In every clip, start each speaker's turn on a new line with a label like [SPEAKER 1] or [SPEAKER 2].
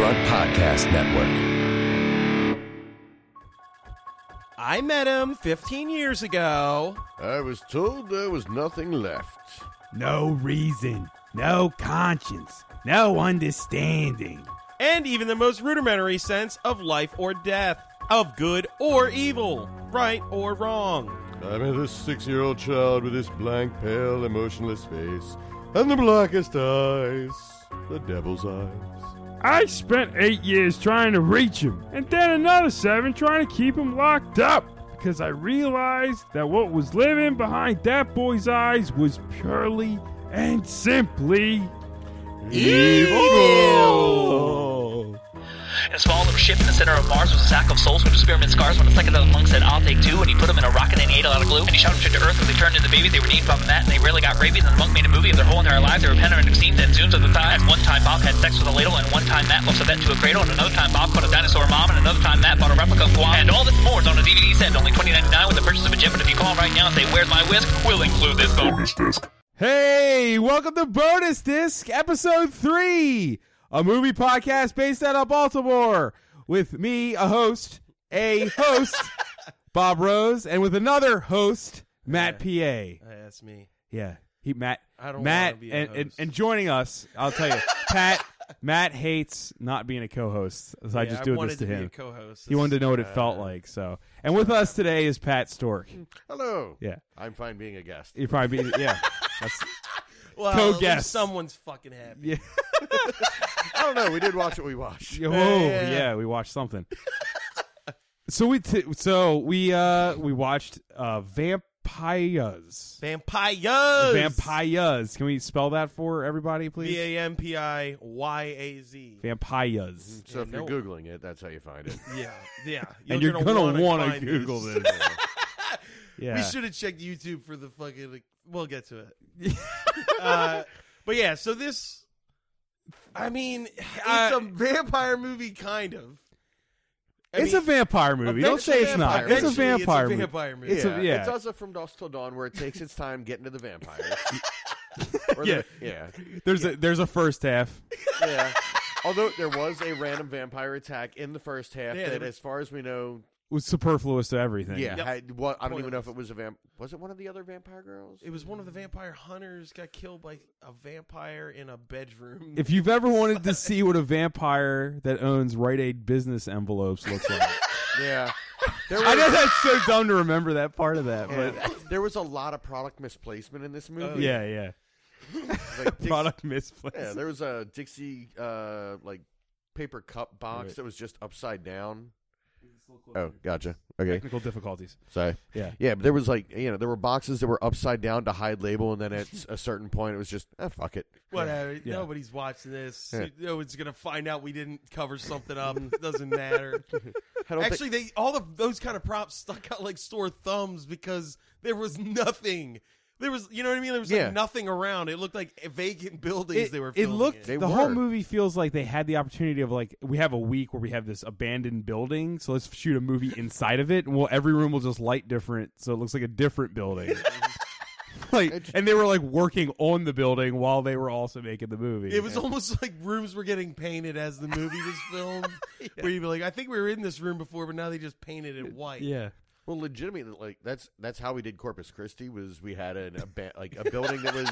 [SPEAKER 1] Podcast Network.
[SPEAKER 2] I met him 15 years ago.
[SPEAKER 3] I was told there was nothing left.
[SPEAKER 4] No reason, no conscience, no understanding.
[SPEAKER 2] and even the most rudimentary sense of life or death, of good or evil, right or wrong.
[SPEAKER 3] I met this six year old child with this blank, pale, emotionless face, and the blackest eyes, the devil's eyes.
[SPEAKER 5] I spent eight years trying to reach him, and then another seven trying to keep him locked up because I realized that what was living behind that boy's eyes was purely and simply
[SPEAKER 3] Evil!
[SPEAKER 6] In a small little ship in the center of Mars was a sack of souls with experiment scars. When a psychedelic monk said, I'll take two, and he put them in a rocket and he ate a lot of glue, and he shot them straight to Earth, and they turned into babies. They were named Bob and Matt, and they rarely got rabies. And the monk made a movie of their whole entire lives. They were panoramic scenes and zooms of the thighs. One time Bob had sex with a ladle, and one time Matt lost a vet to a cradle, and another time Bob caught a dinosaur mom, and another time Matt bought a replica of Guam. And all this and more is on a DVD set, only $20.99 with the purchase of a gym. But if you call right now and say, Where's my whisk? We'll include this bonus.
[SPEAKER 7] Hey, welcome to Bonus Disc, Episode 3, a movie podcast based out of Baltimore with me, a host, a host, Bob Rose, and with another host, Matt P.A.
[SPEAKER 2] That's me.
[SPEAKER 7] Yeah, he Matt.
[SPEAKER 2] I don't
[SPEAKER 7] Matt
[SPEAKER 2] wanna be a
[SPEAKER 7] and, and
[SPEAKER 2] host.
[SPEAKER 7] and joining us, I'll tell you, Pat. Matt hates not being a co-host, so I
[SPEAKER 2] Yeah,
[SPEAKER 7] just do
[SPEAKER 2] wanted
[SPEAKER 7] this to,
[SPEAKER 2] be
[SPEAKER 7] him.
[SPEAKER 2] a co-host. Uh,
[SPEAKER 7] he wanted to know what it felt like. So, and with us today is Pat Stork.
[SPEAKER 3] Hello.
[SPEAKER 7] Yeah,
[SPEAKER 3] I'm fine being a guest.
[SPEAKER 7] you probably be, yeah. That's,
[SPEAKER 2] well,
[SPEAKER 7] co-guest.
[SPEAKER 2] at least someone's fucking happy.
[SPEAKER 7] yeah.
[SPEAKER 3] I don't know. We did watch what we watched.
[SPEAKER 7] Oh
[SPEAKER 2] Yeah.
[SPEAKER 7] yeah, we watched something. so we t- so we uh we watched uh vampires.
[SPEAKER 2] Vampires.
[SPEAKER 7] Vampires. Can we spell that for everybody,
[SPEAKER 2] V
[SPEAKER 7] please?
[SPEAKER 2] a m p i y a z.
[SPEAKER 7] Vampires.
[SPEAKER 2] Mm-hmm.
[SPEAKER 3] So if you're Googling it, that's how you find it.
[SPEAKER 2] Yeah, yeah.
[SPEAKER 7] and you're gonna,
[SPEAKER 2] wanna
[SPEAKER 7] wanna,
[SPEAKER 2] find
[SPEAKER 7] Google
[SPEAKER 2] this.
[SPEAKER 7] this. yeah.
[SPEAKER 2] We should have checked YouTube for the fucking. Like, we'll get to it. uh, but yeah, so this. I mean, uh, it's a vampire movie, kind of. I
[SPEAKER 7] it's
[SPEAKER 2] mean,
[SPEAKER 7] a vampire movie. Don't say it's not. It's a
[SPEAKER 2] Eventually, it's a
[SPEAKER 7] vampire movie.
[SPEAKER 2] vampire movie.
[SPEAKER 7] It's a- yeah.
[SPEAKER 3] It's also from Dusk Till Dawn, where it takes its time getting to the vampires. Or the-
[SPEAKER 7] Yeah.
[SPEAKER 3] yeah.
[SPEAKER 7] There's a there's a first half.
[SPEAKER 3] Yeah. Although there was a random vampire attack in the first half
[SPEAKER 2] Yeah,
[SPEAKER 3] that,
[SPEAKER 2] there-
[SPEAKER 3] as far as we know,
[SPEAKER 7] It was superfluous to everything.
[SPEAKER 3] yeah,
[SPEAKER 2] Yep.
[SPEAKER 3] had, what, I don't
[SPEAKER 2] One
[SPEAKER 3] even
[SPEAKER 2] of
[SPEAKER 3] know if
[SPEAKER 2] those.
[SPEAKER 3] it was a vamp. Was it one of the other vampire girls?
[SPEAKER 2] It was one of the vampire hunters got killed by a vampire in a bedroom.
[SPEAKER 7] If you've ever wanted to see what a vampire that owns Rite Aid business envelopes looks like,
[SPEAKER 3] yeah. There
[SPEAKER 7] I know
[SPEAKER 3] was,
[SPEAKER 7] that's so dumb to remember that part of that, but
[SPEAKER 3] yeah. there was a lot of product misplacement in this movie.
[SPEAKER 7] yeah, yeah.
[SPEAKER 3] Like Dix-
[SPEAKER 7] Product misplaced.
[SPEAKER 3] yeah, there was a Dixie uh, like paper cup box
[SPEAKER 7] Right.
[SPEAKER 3] that was just upside down. Oh, gotcha. Okay,
[SPEAKER 7] Technical difficulties.
[SPEAKER 3] sorry.
[SPEAKER 7] Yeah.
[SPEAKER 3] Yeah, but there was like you know there were boxes that were upside down to hide label, and then at s- a certain point it was just ah fuck it.
[SPEAKER 2] Whatever.
[SPEAKER 7] Yeah.
[SPEAKER 2] Nobody's watching this.
[SPEAKER 3] Yeah.
[SPEAKER 2] No one's gonna find out we didn't cover something up. Doesn't matter.
[SPEAKER 3] I don't think-
[SPEAKER 2] Actually, they all of those kind of props stuck out like sore thumbs because there was nothing. There was, you know what I mean. There was like
[SPEAKER 3] Yeah.
[SPEAKER 2] nothing around. It looked like vacant buildings. they were.
[SPEAKER 7] it
[SPEAKER 2] Filming
[SPEAKER 7] looked
[SPEAKER 2] in.
[SPEAKER 3] They
[SPEAKER 7] the whole
[SPEAKER 3] were.
[SPEAKER 7] movie feels like they had the opportunity of like we have a week where we have this abandoned building, so let's shoot a movie inside of it, and we'll every room will just light different, so it looks like a different building. like, and they were like working on the building while they were also making the movie.
[SPEAKER 2] It was almost like rooms were getting painted as the movie was filmed. Where you'd be like, I think we were in this room before, but now they just painted it white.
[SPEAKER 7] yeah.
[SPEAKER 3] Well, legitimately, like that's that's how we did Corpus Christi. Was we had an aban- like a building that was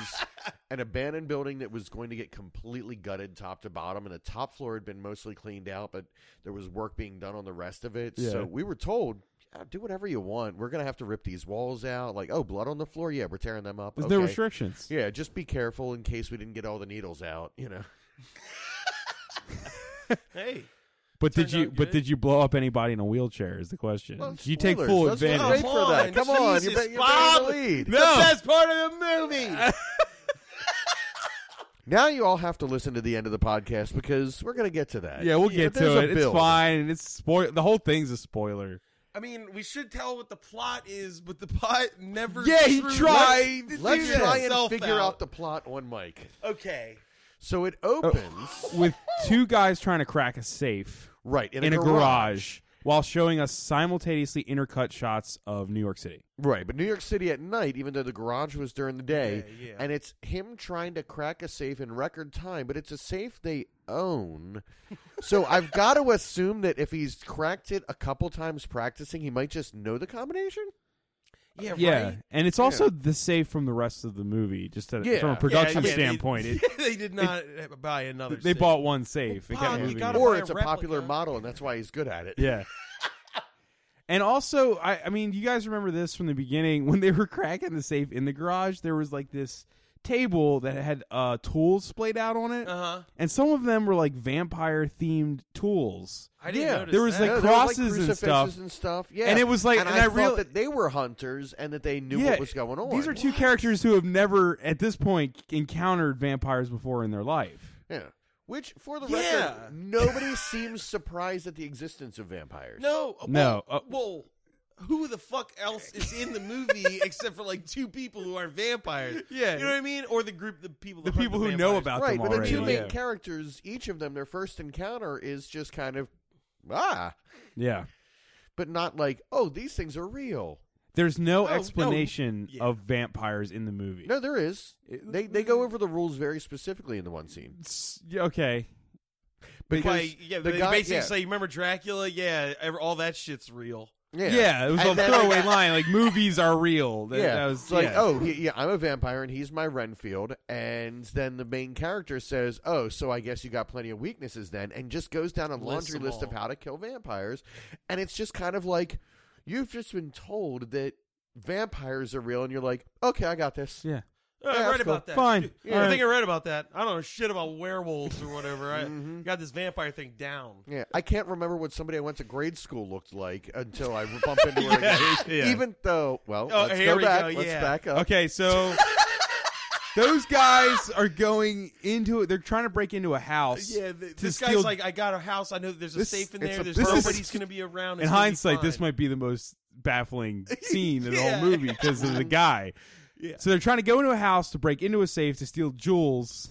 [SPEAKER 3] an abandoned building that was going to get completely gutted top to bottom, and the top floor had been mostly cleaned out, but there was work being done on the rest of it.
[SPEAKER 7] Yeah.
[SPEAKER 3] So we were told, "Yeah, do whatever you want. We're gonna have to rip these walls out. Like, oh, blood on the floor. Yeah, we're tearing them up.
[SPEAKER 7] There's
[SPEAKER 3] okay.
[SPEAKER 7] no restrictions.
[SPEAKER 3] Yeah, just be careful in case we didn't get all the needles out. You know.
[SPEAKER 2] Hey.
[SPEAKER 7] But did
[SPEAKER 2] Turned
[SPEAKER 7] you?
[SPEAKER 2] out
[SPEAKER 7] But
[SPEAKER 2] good.
[SPEAKER 7] did you blow up anybody in a wheelchair? Is the question?
[SPEAKER 3] Well,
[SPEAKER 7] you take
[SPEAKER 3] spoilers.
[SPEAKER 7] full
[SPEAKER 3] Let's not
[SPEAKER 7] advantage?
[SPEAKER 3] wait for that. Come on, you're,
[SPEAKER 2] Jesus,
[SPEAKER 3] ba- you're banging
[SPEAKER 2] Bob.
[SPEAKER 3] the lead.
[SPEAKER 2] The best part of the movie.
[SPEAKER 3] Now you all have to listen to the end of the podcast because we're going to get to that.
[SPEAKER 7] Yeah, we'll
[SPEAKER 3] Yeah,
[SPEAKER 7] get
[SPEAKER 3] there's
[SPEAKER 7] to
[SPEAKER 3] a
[SPEAKER 7] it. It's
[SPEAKER 3] build.
[SPEAKER 7] fine. It's spoil. The whole thing's a spoiler.
[SPEAKER 2] I mean, we should tell what the plot is, but the plot never.
[SPEAKER 7] Yeah, he
[SPEAKER 2] truly-
[SPEAKER 7] tried.
[SPEAKER 2] Let's-
[SPEAKER 3] Let's
[SPEAKER 2] figure
[SPEAKER 3] try and
[SPEAKER 2] yourself
[SPEAKER 3] figure
[SPEAKER 2] out.
[SPEAKER 3] out the plot on Mike.
[SPEAKER 2] Okay.
[SPEAKER 3] So it opens
[SPEAKER 7] Oh. With two guys trying to crack a safe
[SPEAKER 3] right in,
[SPEAKER 7] in, a garage. while showing us simultaneously intercut shots of New York City.
[SPEAKER 3] Right, but New York City at night, even though the garage was during the day,
[SPEAKER 2] Yeah, yeah.
[SPEAKER 3] and it's him trying to crack a safe in record time, but it's a safe they own. so I've got to assume that if he's cracked it a couple times practicing, he might just know the combination.
[SPEAKER 2] Yeah, right.
[SPEAKER 7] Yeah, and it's also the safe from the rest of the movie, just to,
[SPEAKER 3] Yeah.
[SPEAKER 7] from a
[SPEAKER 3] Yeah,
[SPEAKER 7] production
[SPEAKER 2] Yeah, yeah, they-
[SPEAKER 7] standpoint. It,
[SPEAKER 2] they did not buy another.
[SPEAKER 7] they
[SPEAKER 2] safe.
[SPEAKER 7] bought one safe.
[SPEAKER 2] Well,
[SPEAKER 7] it kept
[SPEAKER 2] fuck, Oh, you
[SPEAKER 7] moving.
[SPEAKER 2] gotta
[SPEAKER 3] Or
[SPEAKER 2] buy a
[SPEAKER 3] it's a popular
[SPEAKER 2] replica.
[SPEAKER 3] model, and that's why he's good at it.
[SPEAKER 7] Yeah. And also, I, I mean, you guys remember this from the beginning when they were cracking the safe in the garage. There was like this table that had uh, tools splayed out on it,
[SPEAKER 2] Uh-huh.
[SPEAKER 7] and some of them were like vampire themed tools.
[SPEAKER 2] I didn't
[SPEAKER 3] Yeah,
[SPEAKER 2] notice
[SPEAKER 7] there was,
[SPEAKER 2] that.
[SPEAKER 7] like,
[SPEAKER 3] there was,
[SPEAKER 7] crosses and
[SPEAKER 3] crucifixes
[SPEAKER 7] stuff.
[SPEAKER 3] and stuff. Yeah,
[SPEAKER 7] And it was like-
[SPEAKER 3] and,
[SPEAKER 7] and
[SPEAKER 3] I,
[SPEAKER 7] I
[SPEAKER 3] thought
[SPEAKER 7] real-
[SPEAKER 3] that they were hunters and that they knew what was going on.
[SPEAKER 7] These are two characters who have never, at this point, encountered vampires before in their life.
[SPEAKER 3] yeah. Which, for the
[SPEAKER 2] Yeah.
[SPEAKER 3] record, nobody seems surprised at the existence of vampires.
[SPEAKER 2] No, uh,
[SPEAKER 7] No,
[SPEAKER 2] Well,
[SPEAKER 7] uh,
[SPEAKER 2] well, who the fuck else is in the movie except for like two people who are vampires?
[SPEAKER 7] Yeah.
[SPEAKER 2] you know what I mean, or the group, the people,
[SPEAKER 7] The
[SPEAKER 2] that hunt
[SPEAKER 7] people
[SPEAKER 2] the
[SPEAKER 7] who know
[SPEAKER 2] vampires.
[SPEAKER 7] about
[SPEAKER 3] right,
[SPEAKER 7] them
[SPEAKER 3] but the
[SPEAKER 7] already.
[SPEAKER 3] two main
[SPEAKER 7] yeah.
[SPEAKER 3] characters, each of them, their first encounter is just kind of ah,
[SPEAKER 7] yeah.
[SPEAKER 3] but not like oh, these things are real.
[SPEAKER 7] There's no
[SPEAKER 2] Oh, no,
[SPEAKER 7] explanation
[SPEAKER 2] yeah.
[SPEAKER 7] of vampires in the movie.
[SPEAKER 3] No, there is. They they go over the rules very specifically in the one scene.
[SPEAKER 7] It's- yeah, okay. Because,
[SPEAKER 2] Like, yeah,
[SPEAKER 3] the
[SPEAKER 2] they
[SPEAKER 3] guy-
[SPEAKER 2] basically
[SPEAKER 3] yeah.
[SPEAKER 2] say, "Remember Dracula? Yeah, ev- all that shit's real."
[SPEAKER 3] Yeah,
[SPEAKER 7] yeah. it was
[SPEAKER 3] And
[SPEAKER 7] a
[SPEAKER 3] then-
[SPEAKER 7] throwaway line. Like, movies are real. That,
[SPEAKER 3] yeah,
[SPEAKER 7] that was
[SPEAKER 3] it's like
[SPEAKER 7] yeah.
[SPEAKER 3] oh, he, yeah, I'm a vampire and he's my Renfield, and then the main character says, oh, so I guess you got plenty of weaknesses then, and just goes down a
[SPEAKER 2] Lists
[SPEAKER 3] laundry
[SPEAKER 2] them
[SPEAKER 3] list of
[SPEAKER 2] all.
[SPEAKER 3] how to kill vampires, and it's just kind of like you've just been told that vampires are real, and you're like, okay, I got this.
[SPEAKER 7] Yeah.
[SPEAKER 2] Uh, I
[SPEAKER 3] that's
[SPEAKER 2] read about
[SPEAKER 7] cool.
[SPEAKER 2] that.
[SPEAKER 7] Fine.
[SPEAKER 2] Dude,
[SPEAKER 7] Yeah.
[SPEAKER 2] I think I read about that. I don't know shit about werewolves or whatever. I
[SPEAKER 7] Mm-hmm.
[SPEAKER 2] got this vampire thing down.
[SPEAKER 3] Yeah, I can't remember what somebody I went to grade school looked like until I bump into her again.
[SPEAKER 7] yeah.
[SPEAKER 3] Even though, well,
[SPEAKER 2] Oh,
[SPEAKER 3] let's
[SPEAKER 2] here
[SPEAKER 3] go
[SPEAKER 2] we
[SPEAKER 3] back.
[SPEAKER 2] go,
[SPEAKER 3] Let's
[SPEAKER 2] yeah.
[SPEAKER 3] back up.
[SPEAKER 7] Okay, so those guys are going into it. They're trying to break into a house.
[SPEAKER 2] Yeah, th-
[SPEAKER 7] to
[SPEAKER 2] this
[SPEAKER 7] steal,
[SPEAKER 2] guy's like, "Oh, I got a house. I know there's a
[SPEAKER 7] This-
[SPEAKER 2] safe in
[SPEAKER 3] it's
[SPEAKER 2] there.
[SPEAKER 3] a-
[SPEAKER 2] there's
[SPEAKER 7] this is-
[SPEAKER 2] nobody's gonna be around.
[SPEAKER 7] in hindsight, this might be the most baffling scene in the
[SPEAKER 2] Yeah.
[SPEAKER 7] whole movie because of the guy.
[SPEAKER 2] Yeah.
[SPEAKER 7] So they're trying to go into a house to break into a safe to steal jewels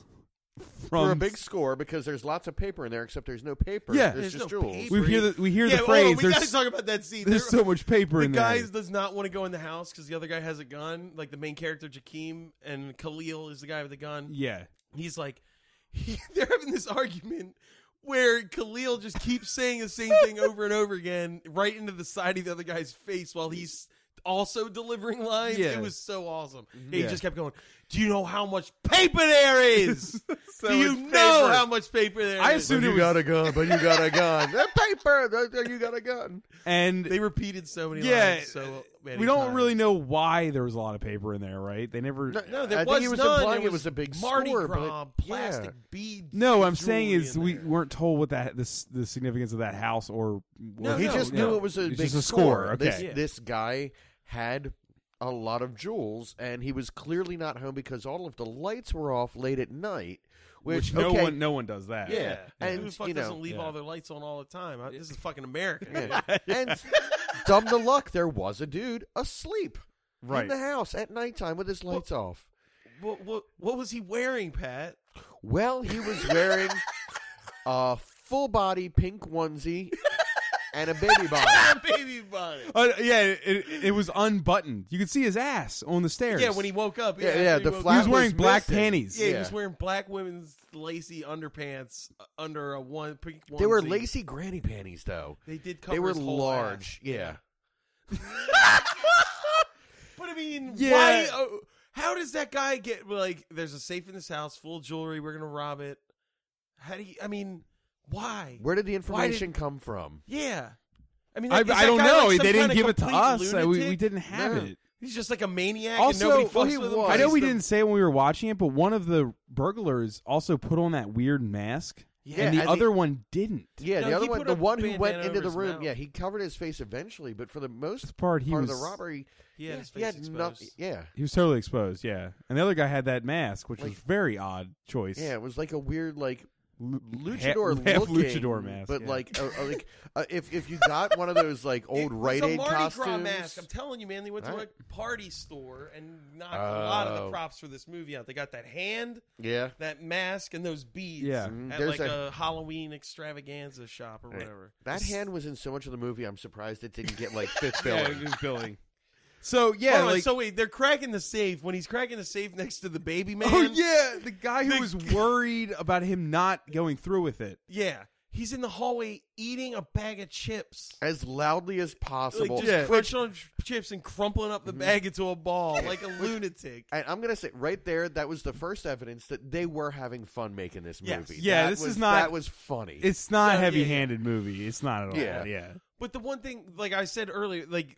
[SPEAKER 7] from
[SPEAKER 3] For a big score because there's lots of paper in there, except there's no paper.
[SPEAKER 7] um, Yeah.
[SPEAKER 2] There's
[SPEAKER 3] there's, just
[SPEAKER 2] no
[SPEAKER 3] jewels.
[SPEAKER 2] paper.
[SPEAKER 7] We hear the we hear
[SPEAKER 2] yeah,
[SPEAKER 7] the
[SPEAKER 2] hold on,
[SPEAKER 7] phrase.
[SPEAKER 2] we
[SPEAKER 7] there's
[SPEAKER 2] gotta talk about that scene.
[SPEAKER 7] there's
[SPEAKER 2] There-
[SPEAKER 7] so much paper
[SPEAKER 2] the
[SPEAKER 7] in
[SPEAKER 2] guy
[SPEAKER 7] there.
[SPEAKER 2] does not want to go in the house because the other guy has a gun. Like the main character, Jakeem, and Khalil is the guy with the gun.
[SPEAKER 7] Yeah.
[SPEAKER 2] He's like, he, they're having this argument where Khalil just keeps saying the same thing over and over again, right into the side of the other guy's face while he's also delivering lines.
[SPEAKER 7] Yeah. Mm-hmm.
[SPEAKER 2] It was so awesome. And
[SPEAKER 7] Yeah.
[SPEAKER 2] He just kept going. Do you know how much paper there is?
[SPEAKER 7] So
[SPEAKER 2] Do you
[SPEAKER 7] much
[SPEAKER 2] know
[SPEAKER 7] paper."
[SPEAKER 2] how much paper there is?
[SPEAKER 7] I assume- Dude, it was-
[SPEAKER 3] a gun, but you got a gun. That paper, that- that you got a gun.
[SPEAKER 7] And
[SPEAKER 2] they repeated so many
[SPEAKER 7] yeah,
[SPEAKER 2] lines. So many
[SPEAKER 7] we don't
[SPEAKER 2] times.
[SPEAKER 7] really know why there was a lot of paper in there, right? They never.
[SPEAKER 3] No, no,
[SPEAKER 2] There
[SPEAKER 3] I
[SPEAKER 2] was
[SPEAKER 3] think he was
[SPEAKER 2] none.
[SPEAKER 3] implying
[SPEAKER 2] It was
[SPEAKER 3] a big
[SPEAKER 2] Mardi
[SPEAKER 3] score,
[SPEAKER 2] Gras
[SPEAKER 3] but
[SPEAKER 2] plastic
[SPEAKER 3] yeah.
[SPEAKER 2] beads.
[SPEAKER 7] No,
[SPEAKER 2] and
[SPEAKER 7] I'm saying
[SPEAKER 2] jewelry
[SPEAKER 7] is
[SPEAKER 2] in
[SPEAKER 7] we
[SPEAKER 2] there.
[SPEAKER 7] weren't told what that this the significance of that house or.
[SPEAKER 2] No,
[SPEAKER 3] he
[SPEAKER 2] no,
[SPEAKER 3] just
[SPEAKER 2] no.
[SPEAKER 3] knew it was a
[SPEAKER 7] It's
[SPEAKER 3] big
[SPEAKER 7] just a
[SPEAKER 3] score.
[SPEAKER 7] score,
[SPEAKER 3] This,
[SPEAKER 7] okay.
[SPEAKER 2] Yeah.
[SPEAKER 3] this guy had a lot of jewels, and he was clearly not home because all of the lights were off late at night. Which,
[SPEAKER 7] no
[SPEAKER 3] okay,
[SPEAKER 7] one no one does that.
[SPEAKER 3] Yeah.
[SPEAKER 2] And
[SPEAKER 3] And,
[SPEAKER 2] who the fuck
[SPEAKER 3] you know,
[SPEAKER 2] doesn't leave
[SPEAKER 7] yeah.
[SPEAKER 2] all their lights on all the time? I, this is fucking America.
[SPEAKER 3] Yeah. and dumb the luck, there was a dude asleep
[SPEAKER 7] Right.
[SPEAKER 3] in the house at nighttime with his lights off.
[SPEAKER 2] What, what what was he wearing, Pat?
[SPEAKER 3] Well, he was wearing a full body pink onesie and a baby bottle.
[SPEAKER 2] Baby bunny.
[SPEAKER 7] Uh, yeah, it, it, it was unbuttoned. You could see his ass on the stairs.
[SPEAKER 2] Yeah, when he woke up.
[SPEAKER 3] Yeah,
[SPEAKER 2] after
[SPEAKER 3] yeah,
[SPEAKER 2] he
[SPEAKER 3] the
[SPEAKER 2] woke
[SPEAKER 7] he
[SPEAKER 3] flat-
[SPEAKER 7] was
[SPEAKER 2] up.
[SPEAKER 3] was
[SPEAKER 7] wearing black
[SPEAKER 3] missing.
[SPEAKER 7] panties.
[SPEAKER 2] Yeah, he
[SPEAKER 3] yeah.
[SPEAKER 2] was wearing black women's lacy underpants uh, under a one pink.
[SPEAKER 3] They were
[SPEAKER 2] onesie.
[SPEAKER 3] lacy granny panties, though.
[SPEAKER 2] They did cover.
[SPEAKER 3] They were
[SPEAKER 2] his whole
[SPEAKER 3] large.
[SPEAKER 2] ass.
[SPEAKER 3] Yeah.
[SPEAKER 2] But I mean,
[SPEAKER 7] Yeah.
[SPEAKER 2] why? Oh, how does that guy get like? There's a safe in this house full of jewelry. We're gonna rob it. How do you? I mean, why?
[SPEAKER 3] Where did the
[SPEAKER 2] Why did-
[SPEAKER 3] information come from?
[SPEAKER 2] Yeah. I mean,
[SPEAKER 7] I,
[SPEAKER 2] like, is
[SPEAKER 7] I
[SPEAKER 2] that
[SPEAKER 7] don't
[SPEAKER 2] guy,
[SPEAKER 7] know.
[SPEAKER 2] like, some
[SPEAKER 7] they didn't
[SPEAKER 2] kinda
[SPEAKER 7] give it to
[SPEAKER 2] complete
[SPEAKER 7] us. I- we, we
[SPEAKER 2] lunatic?
[SPEAKER 7] didn't have
[SPEAKER 3] No.
[SPEAKER 7] it.
[SPEAKER 2] He's just like a maniac.
[SPEAKER 7] Also,
[SPEAKER 2] and nobody
[SPEAKER 7] well,
[SPEAKER 2] fucks
[SPEAKER 3] he
[SPEAKER 2] with him
[SPEAKER 3] was.
[SPEAKER 7] I know we
[SPEAKER 2] He's the-
[SPEAKER 7] didn't say it when we were watching it, but one of the burglars also put on that weird mask,
[SPEAKER 3] Yeah,
[SPEAKER 7] and the
[SPEAKER 3] and
[SPEAKER 7] other one didn't.
[SPEAKER 3] Yeah,
[SPEAKER 2] No,
[SPEAKER 3] the other
[SPEAKER 2] he
[SPEAKER 3] one,
[SPEAKER 2] put
[SPEAKER 3] the
[SPEAKER 2] a
[SPEAKER 3] one who went
[SPEAKER 2] bandana
[SPEAKER 3] into
[SPEAKER 2] over
[SPEAKER 3] the
[SPEAKER 2] his
[SPEAKER 3] room,
[SPEAKER 2] mouth.
[SPEAKER 3] yeah, he covered his face eventually, but for the most
[SPEAKER 7] part, he
[SPEAKER 3] part of
[SPEAKER 7] was-
[SPEAKER 3] the robbery,
[SPEAKER 2] He had his
[SPEAKER 3] he
[SPEAKER 2] face
[SPEAKER 3] had not,
[SPEAKER 2] exposed.
[SPEAKER 3] yeah,
[SPEAKER 7] He was totally exposed. Yeah, and the other guy had that mask, which was
[SPEAKER 3] Like-
[SPEAKER 7] very odd choice.
[SPEAKER 3] yeah, it was like a weird like
[SPEAKER 7] lu-
[SPEAKER 3] luchador
[SPEAKER 7] half, half
[SPEAKER 3] looking,
[SPEAKER 7] luchador mask,
[SPEAKER 3] but
[SPEAKER 7] yeah.
[SPEAKER 3] like, uh, uh, like uh, if if you got one of those like
[SPEAKER 2] It
[SPEAKER 3] old
[SPEAKER 2] was
[SPEAKER 3] Rite
[SPEAKER 2] a
[SPEAKER 3] Aid
[SPEAKER 2] Mardi
[SPEAKER 3] costumes,
[SPEAKER 2] Gras mask. I'm telling you, man, they went to
[SPEAKER 3] Right.
[SPEAKER 2] a party store and knocked a lot of the
[SPEAKER 3] Oh.
[SPEAKER 2] props for this movie out. They got that hand,
[SPEAKER 3] yeah,
[SPEAKER 2] that mask, and those beads.
[SPEAKER 7] Yeah.
[SPEAKER 3] Mhm.
[SPEAKER 2] At
[SPEAKER 3] There's
[SPEAKER 2] like a, Halloween extravaganza shop or whatever.
[SPEAKER 3] that hand was in so much of the movie. I'm surprised it didn't get like fifth
[SPEAKER 7] Yeah,
[SPEAKER 3] billing.
[SPEAKER 7] it was billing. So yeah,
[SPEAKER 2] Hold on,
[SPEAKER 7] like
[SPEAKER 2] so wait, they're cracking the safe when he's cracking the safe next to the baby man.
[SPEAKER 7] oh yeah, the guy who
[SPEAKER 2] The
[SPEAKER 7] was worried about him not going through with it.
[SPEAKER 2] Yeah. He's in the hallway eating a bag of chips.
[SPEAKER 3] as loudly as
[SPEAKER 2] Like
[SPEAKER 3] possible.
[SPEAKER 2] just crunching on ch- chips and crumpling up the
[SPEAKER 7] Mm-hmm.
[SPEAKER 2] bag into a ball like a lunatic.
[SPEAKER 3] And I'm gonna say right there, that was the first evidence that they were having fun making this
[SPEAKER 2] Yes.
[SPEAKER 3] movie.
[SPEAKER 7] Yeah,
[SPEAKER 3] That
[SPEAKER 7] this is
[SPEAKER 3] was-
[SPEAKER 7] not-
[SPEAKER 3] that was funny.
[SPEAKER 7] It's not
[SPEAKER 2] No,
[SPEAKER 7] a
[SPEAKER 2] yeah,
[SPEAKER 7] heavy-handed movie. It's not at all.
[SPEAKER 3] Yeah.
[SPEAKER 7] Yeah,
[SPEAKER 2] But the one thing, like I said earlier, like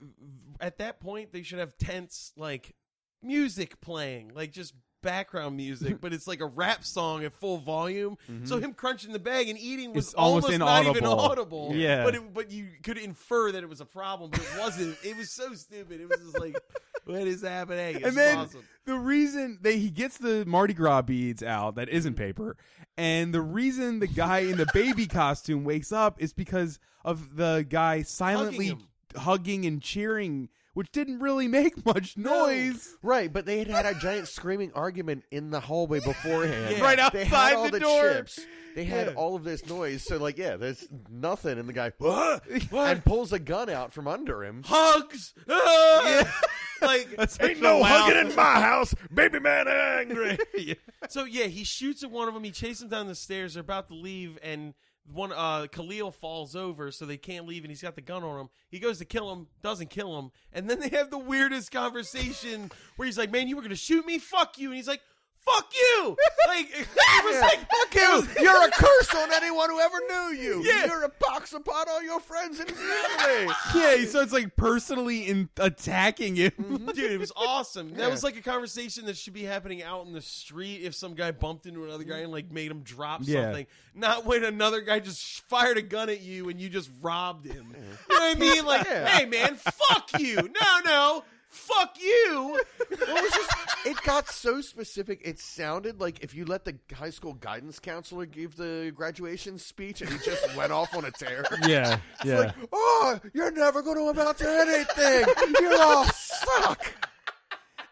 [SPEAKER 2] at that point they should have tense like music playing, like just background music, but it's like a rap song at full volume. So him crunching the bag and eating was
[SPEAKER 7] Mm-hmm. It's almost
[SPEAKER 2] not even
[SPEAKER 7] inaudible.
[SPEAKER 2] audible.
[SPEAKER 7] Yeah.
[SPEAKER 2] but it, but you could infer that it was a problem, but it wasn't. it was so stupid. It was just like, what is happening? It's
[SPEAKER 7] And then
[SPEAKER 2] awesome.
[SPEAKER 7] the reason that he gets the Mardi Gras beads out that isn't
[SPEAKER 2] Mm-hmm.
[SPEAKER 7] paper, and the reason the guy in the baby costume wakes up is because of the guy silently
[SPEAKER 2] Hugging
[SPEAKER 7] hugging, and cheering, which didn't really make much noise.
[SPEAKER 3] Right, but they had had a giant screaming argument in the hallway beforehand.
[SPEAKER 2] Yeah. Right
[SPEAKER 3] they
[SPEAKER 7] outside
[SPEAKER 3] had all
[SPEAKER 7] the
[SPEAKER 3] the,
[SPEAKER 7] door.
[SPEAKER 3] chips. They had
[SPEAKER 7] Yeah.
[SPEAKER 3] all of this noise. So like, yeah, there's nothing, and the guy "Huh?" and pulls a gun out from under him.
[SPEAKER 2] hugs. Ah! Like
[SPEAKER 7] That's such a
[SPEAKER 3] my house, baby man angry.
[SPEAKER 2] So yeah, he shoots at one of them. He chases them down the stairs. They're about to leave, and one uh, Khalil falls over, so they can't leave. And he's got the gun on him. He goes to kill him, doesn't kill him, and then they have the weirdest conversation where he's like, "Man, you were gonna shoot me? Fuck you!" And he's like, "Fuck you!" Like it was like, "Fuck you!"
[SPEAKER 3] You're a curse on anyone who ever knew you.
[SPEAKER 2] Yeah.
[SPEAKER 3] You're a pox upon all your friends and family.
[SPEAKER 7] Yeah, he starts like personally in- attacking him.
[SPEAKER 2] Dude, it was awesome. That was like a conversation that should be happening out in the street if some guy bumped into another guy and like made him drop
[SPEAKER 7] Yeah.
[SPEAKER 2] something. Not when another guy just sh- fired a gun at you and you just robbed him. You know what I mean? Like, hey man, fuck you. No, no. Fuck you.
[SPEAKER 3] Well, it was just it got so specific. It sounded like if you let the high school guidance counselor give the graduation speech, and he just went off on a tear.
[SPEAKER 7] Yeah, yeah.
[SPEAKER 3] Oh, you're never going to amount to anything. You all suck.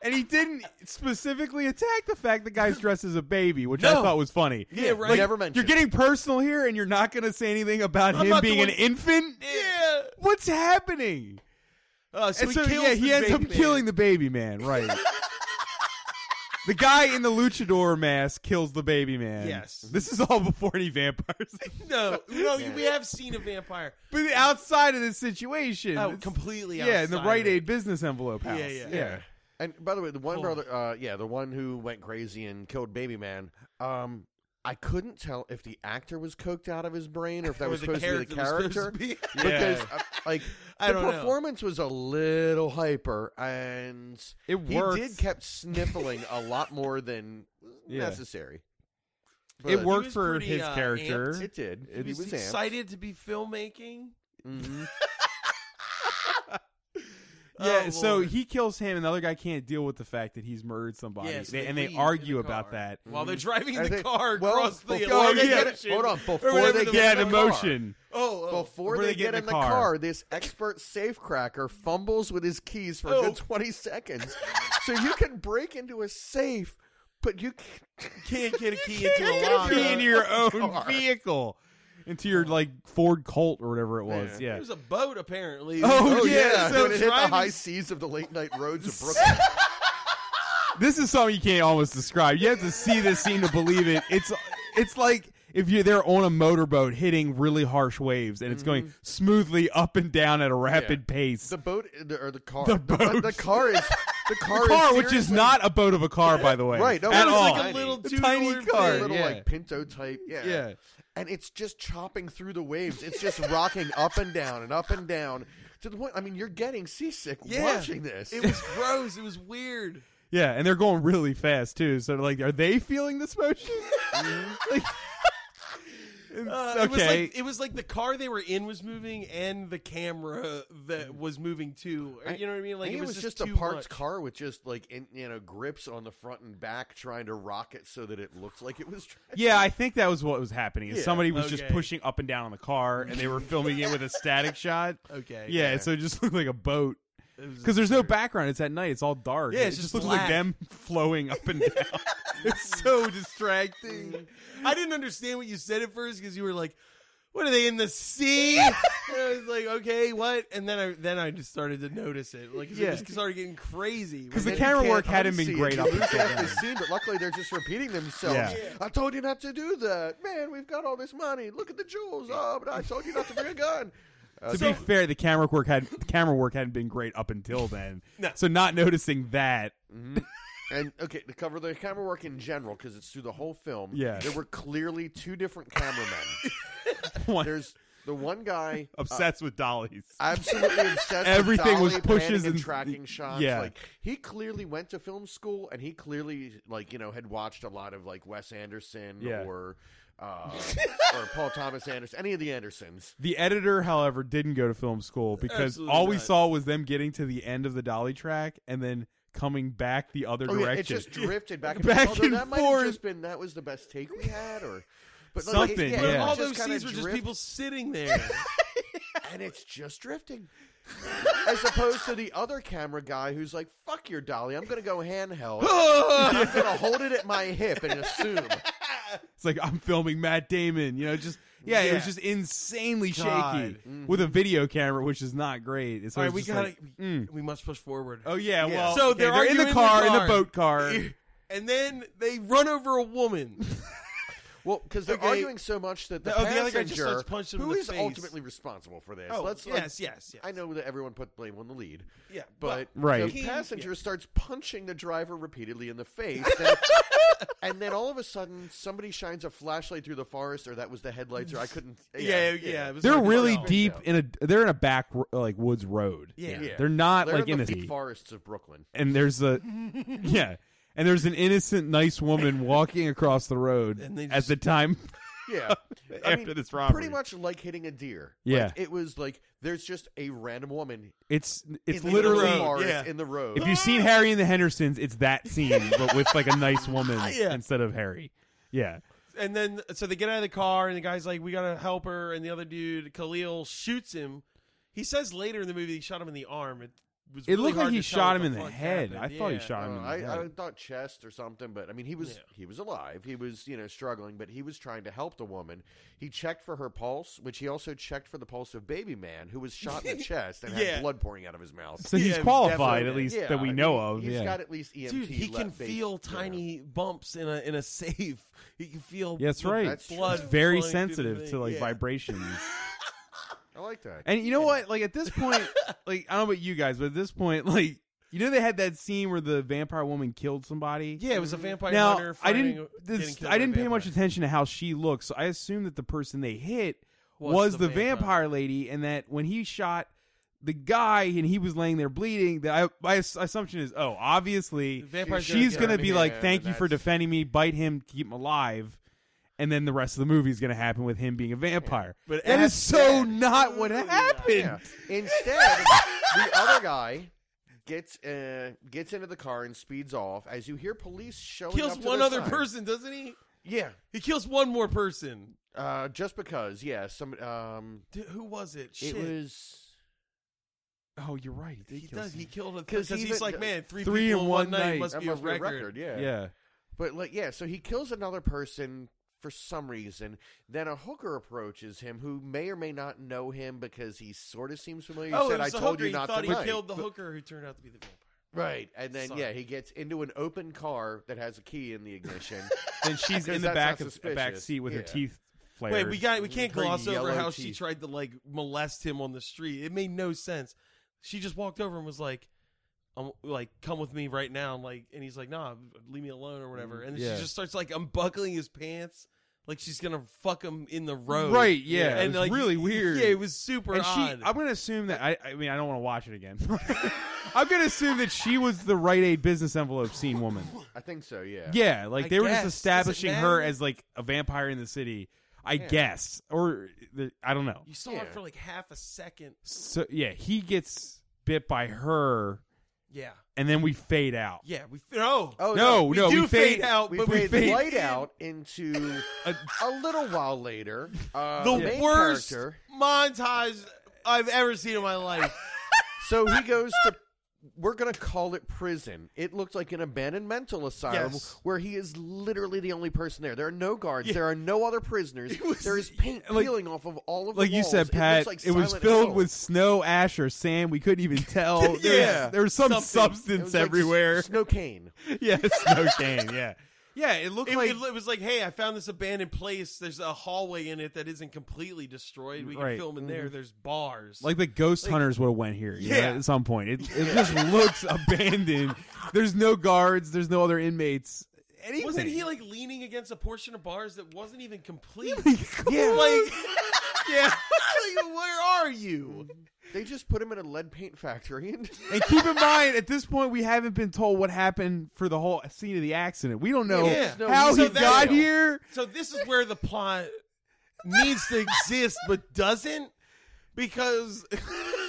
[SPEAKER 7] and he didn't specifically attack the fact the guy's dressed as a baby, which I
[SPEAKER 2] No.
[SPEAKER 7] thought was funny.
[SPEAKER 2] Yeah, right.
[SPEAKER 7] Like,
[SPEAKER 3] Never mentioned.
[SPEAKER 7] You're getting personal here, and you're not going to say anything about
[SPEAKER 2] I'm
[SPEAKER 7] him
[SPEAKER 2] not
[SPEAKER 7] being
[SPEAKER 2] doing-
[SPEAKER 7] an infant.
[SPEAKER 2] Yeah.
[SPEAKER 7] What's happening?
[SPEAKER 2] Uh, so
[SPEAKER 7] and
[SPEAKER 2] he
[SPEAKER 7] so
[SPEAKER 2] kills
[SPEAKER 7] yeah,
[SPEAKER 2] the
[SPEAKER 7] he ends up
[SPEAKER 2] baby man.
[SPEAKER 7] killing the baby man, right? the guy in the luchador mask kills the baby man.
[SPEAKER 2] Yes.
[SPEAKER 7] this is all before any vampires.
[SPEAKER 2] No, no, you- we have seen a vampire.
[SPEAKER 7] but outside of this situation,
[SPEAKER 2] Oh,
[SPEAKER 7] it's-
[SPEAKER 2] completely.
[SPEAKER 7] yeah, in the
[SPEAKER 2] outside
[SPEAKER 7] Rite
[SPEAKER 2] of it.
[SPEAKER 7] Aid business envelope house.
[SPEAKER 2] Yeah, yeah.
[SPEAKER 7] yeah.
[SPEAKER 3] And by the way, the one brother, uh, yeah, the one who went crazy and killed Baby Man. Um, I couldn't tell if the actor was coked out of his brain or if that
[SPEAKER 2] Or
[SPEAKER 3] was
[SPEAKER 2] the
[SPEAKER 3] supposed to be the
[SPEAKER 2] character was supposed to be.
[SPEAKER 3] character. Because uh, like
[SPEAKER 2] I
[SPEAKER 3] the
[SPEAKER 2] don't know.
[SPEAKER 3] performance was a little hyper, and
[SPEAKER 7] It worked.
[SPEAKER 3] He did kept sniffling a lot more than
[SPEAKER 7] Yeah.
[SPEAKER 3] necessary.
[SPEAKER 7] It
[SPEAKER 3] But
[SPEAKER 7] worked
[SPEAKER 2] was
[SPEAKER 7] for
[SPEAKER 2] pretty,
[SPEAKER 7] his
[SPEAKER 2] uh,
[SPEAKER 7] character.
[SPEAKER 2] amped.
[SPEAKER 3] It did.
[SPEAKER 7] It
[SPEAKER 3] He
[SPEAKER 2] He's
[SPEAKER 3] was amped.
[SPEAKER 2] excited to be filmmaking.
[SPEAKER 3] Mhm.
[SPEAKER 7] Yeah,
[SPEAKER 2] Oh,
[SPEAKER 7] so
[SPEAKER 2] Lord.
[SPEAKER 7] he kills him, and the other guy can't deal with the fact that he's murdered somebody,
[SPEAKER 2] Yeah, so
[SPEAKER 7] They- and they
[SPEAKER 2] leave in
[SPEAKER 7] argue
[SPEAKER 2] the
[SPEAKER 7] about
[SPEAKER 2] car.
[SPEAKER 7] that.
[SPEAKER 2] while they're driving
[SPEAKER 3] I
[SPEAKER 2] the
[SPEAKER 3] think-
[SPEAKER 2] car
[SPEAKER 3] well,
[SPEAKER 2] across the
[SPEAKER 3] before
[SPEAKER 2] Atlantic
[SPEAKER 3] they get-
[SPEAKER 2] Ocean.
[SPEAKER 3] hold on,
[SPEAKER 2] Or
[SPEAKER 3] before
[SPEAKER 2] whatever
[SPEAKER 3] they
[SPEAKER 2] the-
[SPEAKER 3] get
[SPEAKER 7] Yeah,
[SPEAKER 3] in
[SPEAKER 7] an
[SPEAKER 3] the car.
[SPEAKER 7] emotion.
[SPEAKER 2] Oh, oh.
[SPEAKER 3] Before they, get, in the car. this expert safe cracker fumbles with his keys for a
[SPEAKER 2] Oh.
[SPEAKER 3] good 20 seconds. so you can break into a safe, but you can't.
[SPEAKER 2] can't get a key into a
[SPEAKER 3] get a
[SPEAKER 2] lock.
[SPEAKER 3] key
[SPEAKER 7] Be
[SPEAKER 3] in
[SPEAKER 7] in
[SPEAKER 3] Uh,
[SPEAKER 7] your own
[SPEAKER 3] car.
[SPEAKER 7] vehicle, into your like Ford Colt or whatever it was. Yeah,
[SPEAKER 2] It was a boat, apparently.
[SPEAKER 7] Oh, yeah, so
[SPEAKER 3] when it hit the
[SPEAKER 2] driving-
[SPEAKER 3] high seas of the late night roads of Brooklyn.
[SPEAKER 7] this is something you can't almost describe. You have to see this scene to believe it. It's it's like if you're there on a motorboat hitting really harsh waves, and it's going smoothly up and down at a rapid pace.
[SPEAKER 3] the boat, the, or the car.
[SPEAKER 7] The
[SPEAKER 3] bu-
[SPEAKER 7] boat.
[SPEAKER 3] The car is. The car,
[SPEAKER 7] car,
[SPEAKER 3] is
[SPEAKER 7] which is
[SPEAKER 3] seriously
[SPEAKER 7] not a boat of a car, by the way,
[SPEAKER 3] Right, no,
[SPEAKER 7] at
[SPEAKER 3] it was
[SPEAKER 7] all.
[SPEAKER 3] like a
[SPEAKER 2] little
[SPEAKER 7] The
[SPEAKER 2] two-door
[SPEAKER 7] tiny
[SPEAKER 2] thing.
[SPEAKER 7] car,
[SPEAKER 3] a little
[SPEAKER 7] yeah.
[SPEAKER 3] like pinto type. Yeah.
[SPEAKER 7] Yeah.
[SPEAKER 3] And it's just chopping through the waves. It's just rocking up and down and up and down to the point. I mean, you're getting seasick
[SPEAKER 2] Yeah.
[SPEAKER 3] watching this.
[SPEAKER 2] It was gross. It was weird.
[SPEAKER 7] Yeah, and they're going really fast too. So like, are they feeling this motion? like,
[SPEAKER 2] Mm-hmm. Uh, It was
[SPEAKER 7] Okay.
[SPEAKER 2] like it was like the car they were in was moving, and the camera that was moving too. Or,
[SPEAKER 3] I-
[SPEAKER 2] you know what I mean?
[SPEAKER 3] I
[SPEAKER 2] Like
[SPEAKER 3] think
[SPEAKER 2] it was,
[SPEAKER 3] just,
[SPEAKER 2] too
[SPEAKER 3] a parts
[SPEAKER 2] much.
[SPEAKER 3] car with just like in, you know grips on the front and back, trying to rock it so that it looked like it was. Tra-
[SPEAKER 7] Yeah, I think that was what was happening. is
[SPEAKER 3] Yeah,
[SPEAKER 7] Somebody was just
[SPEAKER 2] okay.
[SPEAKER 7] pushing up and down on the car, and they were filming it with a static shot.
[SPEAKER 2] Okay.
[SPEAKER 7] Yeah, so it just looked like a boat
[SPEAKER 2] It was
[SPEAKER 7] because there's no
[SPEAKER 2] absurd.
[SPEAKER 7] background. It's at night. It's all dark.
[SPEAKER 2] Yeah,
[SPEAKER 7] it
[SPEAKER 2] it's
[SPEAKER 7] just
[SPEAKER 2] just
[SPEAKER 7] looks like
[SPEAKER 2] black.
[SPEAKER 7] them flowing up and down. it's so distracting.
[SPEAKER 2] I didn't understand what you said at first because you were like, "What are they in the sea?" and I was like, "Okay, what?" And then I then I just started to notice it, like 'cause
[SPEAKER 7] Yeah.
[SPEAKER 2] it just started getting crazy.
[SPEAKER 7] Because the
[SPEAKER 3] You
[SPEAKER 7] camera
[SPEAKER 3] can't
[SPEAKER 7] work hadn't been
[SPEAKER 3] unsee it.
[SPEAKER 7] great
[SPEAKER 3] You
[SPEAKER 7] up
[SPEAKER 3] lose
[SPEAKER 7] until
[SPEAKER 3] half the
[SPEAKER 7] then.
[SPEAKER 3] scene, but luckily they're just repeating themselves.
[SPEAKER 7] Yeah.
[SPEAKER 3] I told you not to do that, man. We've got all this money. Look at the jewels. Oh, but I told you not to bring a gun. Uh,
[SPEAKER 7] To
[SPEAKER 3] so-
[SPEAKER 7] be fair, the camera work had the camera work hadn't been great up until then.
[SPEAKER 2] No.
[SPEAKER 7] So not noticing that,
[SPEAKER 3] And okay, to cover the camera work in general, because it's through the whole film.
[SPEAKER 7] Yeah.
[SPEAKER 3] there were clearly two different cameramen.
[SPEAKER 7] one
[SPEAKER 3] There's uh, the one guy
[SPEAKER 7] obsessed with dollies.
[SPEAKER 3] absolutely obsessed.
[SPEAKER 7] Everything was
[SPEAKER 3] with dolly
[SPEAKER 7] pushes
[SPEAKER 3] planning and
[SPEAKER 7] and-
[SPEAKER 3] tracking shots.
[SPEAKER 7] yeah.
[SPEAKER 3] like he clearly went to film school, and he clearly like you know had watched a lot of like Wes Anderson
[SPEAKER 7] Yeah.
[SPEAKER 3] or uh, or Paul Thomas Anderson, any of the Andersons.
[SPEAKER 7] The editor, however, didn't go to film school because
[SPEAKER 2] Absolutely
[SPEAKER 7] all we
[SPEAKER 2] not.
[SPEAKER 7] saw was them getting to the end of the dolly track and then coming back the other
[SPEAKER 3] Oh, yeah,
[SPEAKER 7] direction.
[SPEAKER 3] it just drifted back and
[SPEAKER 7] Back
[SPEAKER 3] forth. Although
[SPEAKER 7] and
[SPEAKER 3] that might have
[SPEAKER 7] forth.
[SPEAKER 3] just been that was the best take we had, or. But like,
[SPEAKER 7] Something,
[SPEAKER 3] yeah,
[SPEAKER 2] But
[SPEAKER 7] yeah.
[SPEAKER 2] all
[SPEAKER 3] it
[SPEAKER 2] those
[SPEAKER 3] just kinda
[SPEAKER 2] scenes were just
[SPEAKER 3] drifted.
[SPEAKER 2] people sitting there.
[SPEAKER 3] and it's just drifting. As opposed to the other camera guy who's like, fuck your dolly, I'm going to go handheld. I'm going to hold it at my hip and assume.
[SPEAKER 7] It's like I'm filming Matt Damon, you know, just yeah, it was
[SPEAKER 2] Yeah.
[SPEAKER 7] just insanely shaky
[SPEAKER 2] God.
[SPEAKER 7] with a video camera, which is not great. It's
[SPEAKER 2] all right,
[SPEAKER 7] always
[SPEAKER 2] we
[SPEAKER 7] just
[SPEAKER 2] gotta
[SPEAKER 7] like, mm.
[SPEAKER 2] we, we must push forward.
[SPEAKER 7] oh yeah,
[SPEAKER 3] Yeah.
[SPEAKER 7] well,
[SPEAKER 2] So
[SPEAKER 7] okay,
[SPEAKER 2] they're
[SPEAKER 7] they're in
[SPEAKER 2] arguing
[SPEAKER 7] the
[SPEAKER 2] in the
[SPEAKER 7] car, in the
[SPEAKER 2] car.
[SPEAKER 7] boat car.
[SPEAKER 2] And then they run over a woman.
[SPEAKER 3] Well, because they're
[SPEAKER 2] Okay.
[SPEAKER 3] arguing so much that the
[SPEAKER 2] Oh, the
[SPEAKER 3] passenger,
[SPEAKER 2] other guy just starts punching him
[SPEAKER 3] who
[SPEAKER 2] in the
[SPEAKER 3] is
[SPEAKER 2] face. Oh,
[SPEAKER 3] ultimately responsible for this. Let's, like,
[SPEAKER 2] yes, yes, yes.
[SPEAKER 3] I know that everyone put blame on the lead,
[SPEAKER 2] Yeah,
[SPEAKER 3] but
[SPEAKER 7] Right.
[SPEAKER 3] the
[SPEAKER 2] He-
[SPEAKER 3] passenger
[SPEAKER 2] yeah.
[SPEAKER 3] starts punching the driver repeatedly in the face, and, and then all of a sudden somebody shines a flashlight through the forest, or that was the headlights, or I couldn't.
[SPEAKER 2] yeah, yeah. it was
[SPEAKER 7] They're
[SPEAKER 2] hard to
[SPEAKER 7] really
[SPEAKER 2] tell.
[SPEAKER 7] deep
[SPEAKER 3] out.
[SPEAKER 7] in a they're in a back ro- like woods road.
[SPEAKER 2] Yeah.
[SPEAKER 3] Yeah.
[SPEAKER 7] They're not
[SPEAKER 3] They're
[SPEAKER 7] like
[SPEAKER 3] in
[SPEAKER 7] in
[SPEAKER 3] the
[SPEAKER 7] a
[SPEAKER 3] deep forests of Brooklyn.
[SPEAKER 7] and there's a yeah, and there's an innocent nice woman walking across the road
[SPEAKER 2] And they
[SPEAKER 7] at
[SPEAKER 2] just-
[SPEAKER 7] the time.
[SPEAKER 3] Yeah.
[SPEAKER 7] After this robbery.
[SPEAKER 3] Pretty much like hitting a deer.
[SPEAKER 7] Yeah.
[SPEAKER 3] Like, it was like there's just a random woman
[SPEAKER 7] It's it's
[SPEAKER 3] in
[SPEAKER 7] literally
[SPEAKER 3] the forest,
[SPEAKER 2] yeah.
[SPEAKER 3] in the road.
[SPEAKER 7] If you've seen Harry and the Hendersons, it's that scene, but with like a nice woman
[SPEAKER 2] Yeah.
[SPEAKER 7] instead of Harry. Yeah.
[SPEAKER 2] And then so they get out of the car, and the guy's like, "We gotta help her." And the other dude, Khalil, shoots him. He says later in the movie he shot him in the arm. It was.
[SPEAKER 7] It
[SPEAKER 2] really
[SPEAKER 7] looked like
[SPEAKER 2] hard
[SPEAKER 7] he
[SPEAKER 2] to tell
[SPEAKER 7] shot
[SPEAKER 2] what
[SPEAKER 7] him in the
[SPEAKER 2] fuck
[SPEAKER 7] head.
[SPEAKER 2] happened.
[SPEAKER 7] I thought he
[SPEAKER 2] Yeah.
[SPEAKER 3] I,
[SPEAKER 7] shot him
[SPEAKER 3] don't know,
[SPEAKER 7] in the
[SPEAKER 3] Uh, I, I
[SPEAKER 7] head.
[SPEAKER 3] thought chest or something, but I mean he was
[SPEAKER 2] Yeah.
[SPEAKER 3] he was alive. He was you know struggling, but he was trying to help the woman. He checked for her pulse, which he also checked for the pulse of baby man, who was shot in the chest and had
[SPEAKER 2] Yeah.
[SPEAKER 3] blood pouring out of his mouth.
[SPEAKER 7] So he's
[SPEAKER 2] Yeah,
[SPEAKER 7] qualified, at
[SPEAKER 2] definitely.
[SPEAKER 7] least
[SPEAKER 3] Yeah,
[SPEAKER 7] that
[SPEAKER 3] I
[SPEAKER 7] we
[SPEAKER 3] mean,
[SPEAKER 7] know of.
[SPEAKER 3] He's
[SPEAKER 7] yeah.
[SPEAKER 3] got at least EMT.
[SPEAKER 2] Dude, he can
[SPEAKER 3] left base-
[SPEAKER 2] feel
[SPEAKER 3] yeah.
[SPEAKER 2] tiny bumps in a in a safe. He can feel.
[SPEAKER 7] Yeah, that's
[SPEAKER 2] the
[SPEAKER 7] right.
[SPEAKER 3] That's true.
[SPEAKER 2] Blood
[SPEAKER 7] He's very
[SPEAKER 2] flowing through the
[SPEAKER 7] sensitive
[SPEAKER 2] thing.
[SPEAKER 7] to like
[SPEAKER 2] Yeah.
[SPEAKER 7] vibrations.
[SPEAKER 3] I like that.
[SPEAKER 7] And you know what? Like at this point, like I don't know about you guys, but at this point, like you know they had that scene where the vampire woman killed somebody.
[SPEAKER 2] Yeah, it was a vampire
[SPEAKER 7] Now
[SPEAKER 2] hunter.
[SPEAKER 7] I
[SPEAKER 2] fighting-
[SPEAKER 7] didn't.
[SPEAKER 2] getting
[SPEAKER 7] This,
[SPEAKER 2] killed by
[SPEAKER 7] I
[SPEAKER 2] a
[SPEAKER 7] didn't pay much
[SPEAKER 2] vampire.
[SPEAKER 7] attention to how she looked, so I assumed that the person they hit was,
[SPEAKER 2] Was the
[SPEAKER 7] the, vampire.
[SPEAKER 2] vampire.
[SPEAKER 7] lady, and that when he shot the guy and he was laying there bleeding, that I, my ass- assumption is, oh, obviously
[SPEAKER 2] The vampire's gonna
[SPEAKER 7] she's
[SPEAKER 2] get
[SPEAKER 7] gonna
[SPEAKER 2] him.
[SPEAKER 7] be
[SPEAKER 3] Yeah,
[SPEAKER 7] like, thank you for
[SPEAKER 3] that's-
[SPEAKER 7] defending me, bite him, keep him alive. And then the rest of the movie is going to happen with him being a vampire.
[SPEAKER 2] But
[SPEAKER 7] that is so
[SPEAKER 2] instead-
[SPEAKER 7] not what
[SPEAKER 2] Absolutely
[SPEAKER 7] happened.
[SPEAKER 3] Yeah. Instead, the other guy gets uh, gets into the car and speeds off. As you hear police showing
[SPEAKER 2] Kills
[SPEAKER 3] up to
[SPEAKER 2] one
[SPEAKER 3] the
[SPEAKER 2] other
[SPEAKER 3] side.
[SPEAKER 2] person, doesn't he?
[SPEAKER 3] Yeah,
[SPEAKER 2] He kills one more person.
[SPEAKER 3] uh, just because. Yeah, some. Um,
[SPEAKER 2] Dude, who was it? Shit.
[SPEAKER 3] it was
[SPEAKER 7] Oh, you're right. He did
[SPEAKER 2] He
[SPEAKER 7] kill
[SPEAKER 2] does. He
[SPEAKER 7] someone.
[SPEAKER 2] killed a
[SPEAKER 3] Because
[SPEAKER 2] because he's
[SPEAKER 3] even-
[SPEAKER 2] like, man, three,
[SPEAKER 7] Three
[SPEAKER 2] people
[SPEAKER 7] in
[SPEAKER 2] in
[SPEAKER 7] one
[SPEAKER 2] one night
[SPEAKER 7] night.
[SPEAKER 2] must
[SPEAKER 3] that
[SPEAKER 2] be
[SPEAKER 3] must
[SPEAKER 2] a record.
[SPEAKER 3] Yeah.
[SPEAKER 7] yeah.
[SPEAKER 3] but like, yeah. So he kills another person for some reason. Then a hooker approaches him, who may or may not know him because he sort of seems familiar.
[SPEAKER 2] Oh,
[SPEAKER 3] he
[SPEAKER 2] it
[SPEAKER 3] said, "I
[SPEAKER 2] was the
[SPEAKER 3] told
[SPEAKER 2] hooker.
[SPEAKER 3] you
[SPEAKER 2] He
[SPEAKER 3] not
[SPEAKER 2] thought
[SPEAKER 3] to
[SPEAKER 2] he
[SPEAKER 3] bite."
[SPEAKER 2] killed the hooker who turned out to be the vampire.
[SPEAKER 3] Right, and then
[SPEAKER 2] Sorry.
[SPEAKER 3] yeah, he gets into an open car that has a key in the ignition.
[SPEAKER 7] Then she's in
[SPEAKER 3] Because
[SPEAKER 7] the
[SPEAKER 3] that's
[SPEAKER 7] back
[SPEAKER 3] not
[SPEAKER 7] of the back
[SPEAKER 3] suspicious.
[SPEAKER 7] seat with her
[SPEAKER 3] Yeah.
[SPEAKER 7] teeth flared.
[SPEAKER 2] Wait, we got we can't
[SPEAKER 3] Her
[SPEAKER 2] gloss over
[SPEAKER 3] yellow
[SPEAKER 2] how she
[SPEAKER 3] teeth.
[SPEAKER 2] tried to like molest him on the street. It made no sense. She just walked over and was like, um, like come with me right now. And like, and he's like, nah, leave me alone or whatever. And then
[SPEAKER 7] Yeah.
[SPEAKER 2] she just starts like unbuckling his pants, like she's gonna fuck him in the road.
[SPEAKER 7] Right, yeah, it
[SPEAKER 2] and
[SPEAKER 7] was really weird.
[SPEAKER 2] Yeah, it was super
[SPEAKER 7] and she,
[SPEAKER 2] odd.
[SPEAKER 7] I'm gonna assume that I. I mean, I don't want to watch it again. I'm gonna assume that she was the Rite Aid business envelope scene woman.
[SPEAKER 3] I think so. Yeah.
[SPEAKER 7] Yeah, like
[SPEAKER 2] I
[SPEAKER 7] they were
[SPEAKER 2] guess.
[SPEAKER 7] just
[SPEAKER 2] Does it
[SPEAKER 7] establishing her
[SPEAKER 2] matter?
[SPEAKER 7] as like a vampire in the city. I guess, or the, I don't know.
[SPEAKER 2] You saw
[SPEAKER 3] Yeah.
[SPEAKER 2] it for like half a second.
[SPEAKER 7] So yeah, he gets bit by her,
[SPEAKER 2] Yeah.
[SPEAKER 7] and then we fade out.
[SPEAKER 2] Yeah. We no.
[SPEAKER 3] Oh
[SPEAKER 7] no,
[SPEAKER 2] we
[SPEAKER 7] no,
[SPEAKER 2] do
[SPEAKER 7] we
[SPEAKER 2] fade,
[SPEAKER 7] fade
[SPEAKER 2] out,
[SPEAKER 3] We
[SPEAKER 2] but we
[SPEAKER 3] fade
[SPEAKER 2] fade
[SPEAKER 3] light
[SPEAKER 2] in.
[SPEAKER 3] out into a, little while later. Uh,
[SPEAKER 2] The
[SPEAKER 3] main
[SPEAKER 2] worst
[SPEAKER 3] character-
[SPEAKER 2] montage I've ever seen in my life.
[SPEAKER 3] So he goes to. We're gonna call it prison. It looked like an abandoned mental asylum
[SPEAKER 2] Yes.
[SPEAKER 3] where he is literally the only person there. There are no guards. There are no other prisoners. there is paint
[SPEAKER 7] like-
[SPEAKER 3] peeling off of all of the
[SPEAKER 7] Like you
[SPEAKER 3] walls.
[SPEAKER 7] said,
[SPEAKER 3] It looks
[SPEAKER 7] Pat, it,
[SPEAKER 3] like
[SPEAKER 7] was
[SPEAKER 3] Silent
[SPEAKER 7] filled
[SPEAKER 3] Hill.
[SPEAKER 7] with snow, ash, or sand. We couldn't even tell. There was-
[SPEAKER 2] Yeah.
[SPEAKER 7] there was some
[SPEAKER 2] Something.
[SPEAKER 3] It
[SPEAKER 7] substance
[SPEAKER 3] was like
[SPEAKER 7] everywhere.
[SPEAKER 3] s- snow cane.
[SPEAKER 7] yeah, snow cane. Yeah, yeah. It looked
[SPEAKER 2] It,
[SPEAKER 7] like
[SPEAKER 2] it, it was like, hey, I found this abandoned place. There's a hallway in it that isn't completely destroyed. We can
[SPEAKER 7] Right.
[SPEAKER 2] film in there. There's bars.
[SPEAKER 7] Like the ghost hunters would have went here, yeah.
[SPEAKER 2] Yeah.
[SPEAKER 7] At some point, it, it just looks abandoned. There's no guards. There's no other inmates. Anything.
[SPEAKER 2] wasn't he like leaning against a portion of bars that wasn't even complete?
[SPEAKER 7] yeah,
[SPEAKER 2] like, yeah. like, where are you?
[SPEAKER 3] They just put him in a lead paint factory. And
[SPEAKER 7] and keep in mind, at this point, we haven't been told what happened for the whole scene of the accident. We don't know
[SPEAKER 2] Yeah.
[SPEAKER 3] No,
[SPEAKER 7] how
[SPEAKER 2] so
[SPEAKER 7] he
[SPEAKER 2] that-
[SPEAKER 7] got here.
[SPEAKER 2] So this is where the plot needs to exist but doesn't because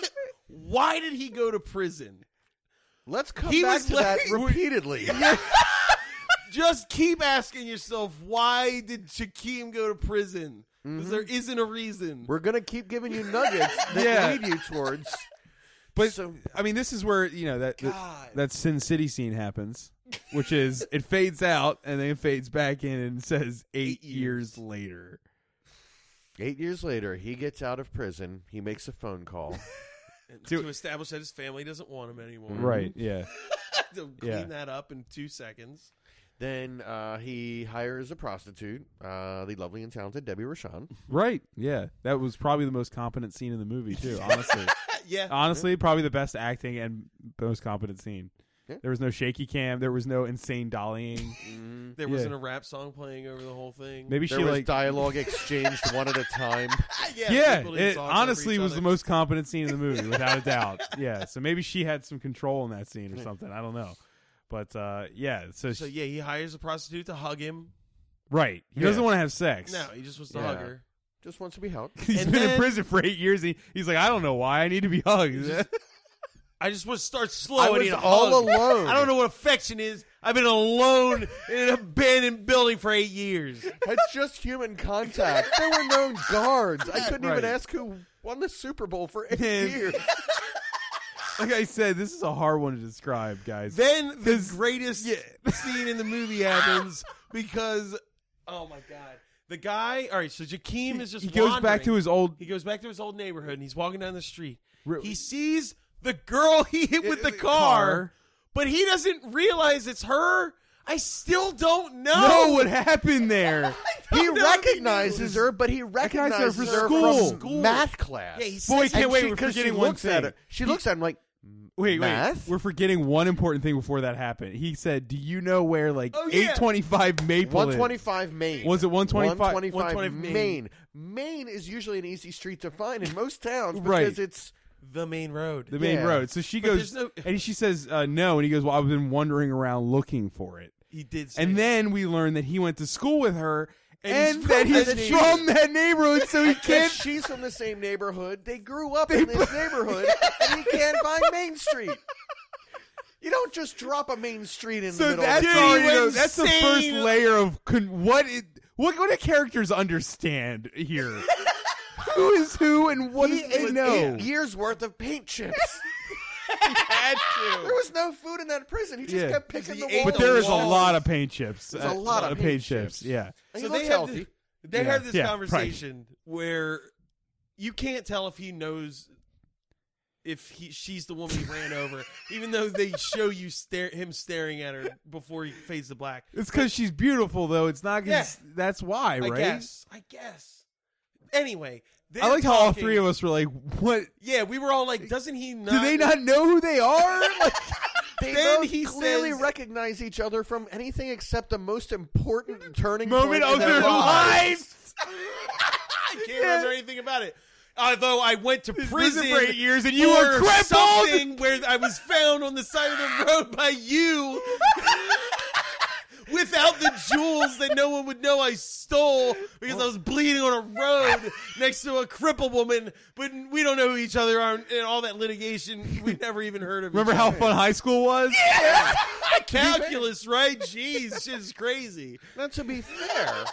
[SPEAKER 2] why did he go to prison?
[SPEAKER 3] Let's come
[SPEAKER 2] He
[SPEAKER 3] back
[SPEAKER 2] was
[SPEAKER 3] to
[SPEAKER 2] like-
[SPEAKER 3] that repeatedly.
[SPEAKER 2] Just keep asking yourself why did Shaquem go to prison? Because isn't a reason.
[SPEAKER 3] We're gonna keep giving you nuggets that
[SPEAKER 7] Yeah.
[SPEAKER 3] lead you towards.
[SPEAKER 7] But
[SPEAKER 3] So-
[SPEAKER 7] I mean, this is where you know that that,
[SPEAKER 2] God.
[SPEAKER 7] that Sin City scene happens, which is it fades out and then it fades back in and says eight, years later.
[SPEAKER 3] Eight years later, he gets out of prison. He makes a phone call.
[SPEAKER 2] to, establish that his family doesn't want him anymore.
[SPEAKER 7] Right? Yeah.
[SPEAKER 2] To clean
[SPEAKER 7] Yeah.
[SPEAKER 2] that up in two seconds.
[SPEAKER 3] Then uh, he hires a prostitute, uh, the lovely and talented Debbie Rashan.
[SPEAKER 7] Right. Yeah. That was probably the most competent scene in the movie too, honestly.
[SPEAKER 2] Uh, Yeah.
[SPEAKER 7] honestly, probably the best acting and most competent scene.
[SPEAKER 3] Yeah.
[SPEAKER 7] There was no shaky cam, there was no insane dollying.
[SPEAKER 2] there wasn't
[SPEAKER 7] yeah.
[SPEAKER 2] a rap song playing over the whole thing.
[SPEAKER 7] Maybe
[SPEAKER 3] Mm. There
[SPEAKER 7] she
[SPEAKER 3] was
[SPEAKER 7] like
[SPEAKER 3] dialogue exchanged one at a time.
[SPEAKER 7] yeah,
[SPEAKER 2] Uh, people didn't
[SPEAKER 7] it
[SPEAKER 2] talk over
[SPEAKER 7] honestly
[SPEAKER 2] each
[SPEAKER 7] was
[SPEAKER 2] other.
[SPEAKER 7] the most competent scene in the movie, without a doubt. Yeah, so maybe she had some control in that scene or something. I don't know, but uh, yeah. So,
[SPEAKER 2] So
[SPEAKER 7] she-
[SPEAKER 2] yeah, he hires a prostitute to hug him.
[SPEAKER 7] right, he
[SPEAKER 3] Yeah.
[SPEAKER 7] doesn't want to have sex.
[SPEAKER 2] No, he just wants to
[SPEAKER 3] Yeah.
[SPEAKER 2] hug her.
[SPEAKER 3] Just wants to be helped.
[SPEAKER 7] He's
[SPEAKER 2] And
[SPEAKER 7] been in
[SPEAKER 2] then-
[SPEAKER 7] prison for eight years. And he, he's like, I don't know why I need to be hugged.
[SPEAKER 2] I just want to start slow.
[SPEAKER 3] I
[SPEAKER 2] and
[SPEAKER 3] was
[SPEAKER 2] need a
[SPEAKER 3] all
[SPEAKER 2] hug.
[SPEAKER 3] alone.
[SPEAKER 2] I don't know what affection is. I've been alone in an abandoned building for eight years.
[SPEAKER 3] That's just human contact. There were no guards. I couldn't
[SPEAKER 7] Right.
[SPEAKER 3] even ask who won the Super Bowl for eight
[SPEAKER 7] Yeah.
[SPEAKER 3] years.
[SPEAKER 7] like I said, this is a hard one to describe, guys.
[SPEAKER 2] Then the
[SPEAKER 7] This-
[SPEAKER 2] greatest scene in the movie happens because, oh my god, the guy. All right, so Jakeem is just
[SPEAKER 7] he goes back
[SPEAKER 2] wandering.
[SPEAKER 7] to his old
[SPEAKER 2] He goes back to his old neighborhood and he's walking down the street.
[SPEAKER 7] Re-
[SPEAKER 2] He sees the girl he hit with the car, but he doesn't realize it's her. I still don't know.
[SPEAKER 7] No, what happened there?
[SPEAKER 3] He
[SPEAKER 2] know the
[SPEAKER 3] recognizes
[SPEAKER 2] news.
[SPEAKER 3] her, but he
[SPEAKER 7] Recognized
[SPEAKER 3] recognizes
[SPEAKER 7] her
[SPEAKER 3] her
[SPEAKER 7] for
[SPEAKER 3] from
[SPEAKER 7] school.
[SPEAKER 2] School.
[SPEAKER 3] math class.
[SPEAKER 2] Yeah, he says-
[SPEAKER 7] Boy, can't
[SPEAKER 3] And
[SPEAKER 7] wait.
[SPEAKER 3] she-
[SPEAKER 7] we're
[SPEAKER 3] 'cause she
[SPEAKER 7] forgetting one
[SPEAKER 3] looks
[SPEAKER 7] thing.
[SPEAKER 3] At her. She looks at him like,
[SPEAKER 7] Wait,
[SPEAKER 3] Math?
[SPEAKER 7] wait. We're forgetting one important thing before that happened. He said, "Do you know where like
[SPEAKER 2] Oh, yeah.
[SPEAKER 7] 825 Maple is?"
[SPEAKER 3] 125 Maine.
[SPEAKER 7] Was it 125?
[SPEAKER 3] 125
[SPEAKER 2] 125
[SPEAKER 3] Maine.
[SPEAKER 2] Maine.
[SPEAKER 3] Maine. is usually an easy street to find in most towns because
[SPEAKER 7] Right.
[SPEAKER 3] it's
[SPEAKER 2] the main road.
[SPEAKER 7] the main
[SPEAKER 3] Yeah.
[SPEAKER 7] road. So she
[SPEAKER 2] But
[SPEAKER 7] goes,
[SPEAKER 2] there's no-
[SPEAKER 7] and she says uh, no, and he goes, "Well, I've been wandering around looking for it."
[SPEAKER 2] he did, say
[SPEAKER 7] And
[SPEAKER 2] that.
[SPEAKER 7] then we learn that he went to school with her,
[SPEAKER 2] And
[SPEAKER 7] and,
[SPEAKER 2] he's
[SPEAKER 7] that
[SPEAKER 2] from
[SPEAKER 7] he's
[SPEAKER 2] that
[SPEAKER 7] from that neighborhood, so he
[SPEAKER 3] because
[SPEAKER 7] can't.
[SPEAKER 3] she's from the same neighborhood. They grew up in this neighborhood, and he can't find Main Street. You don't just drop a Main Street in the
[SPEAKER 7] So
[SPEAKER 3] middle.
[SPEAKER 7] that's
[SPEAKER 3] of
[SPEAKER 7] already
[SPEAKER 2] went
[SPEAKER 7] the- that's the first
[SPEAKER 2] insane.
[SPEAKER 7] layer of con- what it, what what do characters understand here? who is who and what
[SPEAKER 3] he
[SPEAKER 7] is they
[SPEAKER 3] ate
[SPEAKER 7] know?
[SPEAKER 3] eight years worth of paint chips. There was no food in that prison. He just
[SPEAKER 7] Yeah.
[SPEAKER 3] kept picking
[SPEAKER 2] He
[SPEAKER 3] the
[SPEAKER 2] ate
[SPEAKER 3] wall.
[SPEAKER 7] But there is a
[SPEAKER 2] walls.
[SPEAKER 7] lot of paint chips. uh,
[SPEAKER 3] There's a lot of paint chips.
[SPEAKER 7] Yeah.
[SPEAKER 2] so
[SPEAKER 3] So
[SPEAKER 2] they
[SPEAKER 3] they
[SPEAKER 2] have
[SPEAKER 3] healthy.
[SPEAKER 2] thi- they
[SPEAKER 7] Yeah,
[SPEAKER 2] have this
[SPEAKER 7] yeah, right.
[SPEAKER 2] conversation where you can't tell if he knows if he she's the woman he ran over, even though they show you stare him staring at her before he fades to black.
[SPEAKER 7] It's because she's beautiful, though. It's not. 'cause
[SPEAKER 2] Yeah.
[SPEAKER 7] That's why,
[SPEAKER 2] I
[SPEAKER 7] right?
[SPEAKER 2] guess. I guess. Anyway,
[SPEAKER 7] I like how all three of us were like, "What?
[SPEAKER 2] Yeah, we were all like, doesn't he not?
[SPEAKER 7] Do they not know who they are?" Like,
[SPEAKER 3] They
[SPEAKER 2] Then
[SPEAKER 3] both
[SPEAKER 2] he
[SPEAKER 3] clearly
[SPEAKER 2] says-
[SPEAKER 3] recognize each other from anything except the most important turning
[SPEAKER 7] moment
[SPEAKER 3] point in
[SPEAKER 7] of
[SPEAKER 3] their
[SPEAKER 7] their lives.
[SPEAKER 2] I can't remember anything about it. Although I went to prison,
[SPEAKER 7] prison for eight years and you were
[SPEAKER 2] for
[SPEAKER 7] crippled.
[SPEAKER 2] something Where I was found on the side of the road by you without the jewels that no one would know I stole because I was bleeding on a road next to a cripple woman. But we don't know who each other are, and all that litigation we never even heard of.
[SPEAKER 7] Remember
[SPEAKER 2] each
[SPEAKER 7] how
[SPEAKER 2] other.
[SPEAKER 7] fun high school was?
[SPEAKER 2] calculus, right? Jeez, shit's crazy.
[SPEAKER 3] Now, to be fair,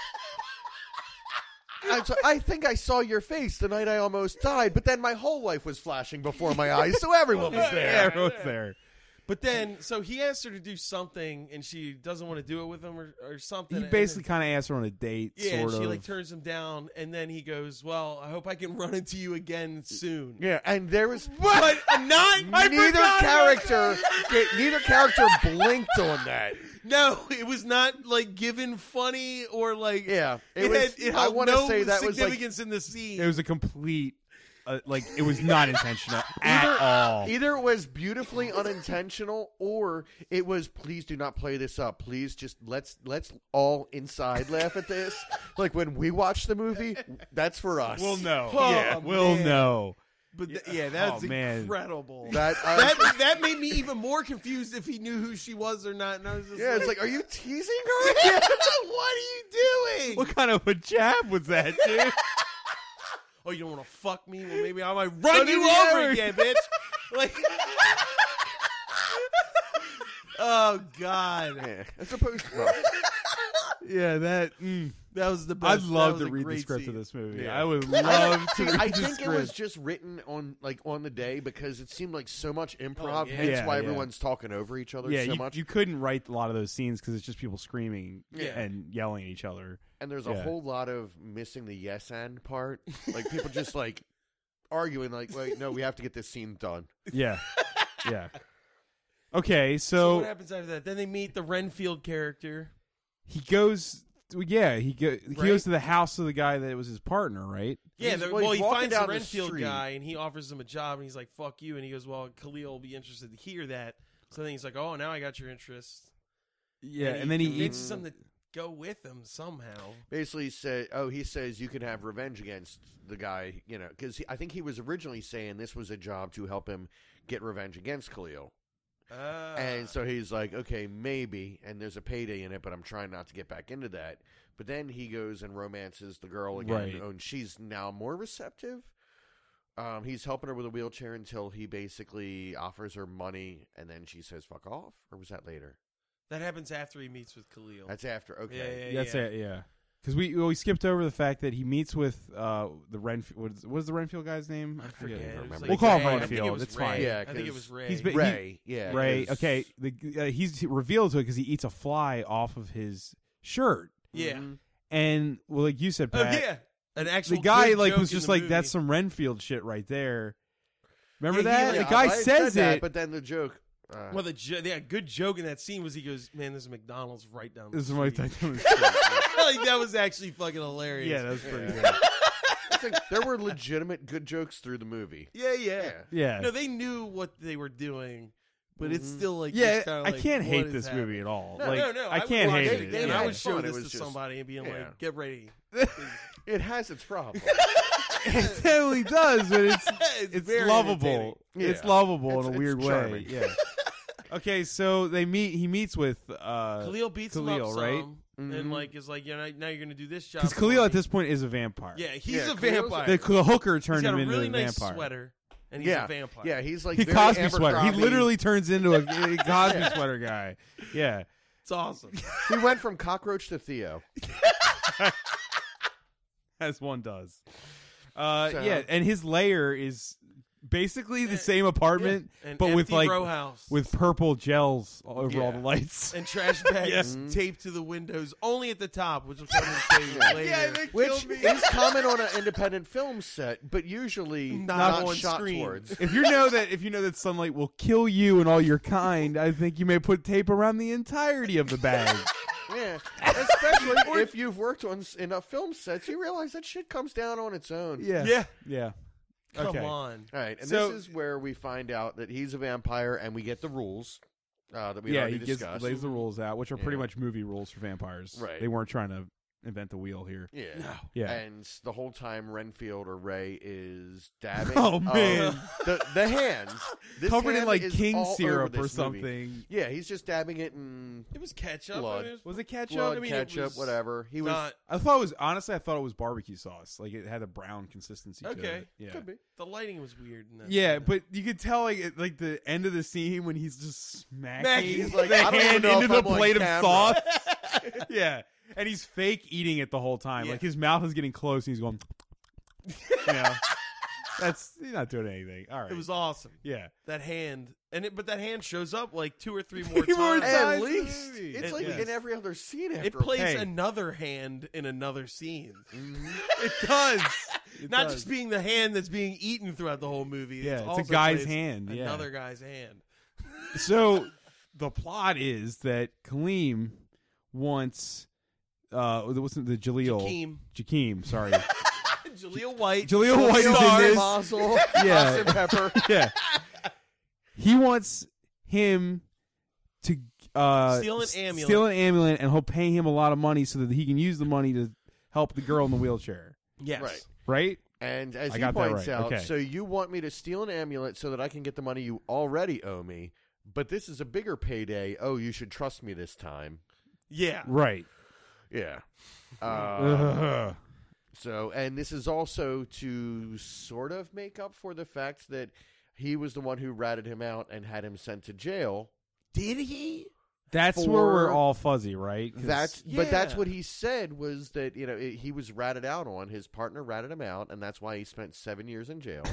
[SPEAKER 3] I, t- I think I saw your face the night I almost died, but then my whole life was flashing before my eyes, so everyone was there.
[SPEAKER 7] Yeah, everyone's there.
[SPEAKER 2] But then, so he asked her to do something, and she doesn't want to do it with him or, or something.
[SPEAKER 7] He
[SPEAKER 2] And
[SPEAKER 7] basically kind of asked her on a date,
[SPEAKER 2] then- yeah, and
[SPEAKER 7] sort
[SPEAKER 2] she
[SPEAKER 7] of.
[SPEAKER 2] like turns him down, and then he goes, "Well, I hope I can run into you again soon."
[SPEAKER 3] Yeah, and there was
[SPEAKER 2] But I'm not. I
[SPEAKER 3] neither
[SPEAKER 2] forgot about
[SPEAKER 3] character. ga- neither character blinked on that.
[SPEAKER 2] No, it was not like given funny or like
[SPEAKER 3] Yeah,
[SPEAKER 2] It,
[SPEAKER 3] it was.
[SPEAKER 2] had, it
[SPEAKER 3] I
[SPEAKER 2] held
[SPEAKER 3] want to
[SPEAKER 2] no
[SPEAKER 3] say that was like
[SPEAKER 2] significance in the scene.
[SPEAKER 7] it was a complete, uh, like it was not intentional at
[SPEAKER 3] Either-
[SPEAKER 7] all.
[SPEAKER 3] Either it was beautifully unintentional, or it was please do not play this up. Please just let's let's all inside laugh at this. Like when we watch the movie, that's for us.
[SPEAKER 7] we'll know.
[SPEAKER 2] Oh,
[SPEAKER 7] yeah, we'll
[SPEAKER 2] man.
[SPEAKER 7] know.
[SPEAKER 2] but th- yeah, that's
[SPEAKER 7] Oh, man.
[SPEAKER 2] incredible. That,
[SPEAKER 3] That, uh, I,
[SPEAKER 2] that made me even more confused if he knew who she was or not. And I was just
[SPEAKER 3] yeah,
[SPEAKER 2] like,
[SPEAKER 3] it's like, are you teasing her?
[SPEAKER 2] what are you doing?
[SPEAKER 7] What kind of a jab was that, dude?
[SPEAKER 2] Oh, you don't want to fuck me? Well, maybe I might run you
[SPEAKER 7] the
[SPEAKER 2] over
[SPEAKER 7] air.
[SPEAKER 2] again, bitch. Like, oh god,
[SPEAKER 3] Yeah, As opposed to well,
[SPEAKER 7] yeah, that. Mm,
[SPEAKER 2] that was the best.
[SPEAKER 7] I'd love
[SPEAKER 2] that was
[SPEAKER 7] to
[SPEAKER 2] a
[SPEAKER 7] read the
[SPEAKER 2] great
[SPEAKER 7] script
[SPEAKER 2] scene.
[SPEAKER 7] of this movie.
[SPEAKER 3] Yeah.
[SPEAKER 7] I would love to. Read
[SPEAKER 3] I
[SPEAKER 7] the
[SPEAKER 3] think it
[SPEAKER 7] script.
[SPEAKER 3] was just written on like on the day because it seemed like so much improv.
[SPEAKER 2] Oh, yeah.
[SPEAKER 3] Hence
[SPEAKER 7] Yeah,
[SPEAKER 3] why
[SPEAKER 7] yeah.
[SPEAKER 3] everyone's talking over each other
[SPEAKER 7] yeah,
[SPEAKER 3] so
[SPEAKER 7] you,
[SPEAKER 3] much.
[SPEAKER 7] you couldn't write a lot of those scenes because it's just people screaming
[SPEAKER 3] Yeah.
[SPEAKER 7] and yelling at each other.
[SPEAKER 3] And there's a
[SPEAKER 7] Yeah.
[SPEAKER 3] whole lot of missing the yes and part. Like people just like arguing, like, wait, no, we have to get this scene done.
[SPEAKER 7] Yeah, yeah. Okay,
[SPEAKER 2] So
[SPEAKER 7] so,
[SPEAKER 2] what happens after that? Then they meet the Renfield character.
[SPEAKER 7] he goes. Yeah, he go, he
[SPEAKER 2] Right?
[SPEAKER 7] goes to the house of the guy that was his partner, right?
[SPEAKER 2] Yeah,
[SPEAKER 3] He's-
[SPEAKER 2] the,
[SPEAKER 3] well,
[SPEAKER 2] well,
[SPEAKER 3] he's
[SPEAKER 2] he
[SPEAKER 3] walking
[SPEAKER 2] finds the
[SPEAKER 3] down the
[SPEAKER 2] Renfield
[SPEAKER 3] street.
[SPEAKER 2] guy and he offers him a job, and he's like, "Fuck you," and he goes, "Well, Khalil will be interested to hear that." So then he's like, "Oh, now I got your interest."
[SPEAKER 7] Yeah, and, then he eats.
[SPEAKER 2] convinces him to go with him somehow.
[SPEAKER 3] Basically, say, oh, he says you can have revenge against the guy, you know, because I think he was originally saying this was a job to help him get revenge against Khalil,
[SPEAKER 2] Uh,
[SPEAKER 3] and so he's like, okay, maybe, and there's a payday in it, but I'm trying not to get back into that. But then he goes and romances the girl again,
[SPEAKER 7] Right.
[SPEAKER 3] and she's now more receptive. Um, he's helping her with a wheelchair until he basically offers her money, and then she says "fuck off," or was that later?
[SPEAKER 2] that happens after he meets with Khalil.
[SPEAKER 3] That's after. Okay,
[SPEAKER 2] Yeah, yeah,
[SPEAKER 7] That's
[SPEAKER 2] yeah.
[SPEAKER 7] it. Yeah, because we well, we skipped over the fact that he meets with uh the Renfield. What is, what is the Renfield guy's name?
[SPEAKER 2] I forget.
[SPEAKER 3] even
[SPEAKER 2] It was
[SPEAKER 3] remember.
[SPEAKER 2] like
[SPEAKER 7] We'll call him
[SPEAKER 2] Ray. I think it
[SPEAKER 7] Renfield.
[SPEAKER 2] was
[SPEAKER 7] It's
[SPEAKER 2] Ray.
[SPEAKER 7] fine.
[SPEAKER 3] Yeah,
[SPEAKER 2] I think it
[SPEAKER 3] 'cause
[SPEAKER 2] was Ray.
[SPEAKER 7] he's been-
[SPEAKER 3] Ray. yeah,
[SPEAKER 7] Ray.
[SPEAKER 3] 'cause-
[SPEAKER 7] Okay, the, uh, he's he revealed to it because he eats a fly off of his shirt,
[SPEAKER 2] yeah.
[SPEAKER 3] Mhm.
[SPEAKER 7] and well, like you said,
[SPEAKER 2] Oh
[SPEAKER 7] Pat,
[SPEAKER 2] Mm-hmm. yeah. An actual
[SPEAKER 7] the guy
[SPEAKER 2] good
[SPEAKER 7] like
[SPEAKER 2] joke
[SPEAKER 7] was
[SPEAKER 2] in
[SPEAKER 7] just
[SPEAKER 2] the
[SPEAKER 7] like
[SPEAKER 2] movie.
[SPEAKER 7] that's some Renfield shit right there. Remember
[SPEAKER 2] Yeah, he,
[SPEAKER 7] that?
[SPEAKER 2] like-
[SPEAKER 7] the guy
[SPEAKER 3] I said
[SPEAKER 7] says
[SPEAKER 3] that,
[SPEAKER 7] it.
[SPEAKER 3] but then the joke. Uh,
[SPEAKER 2] Well, the jo- yeah, good joke in that scene was he goes, "Man, there's a McDonald's right down the
[SPEAKER 7] This is my
[SPEAKER 2] street." like that was actually fucking hilarious.
[SPEAKER 7] yeah, that was pretty
[SPEAKER 3] Yeah.
[SPEAKER 7] good.
[SPEAKER 3] I think there were legitimate good jokes through the movie.
[SPEAKER 2] yeah, yeah,
[SPEAKER 3] Yeah.
[SPEAKER 7] Yeah,
[SPEAKER 2] No, they knew what they were doing, but it's
[SPEAKER 3] Mhm.
[SPEAKER 2] still like
[SPEAKER 7] yeah.
[SPEAKER 2] just kinda
[SPEAKER 7] I
[SPEAKER 2] like,
[SPEAKER 7] can't
[SPEAKER 2] what
[SPEAKER 7] hate
[SPEAKER 2] is
[SPEAKER 7] this
[SPEAKER 2] happening?
[SPEAKER 7] movie at all.
[SPEAKER 2] No,
[SPEAKER 7] like
[SPEAKER 2] no, no.
[SPEAKER 7] I
[SPEAKER 2] would
[SPEAKER 7] can't
[SPEAKER 2] watch
[SPEAKER 7] hate
[SPEAKER 3] it
[SPEAKER 7] it.
[SPEAKER 2] again.
[SPEAKER 3] Yeah.
[SPEAKER 2] I would
[SPEAKER 3] It's
[SPEAKER 2] show
[SPEAKER 3] fun. It
[SPEAKER 2] this to
[SPEAKER 3] was just-
[SPEAKER 2] somebody and being
[SPEAKER 3] Yeah.
[SPEAKER 2] like, "Get ready."
[SPEAKER 3] It has its problems.
[SPEAKER 7] it definitely does, but it's
[SPEAKER 2] it's
[SPEAKER 7] it's
[SPEAKER 2] very entertaining.
[SPEAKER 7] lovable.
[SPEAKER 3] Yeah.
[SPEAKER 7] It's lovable
[SPEAKER 3] It's-
[SPEAKER 7] in a
[SPEAKER 3] it's
[SPEAKER 7] weird way.
[SPEAKER 3] charming.
[SPEAKER 7] Yeah. okay, so they meet. He meets with uh
[SPEAKER 2] Khalil beats him up
[SPEAKER 7] Khalil, right?
[SPEAKER 2] some, and
[SPEAKER 3] Mhm.
[SPEAKER 2] like is like, "Yeah, now- now you're gonna do this job."
[SPEAKER 7] because
[SPEAKER 2] for
[SPEAKER 7] Khalil at
[SPEAKER 2] me."
[SPEAKER 7] this point is a vampire.
[SPEAKER 2] yeah, he's
[SPEAKER 3] Yeah,
[SPEAKER 2] a
[SPEAKER 3] Khalil's-
[SPEAKER 2] vampire.
[SPEAKER 7] the, the hooker
[SPEAKER 2] he's
[SPEAKER 7] turned
[SPEAKER 2] got
[SPEAKER 7] him
[SPEAKER 2] a
[SPEAKER 7] into
[SPEAKER 2] really
[SPEAKER 7] a
[SPEAKER 2] nice
[SPEAKER 7] vampire.
[SPEAKER 2] sweater, and he's
[SPEAKER 3] yeah,
[SPEAKER 2] a vampire.
[SPEAKER 3] yeah. He's like
[SPEAKER 7] He
[SPEAKER 3] very
[SPEAKER 7] Cosby
[SPEAKER 3] Abercrombie.
[SPEAKER 7] sweater. He literally turns into a, a Cosby sweater guy. Yeah.
[SPEAKER 2] it's awesome.
[SPEAKER 3] he went from cockroach to Theo.
[SPEAKER 7] as one does. Uh,
[SPEAKER 3] So-
[SPEAKER 7] yeah, and his lair is basically the same apartment,
[SPEAKER 2] Eh, An
[SPEAKER 7] but with
[SPEAKER 2] empty
[SPEAKER 7] like
[SPEAKER 2] row house
[SPEAKER 7] with purple gels all over all the
[SPEAKER 3] Yeah.
[SPEAKER 7] lights.
[SPEAKER 2] and trash bags
[SPEAKER 7] Yes.
[SPEAKER 3] Mm-hmm.
[SPEAKER 2] taped to the windows, only at the top, which will come and show you later.
[SPEAKER 3] Which is common on an independent film set, but usually
[SPEAKER 2] Not
[SPEAKER 3] not,
[SPEAKER 2] on
[SPEAKER 3] shot
[SPEAKER 2] screen.
[SPEAKER 3] towards.
[SPEAKER 7] if you know that if you know that sunlight will kill you and all your kind, I think you may put tape around the entirety of the bag.
[SPEAKER 3] Yeah, especially if you've worked on s- enough film sets, you realize that shit comes down on its own.
[SPEAKER 7] Yeah.
[SPEAKER 2] Yeah.
[SPEAKER 7] Yeah.
[SPEAKER 2] Come
[SPEAKER 7] okay.
[SPEAKER 2] on.
[SPEAKER 3] All right, and
[SPEAKER 7] So-
[SPEAKER 3] this is where we find out that he's a vampire, and we get the rules uh, that we
[SPEAKER 7] yeah,
[SPEAKER 3] already
[SPEAKER 7] he gives,
[SPEAKER 3] discussed.
[SPEAKER 7] lays the rules out, which are pretty
[SPEAKER 3] Yeah.
[SPEAKER 7] much movie rules for vampires.
[SPEAKER 3] Right.
[SPEAKER 7] They weren't trying to invent the wheel here.
[SPEAKER 3] Yeah.
[SPEAKER 7] Yeah.
[SPEAKER 3] And the whole time Renfield or Ray is dabbing.
[SPEAKER 7] Oh,
[SPEAKER 3] up
[SPEAKER 7] man.
[SPEAKER 3] the the hands This
[SPEAKER 7] Covered in
[SPEAKER 3] hand
[SPEAKER 7] like
[SPEAKER 3] is
[SPEAKER 7] king
[SPEAKER 3] all over
[SPEAKER 7] syrup or
[SPEAKER 3] this movie.
[SPEAKER 7] something.
[SPEAKER 3] Yeah, he's just dabbing it in
[SPEAKER 2] It was ketchup. I
[SPEAKER 3] Blood.
[SPEAKER 2] mean, it was
[SPEAKER 7] Was it ketchup?
[SPEAKER 3] blood,
[SPEAKER 2] I mean, it
[SPEAKER 3] ketchup,
[SPEAKER 2] was
[SPEAKER 3] whatever. He was
[SPEAKER 2] not
[SPEAKER 7] I thought it was honestly. I thought it was barbecue sauce. Like it had a brown consistency. To
[SPEAKER 2] Okay.
[SPEAKER 7] it. Yeah.
[SPEAKER 3] could be.
[SPEAKER 2] the lighting was weird. In that
[SPEAKER 7] Yeah, but you could tell like at, like the end of the scene when he's just smacking
[SPEAKER 2] He's
[SPEAKER 7] the
[SPEAKER 3] like, I don't even
[SPEAKER 7] hand
[SPEAKER 3] know
[SPEAKER 7] into
[SPEAKER 3] if
[SPEAKER 7] the
[SPEAKER 3] I'm on
[SPEAKER 7] plate of
[SPEAKER 3] camera.
[SPEAKER 7] sauce. yeah, and he's fake eating it the whole time.
[SPEAKER 2] Yeah.
[SPEAKER 7] Like his mouth is getting close, and he's going. you know, that's he's not doing anything. All right.
[SPEAKER 2] it was awesome.
[SPEAKER 7] yeah.
[SPEAKER 2] That hand, and it, but that hand shows up like two or three more
[SPEAKER 7] Three more
[SPEAKER 2] times.
[SPEAKER 7] times. size
[SPEAKER 3] At
[SPEAKER 7] of the
[SPEAKER 3] least
[SPEAKER 7] movie.
[SPEAKER 3] it's
[SPEAKER 2] At
[SPEAKER 3] like
[SPEAKER 2] least.
[SPEAKER 3] in every other scene. After
[SPEAKER 2] It plays
[SPEAKER 7] Hey.
[SPEAKER 2] another hand in another scene.
[SPEAKER 7] It Mm-hmm. does.
[SPEAKER 2] Not just being the hand that's being eaten throughout the whole movie.
[SPEAKER 7] Yeah, it's a
[SPEAKER 2] also
[SPEAKER 7] guy's
[SPEAKER 2] plays
[SPEAKER 7] hand, yeah.
[SPEAKER 2] Another guy's hand.
[SPEAKER 7] so the plot is that Kaleem wants uh what's the Jaleel
[SPEAKER 2] Jakeem.
[SPEAKER 7] Jakeem, sorry.
[SPEAKER 2] Jaleel White.
[SPEAKER 7] Jaleel White is in
[SPEAKER 2] Star
[SPEAKER 7] this.
[SPEAKER 3] Mazel,
[SPEAKER 7] Yeah.
[SPEAKER 3] Austin Pepper.
[SPEAKER 7] Yeah. He wants him to uh
[SPEAKER 2] Steal an
[SPEAKER 7] s-
[SPEAKER 2] amulet.
[SPEAKER 7] Steal an amulet and he'll pay him a lot of money so that he can use the money to help the girl in the wheelchair.
[SPEAKER 2] Yes.
[SPEAKER 3] Right.
[SPEAKER 7] Right?
[SPEAKER 3] And as
[SPEAKER 7] I
[SPEAKER 3] he
[SPEAKER 7] got that
[SPEAKER 3] points
[SPEAKER 7] right.
[SPEAKER 3] out,
[SPEAKER 7] Okay.
[SPEAKER 3] so you want me to steal an amulet so that I can get the money you already owe me, but this is a bigger payday. Oh, you should trust me this time.
[SPEAKER 2] Yeah.
[SPEAKER 7] Right.
[SPEAKER 3] Yeah. Uh,
[SPEAKER 7] Ugh.
[SPEAKER 3] so, and this is also to sort of make up for the fact that he was the one who ratted him out and had him sent to jail.
[SPEAKER 2] Did he?
[SPEAKER 7] That's
[SPEAKER 3] For-
[SPEAKER 7] where we're all fuzzy, right? 'Cause-
[SPEAKER 3] That's but that's
[SPEAKER 2] Yeah.
[SPEAKER 3] what he said was that you know it, he was ratted out on his partner ratted him out and that's why he spent seven years in jail.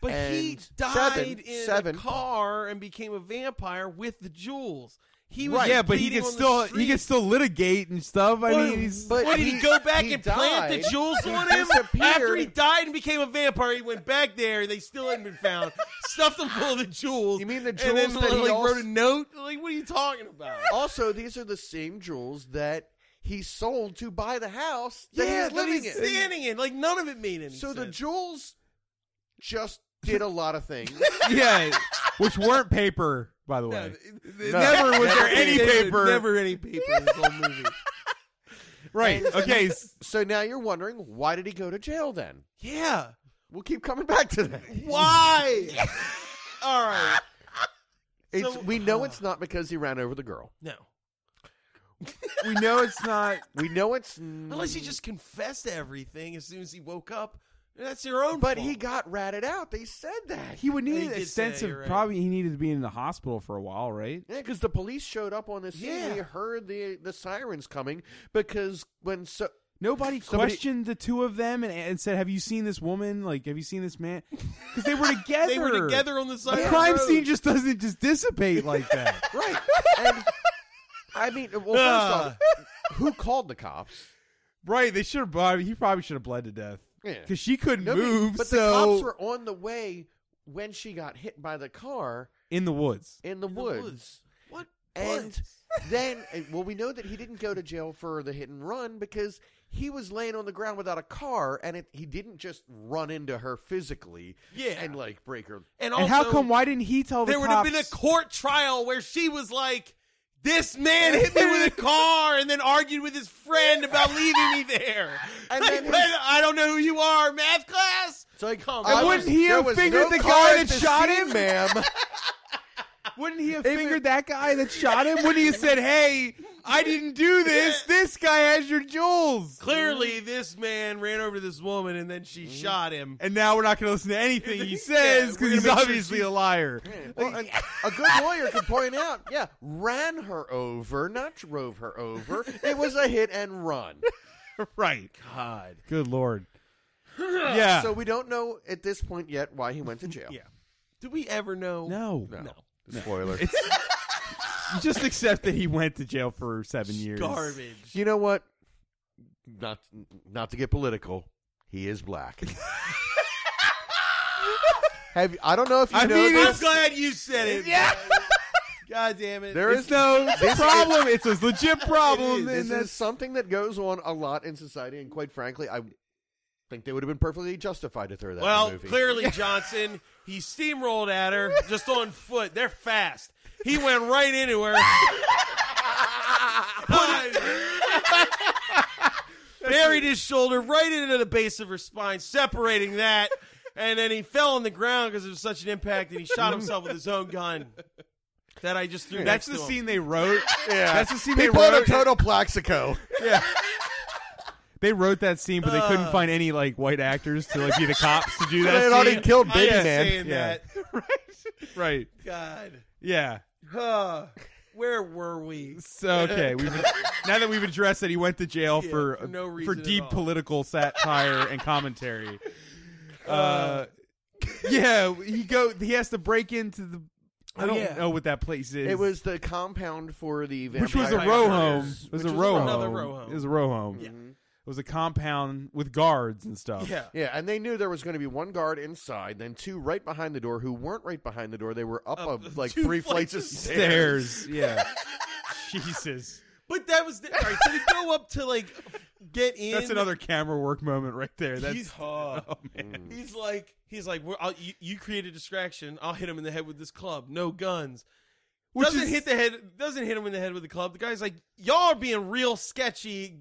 [SPEAKER 2] But he
[SPEAKER 3] And
[SPEAKER 2] died
[SPEAKER 3] seven-
[SPEAKER 2] in
[SPEAKER 3] seven.
[SPEAKER 2] a car and became a vampire with the jewels. He was
[SPEAKER 3] Right.
[SPEAKER 7] Yeah, but he
[SPEAKER 2] bleeding
[SPEAKER 7] can
[SPEAKER 2] on the
[SPEAKER 7] still he
[SPEAKER 2] street.
[SPEAKER 7] can still litigate and stuff. I mean, he's
[SPEAKER 3] but
[SPEAKER 2] what did he, go back
[SPEAKER 3] he
[SPEAKER 2] and plant the
[SPEAKER 3] died.
[SPEAKER 2] jewels
[SPEAKER 3] He
[SPEAKER 2] on him after he
[SPEAKER 3] disappeared.
[SPEAKER 2] died and became a vampire? He went back there and they still hadn't been found. Stuffed them full of the jewels.
[SPEAKER 3] You mean the
[SPEAKER 2] And then
[SPEAKER 3] jewels that he
[SPEAKER 2] like,
[SPEAKER 3] also-
[SPEAKER 2] wrote a note. Like, what are you talking about?
[SPEAKER 3] also, these are the same jewels that he sold to buy the house that
[SPEAKER 2] yeah,
[SPEAKER 3] he's living
[SPEAKER 2] he's
[SPEAKER 3] in.
[SPEAKER 2] standing in. Like none of it made any
[SPEAKER 3] so
[SPEAKER 2] sense.
[SPEAKER 3] the jewels just did a lot of things.
[SPEAKER 7] yeah, which weren't paper, by the
[SPEAKER 2] No,
[SPEAKER 7] way.
[SPEAKER 2] th- th-
[SPEAKER 3] No.
[SPEAKER 7] Never was there
[SPEAKER 2] never-
[SPEAKER 7] any
[SPEAKER 2] never-
[SPEAKER 7] paper.
[SPEAKER 2] Never any paper in this whole movie.
[SPEAKER 7] Right. Okay. s-
[SPEAKER 3] so now you're wondering why did he go to jail then?
[SPEAKER 2] Yeah.
[SPEAKER 3] We'll keep coming back to that.
[SPEAKER 2] Why? All right.
[SPEAKER 3] It's,
[SPEAKER 2] So-
[SPEAKER 3] we know it's not because he ran over the girl.
[SPEAKER 2] No.
[SPEAKER 7] We know it's not.
[SPEAKER 3] We know it's n-
[SPEAKER 2] Unless he just confessed to everything as soon as he woke up. That's your own
[SPEAKER 3] But
[SPEAKER 2] fault.
[SPEAKER 3] he got ratted out. They said that.
[SPEAKER 7] He would
[SPEAKER 2] He
[SPEAKER 7] need
[SPEAKER 2] did say,
[SPEAKER 7] extensive.
[SPEAKER 2] you're right.
[SPEAKER 7] Probably he needed to be in the hospital for a while, right?
[SPEAKER 3] Yeah, because the police showed up on the scene.
[SPEAKER 2] Yeah.
[SPEAKER 3] They heard the the sirens coming because when so
[SPEAKER 7] Nobody
[SPEAKER 3] Somebody-
[SPEAKER 7] questioned the two of them and, and said, "Have you seen this woman? Like, have you seen this man?" Because they were together.
[SPEAKER 2] They were together on the side.
[SPEAKER 7] A
[SPEAKER 2] of the
[SPEAKER 7] crime
[SPEAKER 2] road.
[SPEAKER 7] scene just doesn't just dissipate like that.
[SPEAKER 3] right, and I mean, well, first
[SPEAKER 2] Ah.
[SPEAKER 3] off, who called the cops?
[SPEAKER 7] right. They should have. He probably should have bled to death
[SPEAKER 3] Yeah.
[SPEAKER 7] because she couldn't
[SPEAKER 3] Nobody-
[SPEAKER 7] move.
[SPEAKER 3] But the
[SPEAKER 7] so
[SPEAKER 3] cops were on the way when she got hit by the car
[SPEAKER 7] in the woods.
[SPEAKER 3] in the,
[SPEAKER 2] In the
[SPEAKER 3] woods.
[SPEAKER 2] woods. What?
[SPEAKER 3] And
[SPEAKER 2] What?
[SPEAKER 3] then, and- well, we know that he didn't go to jail for the hit and run because he was laying on the ground without a car, and it, he didn't just run into her physically,
[SPEAKER 2] Yeah.
[SPEAKER 3] and like break her.
[SPEAKER 2] And,
[SPEAKER 7] And
[SPEAKER 2] also,
[SPEAKER 7] how come? Why didn't he tell the
[SPEAKER 2] there would have
[SPEAKER 7] cops?
[SPEAKER 2] been a court trial where she was like, "This man hit me with a car," and then argued with his friend about leaving me there.
[SPEAKER 3] And
[SPEAKER 2] Like,
[SPEAKER 3] then his-
[SPEAKER 2] "But I don't know who you are, math class.
[SPEAKER 3] It's like,
[SPEAKER 2] Come
[SPEAKER 3] I
[SPEAKER 2] on.
[SPEAKER 7] wouldn't
[SPEAKER 3] was-
[SPEAKER 7] he
[SPEAKER 3] there
[SPEAKER 7] have
[SPEAKER 3] was
[SPEAKER 7] figured
[SPEAKER 3] no
[SPEAKER 7] the
[SPEAKER 3] car
[SPEAKER 7] guy
[SPEAKER 3] at
[SPEAKER 7] that
[SPEAKER 3] the
[SPEAKER 7] shot
[SPEAKER 3] scene,
[SPEAKER 7] him?
[SPEAKER 3] ma'am?
[SPEAKER 7] Wouldn't he have fingered that guy that shot him? Wouldn't he have said, "Hey, I didn't do this. This guy has your jewels."
[SPEAKER 2] Clearly, this man ran over this woman, and then she shot him.
[SPEAKER 7] And now we're not going to listen to anything he
[SPEAKER 2] Yeah,
[SPEAKER 7] says
[SPEAKER 2] we're
[SPEAKER 7] because
[SPEAKER 2] gonna
[SPEAKER 7] he's
[SPEAKER 2] make sure
[SPEAKER 7] obviously
[SPEAKER 2] she-
[SPEAKER 7] a liar.
[SPEAKER 3] Well, and a good lawyer could point out, yeah, ran her over, not drove her over. It was a hit and run.
[SPEAKER 7] Right.
[SPEAKER 2] God.
[SPEAKER 7] Good lord. Yeah.
[SPEAKER 3] So we don't know at this point yet why he went to jail.
[SPEAKER 2] Yeah. Do we ever know?
[SPEAKER 7] no.
[SPEAKER 3] No.
[SPEAKER 2] No.
[SPEAKER 3] Spoiler.
[SPEAKER 7] You just accept that he went to jail for seven years.
[SPEAKER 2] Garbage.
[SPEAKER 3] you know what? Not not to get political, he is black. Have I don't know if you
[SPEAKER 7] I
[SPEAKER 3] know
[SPEAKER 7] mean,
[SPEAKER 2] I'm
[SPEAKER 3] this.
[SPEAKER 2] glad you said it. Yeah. God damn it.
[SPEAKER 3] There
[SPEAKER 7] It's
[SPEAKER 3] is
[SPEAKER 7] no problem. It's a legit problem.
[SPEAKER 3] This
[SPEAKER 7] and
[SPEAKER 3] is something that goes on a lot in society, and quite frankly, I think they would have been perfectly justified to throw that. in
[SPEAKER 2] Well,
[SPEAKER 3] the movie.
[SPEAKER 2] clearly Johnson, he steamrolled at her just on foot. They're fast. He went right into her. God. buried his shoulder right into the base of her spine, separating that. And then he fell on the ground because of such an impact, and he shot himself with his own gun that I just threw. next
[SPEAKER 7] That's the
[SPEAKER 2] to him.
[SPEAKER 7] scene they wrote.
[SPEAKER 3] Yeah.
[SPEAKER 7] That's the scene
[SPEAKER 3] He
[SPEAKER 7] they
[SPEAKER 3] bought a
[SPEAKER 7] wrote.
[SPEAKER 3] total Plaxico.
[SPEAKER 7] they wrote that scene, but they couldn't
[SPEAKER 2] Uh.
[SPEAKER 7] find any like white actors to like be the cops to do
[SPEAKER 3] They
[SPEAKER 7] that.
[SPEAKER 3] had already
[SPEAKER 7] scene.
[SPEAKER 3] killed
[SPEAKER 2] I
[SPEAKER 3] Baby
[SPEAKER 2] am
[SPEAKER 3] Man.
[SPEAKER 2] saying
[SPEAKER 7] Yeah.
[SPEAKER 2] that.
[SPEAKER 7] right.
[SPEAKER 2] God.
[SPEAKER 7] Yeah.
[SPEAKER 2] Huh. Where were we?
[SPEAKER 7] So okay, we've now that we've addressed that he went to jail
[SPEAKER 2] Yeah,
[SPEAKER 7] for
[SPEAKER 2] for no
[SPEAKER 7] for
[SPEAKER 2] reason at
[SPEAKER 7] deep
[SPEAKER 2] all.
[SPEAKER 7] political satire and commentary. Uh, yeah, he go he has to break into the I
[SPEAKER 2] Oh,
[SPEAKER 7] don't
[SPEAKER 2] yeah.
[SPEAKER 7] know what that place is.
[SPEAKER 3] It was the compound for the vampire
[SPEAKER 7] which was a
[SPEAKER 2] Vampire
[SPEAKER 7] row home.
[SPEAKER 2] Hunters,
[SPEAKER 7] It was a
[SPEAKER 3] which
[SPEAKER 7] row
[SPEAKER 2] another
[SPEAKER 7] home.
[SPEAKER 2] row home.
[SPEAKER 7] It was a row home.
[SPEAKER 2] Yeah.
[SPEAKER 7] It was a compound with guards and stuff.
[SPEAKER 2] Yeah.
[SPEAKER 3] Yeah, and they knew there was going to be one guard inside, then two right behind the door who weren't right behind the door. They were up,
[SPEAKER 2] Up
[SPEAKER 3] a, like
[SPEAKER 2] two
[SPEAKER 3] three
[SPEAKER 2] flights
[SPEAKER 3] flights of
[SPEAKER 2] of
[SPEAKER 3] stairs.
[SPEAKER 7] Stairs. Yeah. Jesus.
[SPEAKER 2] But that was the, all right. So they go up to like get in.
[SPEAKER 7] That's another camera work moment right there. That's
[SPEAKER 2] he's, huh.
[SPEAKER 7] oh man.
[SPEAKER 2] he's like he's like well, I'll, you, you create a distraction. I'll hit him in the head with this club. No guns.
[SPEAKER 7] Which
[SPEAKER 2] doesn't
[SPEAKER 7] is-
[SPEAKER 2] hit the head. Doesn't hit him in the head with the club. The guy's like, y'all are being real sketchy.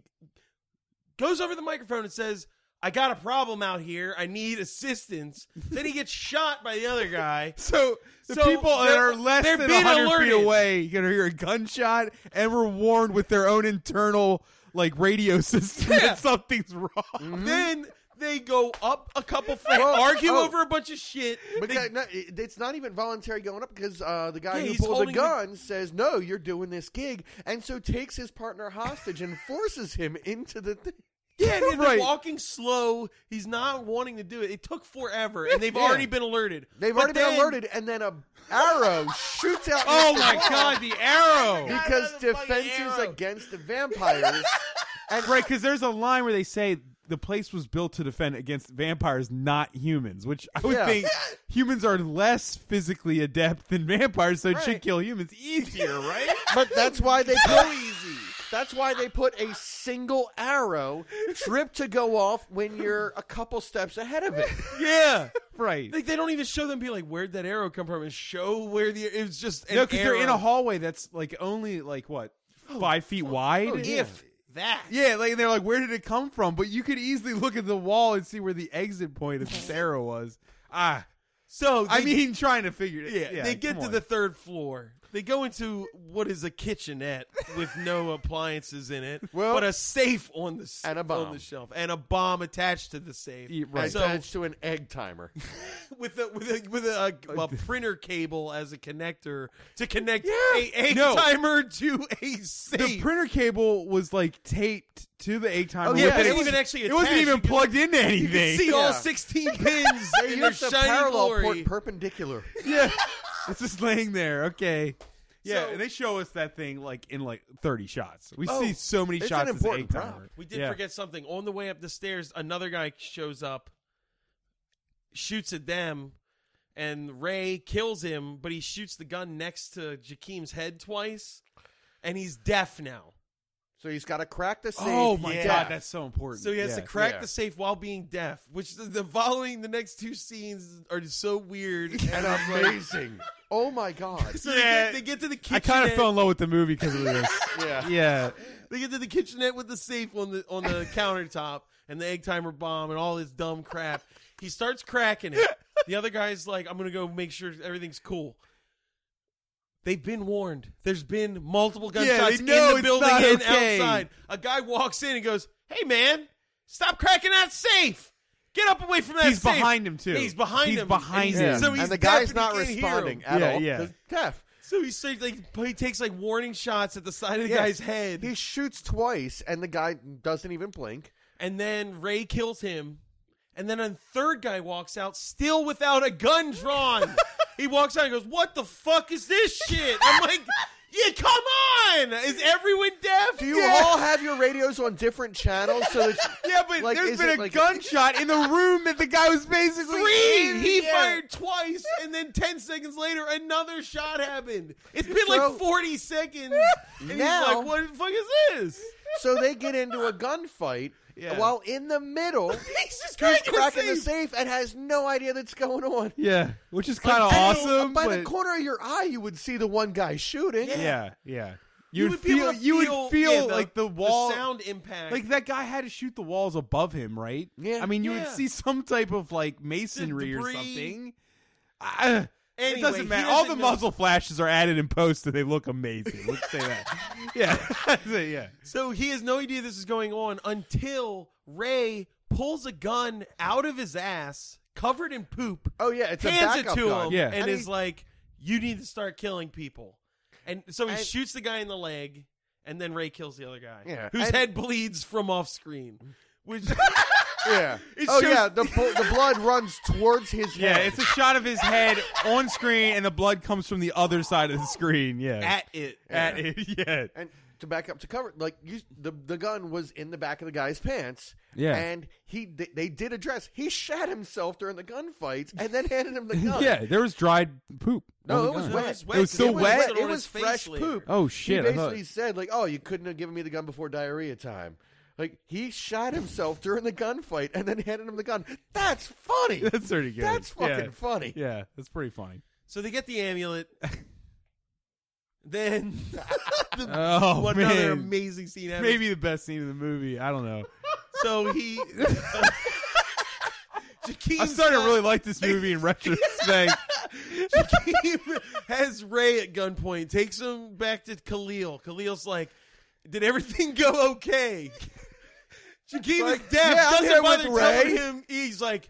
[SPEAKER 2] Goes over the microphone and says, "I got a problem out here. I need assistance." then he gets shot by the other guy.
[SPEAKER 7] So the
[SPEAKER 2] So
[SPEAKER 7] people that
[SPEAKER 2] they're-
[SPEAKER 7] are less
[SPEAKER 2] they're
[SPEAKER 7] than
[SPEAKER 2] being
[SPEAKER 7] 100
[SPEAKER 2] alerted.
[SPEAKER 7] feet away you're gonna hear a gunshot and were warned with their own internal like radio system
[SPEAKER 2] Yeah. Mm.
[SPEAKER 7] that something's wrong.
[SPEAKER 2] Then they go up a couple floors,
[SPEAKER 3] Oh,
[SPEAKER 2] argue
[SPEAKER 3] oh.
[SPEAKER 2] over a bunch of shit.
[SPEAKER 3] But
[SPEAKER 2] They-
[SPEAKER 3] that- no, it- it's not even voluntary going up because uh, the guy
[SPEAKER 2] Yeah,
[SPEAKER 3] who
[SPEAKER 2] he's
[SPEAKER 3] pulled a
[SPEAKER 2] holding the-
[SPEAKER 3] gun says, "No, you're doing this gig," and so takes his partner hostage and forces him into the thing.
[SPEAKER 2] yeah, and they're
[SPEAKER 7] right.
[SPEAKER 2] walking slow. He's not wanting to do it. It took forever, and they've already been alerted.
[SPEAKER 3] They've
[SPEAKER 2] But
[SPEAKER 3] already
[SPEAKER 2] then-
[SPEAKER 3] been alerted, and then a arrow shoots out.
[SPEAKER 7] Oh
[SPEAKER 3] into
[SPEAKER 7] my
[SPEAKER 3] the wall
[SPEAKER 7] god, the arrow!
[SPEAKER 3] Because
[SPEAKER 2] Another fucking
[SPEAKER 3] defenses
[SPEAKER 2] arrow.
[SPEAKER 3] against the vampires.
[SPEAKER 7] And right, because there's a line where they say the place was built to defend against vampires, not humans, which I would
[SPEAKER 3] Yeah.
[SPEAKER 7] think humans are less physically adept than vampires, so it should
[SPEAKER 3] Right.
[SPEAKER 7] kill humans easier, right?
[SPEAKER 3] But that's why they go easy. That's why they put a single arrow trip to go off when you're a couple steps ahead of it.
[SPEAKER 2] Yeah,
[SPEAKER 7] right.
[SPEAKER 2] like they don't even show them be like, "Where'd that arrow come from?" And show where the it was just an
[SPEAKER 7] no, because they're in
[SPEAKER 2] arrow. Oh,
[SPEAKER 7] a hallway that's like only like what five feet wide.
[SPEAKER 2] If that,
[SPEAKER 7] Yeah, like and they're like, where did it come from? But you could easily look at the wall and see where the exit point of Sarah was. Ah,
[SPEAKER 2] So
[SPEAKER 7] I
[SPEAKER 2] they-
[SPEAKER 7] mean, trying to figure it.
[SPEAKER 2] yeah, they get
[SPEAKER 7] come
[SPEAKER 2] to
[SPEAKER 7] on.
[SPEAKER 2] the third floor. They go into what is a kitchenette with no appliances in it,
[SPEAKER 3] Well-
[SPEAKER 2] but a safe on the s-
[SPEAKER 3] And a
[SPEAKER 2] on
[SPEAKER 3] bomb.
[SPEAKER 2] the shelf and a bomb attached to the safe.
[SPEAKER 7] Yeah, right.
[SPEAKER 2] So-
[SPEAKER 3] Attached to an egg timer.
[SPEAKER 2] with a with a with a, a, a printer cable as a connector to connect a, a
[SPEAKER 7] No.
[SPEAKER 2] timer to a safe.
[SPEAKER 7] The printer cable was like taped to the eight timer.
[SPEAKER 3] Oh,
[SPEAKER 7] with
[SPEAKER 3] yeah, it
[SPEAKER 7] an-
[SPEAKER 3] wasn't
[SPEAKER 2] even actually
[SPEAKER 7] It wasn't
[SPEAKER 2] attached.
[SPEAKER 7] even
[SPEAKER 2] You could-
[SPEAKER 7] plugged into anything.
[SPEAKER 2] See all
[SPEAKER 3] Yeah.
[SPEAKER 2] sixteen pins
[SPEAKER 3] They
[SPEAKER 2] in their
[SPEAKER 3] used the
[SPEAKER 2] shiny
[SPEAKER 3] parallel
[SPEAKER 2] glory.
[SPEAKER 3] port perpendicular.
[SPEAKER 7] yeah, it's just laying there. Okay. Yeah,
[SPEAKER 2] So-
[SPEAKER 7] and they show us that thing like in like thirty shots. We
[SPEAKER 3] Oh,
[SPEAKER 7] see so many
[SPEAKER 3] it's
[SPEAKER 7] shots.
[SPEAKER 3] an
[SPEAKER 7] of the
[SPEAKER 3] important
[SPEAKER 7] eight timer.
[SPEAKER 3] prop.
[SPEAKER 2] we did
[SPEAKER 7] Yeah.
[SPEAKER 2] forget something. On the way up the stairs, another guy shows up, shoots at them, and Ray kills him. But he shoots the gun next to Jakim's head twice, and he's deaf now.
[SPEAKER 3] So he's got to crack the safe.
[SPEAKER 7] Oh my
[SPEAKER 3] yeah.
[SPEAKER 7] god, that's so important.
[SPEAKER 2] So he has
[SPEAKER 7] Yeah.
[SPEAKER 2] to crack
[SPEAKER 3] yeah.
[SPEAKER 2] the safe while being deaf, which the, the following the next two scenes are just so weird.
[SPEAKER 3] and amazing. oh my god.
[SPEAKER 2] so
[SPEAKER 7] Yeah.
[SPEAKER 2] they, get, they get to the
[SPEAKER 7] I
[SPEAKER 2] kitchenette.
[SPEAKER 7] kind of fell in love with the movie because of this.
[SPEAKER 3] Yeah.
[SPEAKER 7] yeah,
[SPEAKER 2] They get to the kitchenette with the safe on the on the countertop and the egg timer bomb and all this dumb crap. He starts cracking it. The other guy's like, "I'm gonna go make sure everything's cool." They've been warned. There's been multiple
[SPEAKER 7] Yeah, they
[SPEAKER 2] gunshots
[SPEAKER 7] know
[SPEAKER 2] in
[SPEAKER 7] it's
[SPEAKER 2] the building
[SPEAKER 7] not
[SPEAKER 2] and
[SPEAKER 7] okay.
[SPEAKER 2] outside. A guy walks in and goes, "Hey, man, stop cracking that safe." Get up away from that
[SPEAKER 7] He's
[SPEAKER 2] safe."
[SPEAKER 7] behind him, too.
[SPEAKER 2] He's behind
[SPEAKER 7] He's
[SPEAKER 2] him.
[SPEAKER 7] behind
[SPEAKER 2] And
[SPEAKER 7] him.
[SPEAKER 2] So he's
[SPEAKER 3] and the
[SPEAKER 2] deaf
[SPEAKER 3] guy's
[SPEAKER 2] and he
[SPEAKER 3] not
[SPEAKER 2] can't hear him.
[SPEAKER 3] responding at
[SPEAKER 7] Yeah,
[SPEAKER 3] all.
[SPEAKER 7] yeah.
[SPEAKER 3] 'cause Deaf.
[SPEAKER 2] So he starts, like he takes like warning shots at the side of the
[SPEAKER 3] Yeah.
[SPEAKER 2] guy's head.
[SPEAKER 3] He shoots twice, and the guy doesn't even blink.
[SPEAKER 2] and then Ray kills him, and then a third guy walks out, still without a gun drawn. he walks out and goes, "What the fuck is this shit?" I'm like, "Yeah, come on! Is everyone deaf?"
[SPEAKER 3] Do you
[SPEAKER 2] yeah.
[SPEAKER 3] all have your radios on different channels? So that
[SPEAKER 7] yeah, but
[SPEAKER 3] Like,
[SPEAKER 7] there's
[SPEAKER 3] is
[SPEAKER 7] been
[SPEAKER 3] it
[SPEAKER 7] a
[SPEAKER 3] like-
[SPEAKER 7] gunshot in the room that the guy was basically
[SPEAKER 2] Three.
[SPEAKER 7] in.
[SPEAKER 2] He
[SPEAKER 7] Yeah.
[SPEAKER 2] fired twice, and then ten seconds later, another shot happened. It's been
[SPEAKER 3] So-
[SPEAKER 2] like forty seconds, and he's
[SPEAKER 3] Now-
[SPEAKER 2] like, "What the fuck is this?"
[SPEAKER 3] so they get into a gunfight
[SPEAKER 7] Yeah.
[SPEAKER 3] while in the middle,
[SPEAKER 2] He's just
[SPEAKER 3] who's
[SPEAKER 2] cracking,
[SPEAKER 3] cracking
[SPEAKER 2] the
[SPEAKER 3] the safe and has no idea that's going on.
[SPEAKER 7] Yeah, which is kind of
[SPEAKER 3] And
[SPEAKER 7] awesome.
[SPEAKER 3] By
[SPEAKER 7] but
[SPEAKER 3] the corner of your eye, you would see the one guy shooting.
[SPEAKER 7] yeah, yeah. You, would, feel, you would feel
[SPEAKER 2] yeah,
[SPEAKER 7] like the wall,
[SPEAKER 2] sound impact.
[SPEAKER 7] like that guy had to shoot the walls above him, right?
[SPEAKER 3] Yeah.
[SPEAKER 7] I mean, you would
[SPEAKER 2] Yeah.
[SPEAKER 7] see some type of like masonry or
[SPEAKER 2] debris.
[SPEAKER 7] something. I,
[SPEAKER 2] Anyway,
[SPEAKER 7] it doesn't
[SPEAKER 2] he
[SPEAKER 7] matter. All the
[SPEAKER 2] doesn't know-
[SPEAKER 7] muzzle flashes are added in post, and they look amazing. Let's say that. yeah, yeah.
[SPEAKER 2] So he has no idea this is going on until Ray pulls a gun out of his ass, covered in poop,
[SPEAKER 3] Oh yeah, it's
[SPEAKER 2] hands
[SPEAKER 3] a
[SPEAKER 2] it
[SPEAKER 3] backup
[SPEAKER 2] to
[SPEAKER 3] gun.
[SPEAKER 2] him,
[SPEAKER 7] Yeah.
[SPEAKER 2] and,
[SPEAKER 3] And
[SPEAKER 2] is
[SPEAKER 3] he-
[SPEAKER 2] like, "You need to start killing people." And so he
[SPEAKER 3] And-
[SPEAKER 2] shoots the guy in the leg, and then Ray kills the other guy,
[SPEAKER 3] Yeah,
[SPEAKER 2] whose
[SPEAKER 3] and-
[SPEAKER 2] head bleeds from off screen. Which
[SPEAKER 3] Yeah.
[SPEAKER 2] It
[SPEAKER 3] oh
[SPEAKER 2] shows-
[SPEAKER 3] yeah, the bu- the blood runs towards his
[SPEAKER 7] Yeah,
[SPEAKER 3] head.
[SPEAKER 7] it's a shot of his head on screen, and the blood comes from the other side of the screen. Yeah,
[SPEAKER 2] at it,
[SPEAKER 7] at it. Yeah,
[SPEAKER 3] and to back up to cover like you the the gun was in the back of the guy's pants
[SPEAKER 7] Yeah.
[SPEAKER 3] and he they, they did address he shat himself during the gunfights and then handed him the gun
[SPEAKER 7] yeah. There was dried poop.
[SPEAKER 3] uh, No,
[SPEAKER 7] on the
[SPEAKER 3] it was
[SPEAKER 7] gun.
[SPEAKER 3] wet.
[SPEAKER 7] It was still
[SPEAKER 2] so
[SPEAKER 7] wet.
[SPEAKER 3] It was fresh poop.
[SPEAKER 7] Oh
[SPEAKER 3] he
[SPEAKER 7] shit! I thought-
[SPEAKER 3] basically said like oh you couldn't have given me the gun before diarrhea time like he shot himself during the gunfight and then handed him the gun that's funny
[SPEAKER 7] that's pretty good.
[SPEAKER 3] that's fucking
[SPEAKER 7] yeah.
[SPEAKER 3] funny
[SPEAKER 7] Yeah, that's pretty funny.
[SPEAKER 2] So they get the amulet. then the,
[SPEAKER 7] Oh
[SPEAKER 2] one
[SPEAKER 7] man,
[SPEAKER 2] other amazing scene. Happens.
[SPEAKER 7] maybe the best scene in the movie. I don't know.
[SPEAKER 2] so he. Jakeem's
[SPEAKER 7] I'm starting
[SPEAKER 2] got-
[SPEAKER 7] to really like this movie in retrospect.
[SPEAKER 2] Jakeem has Ray at gunpoint, takes him back to Khalil. Khalil's like, "Did everything go okay?" Jakeem is
[SPEAKER 3] Like,
[SPEAKER 2] deaf.
[SPEAKER 3] "Yeah, I'm
[SPEAKER 2] doesn't
[SPEAKER 3] here
[SPEAKER 2] bother
[SPEAKER 3] with
[SPEAKER 2] telling
[SPEAKER 3] Ray."
[SPEAKER 2] him. He's like,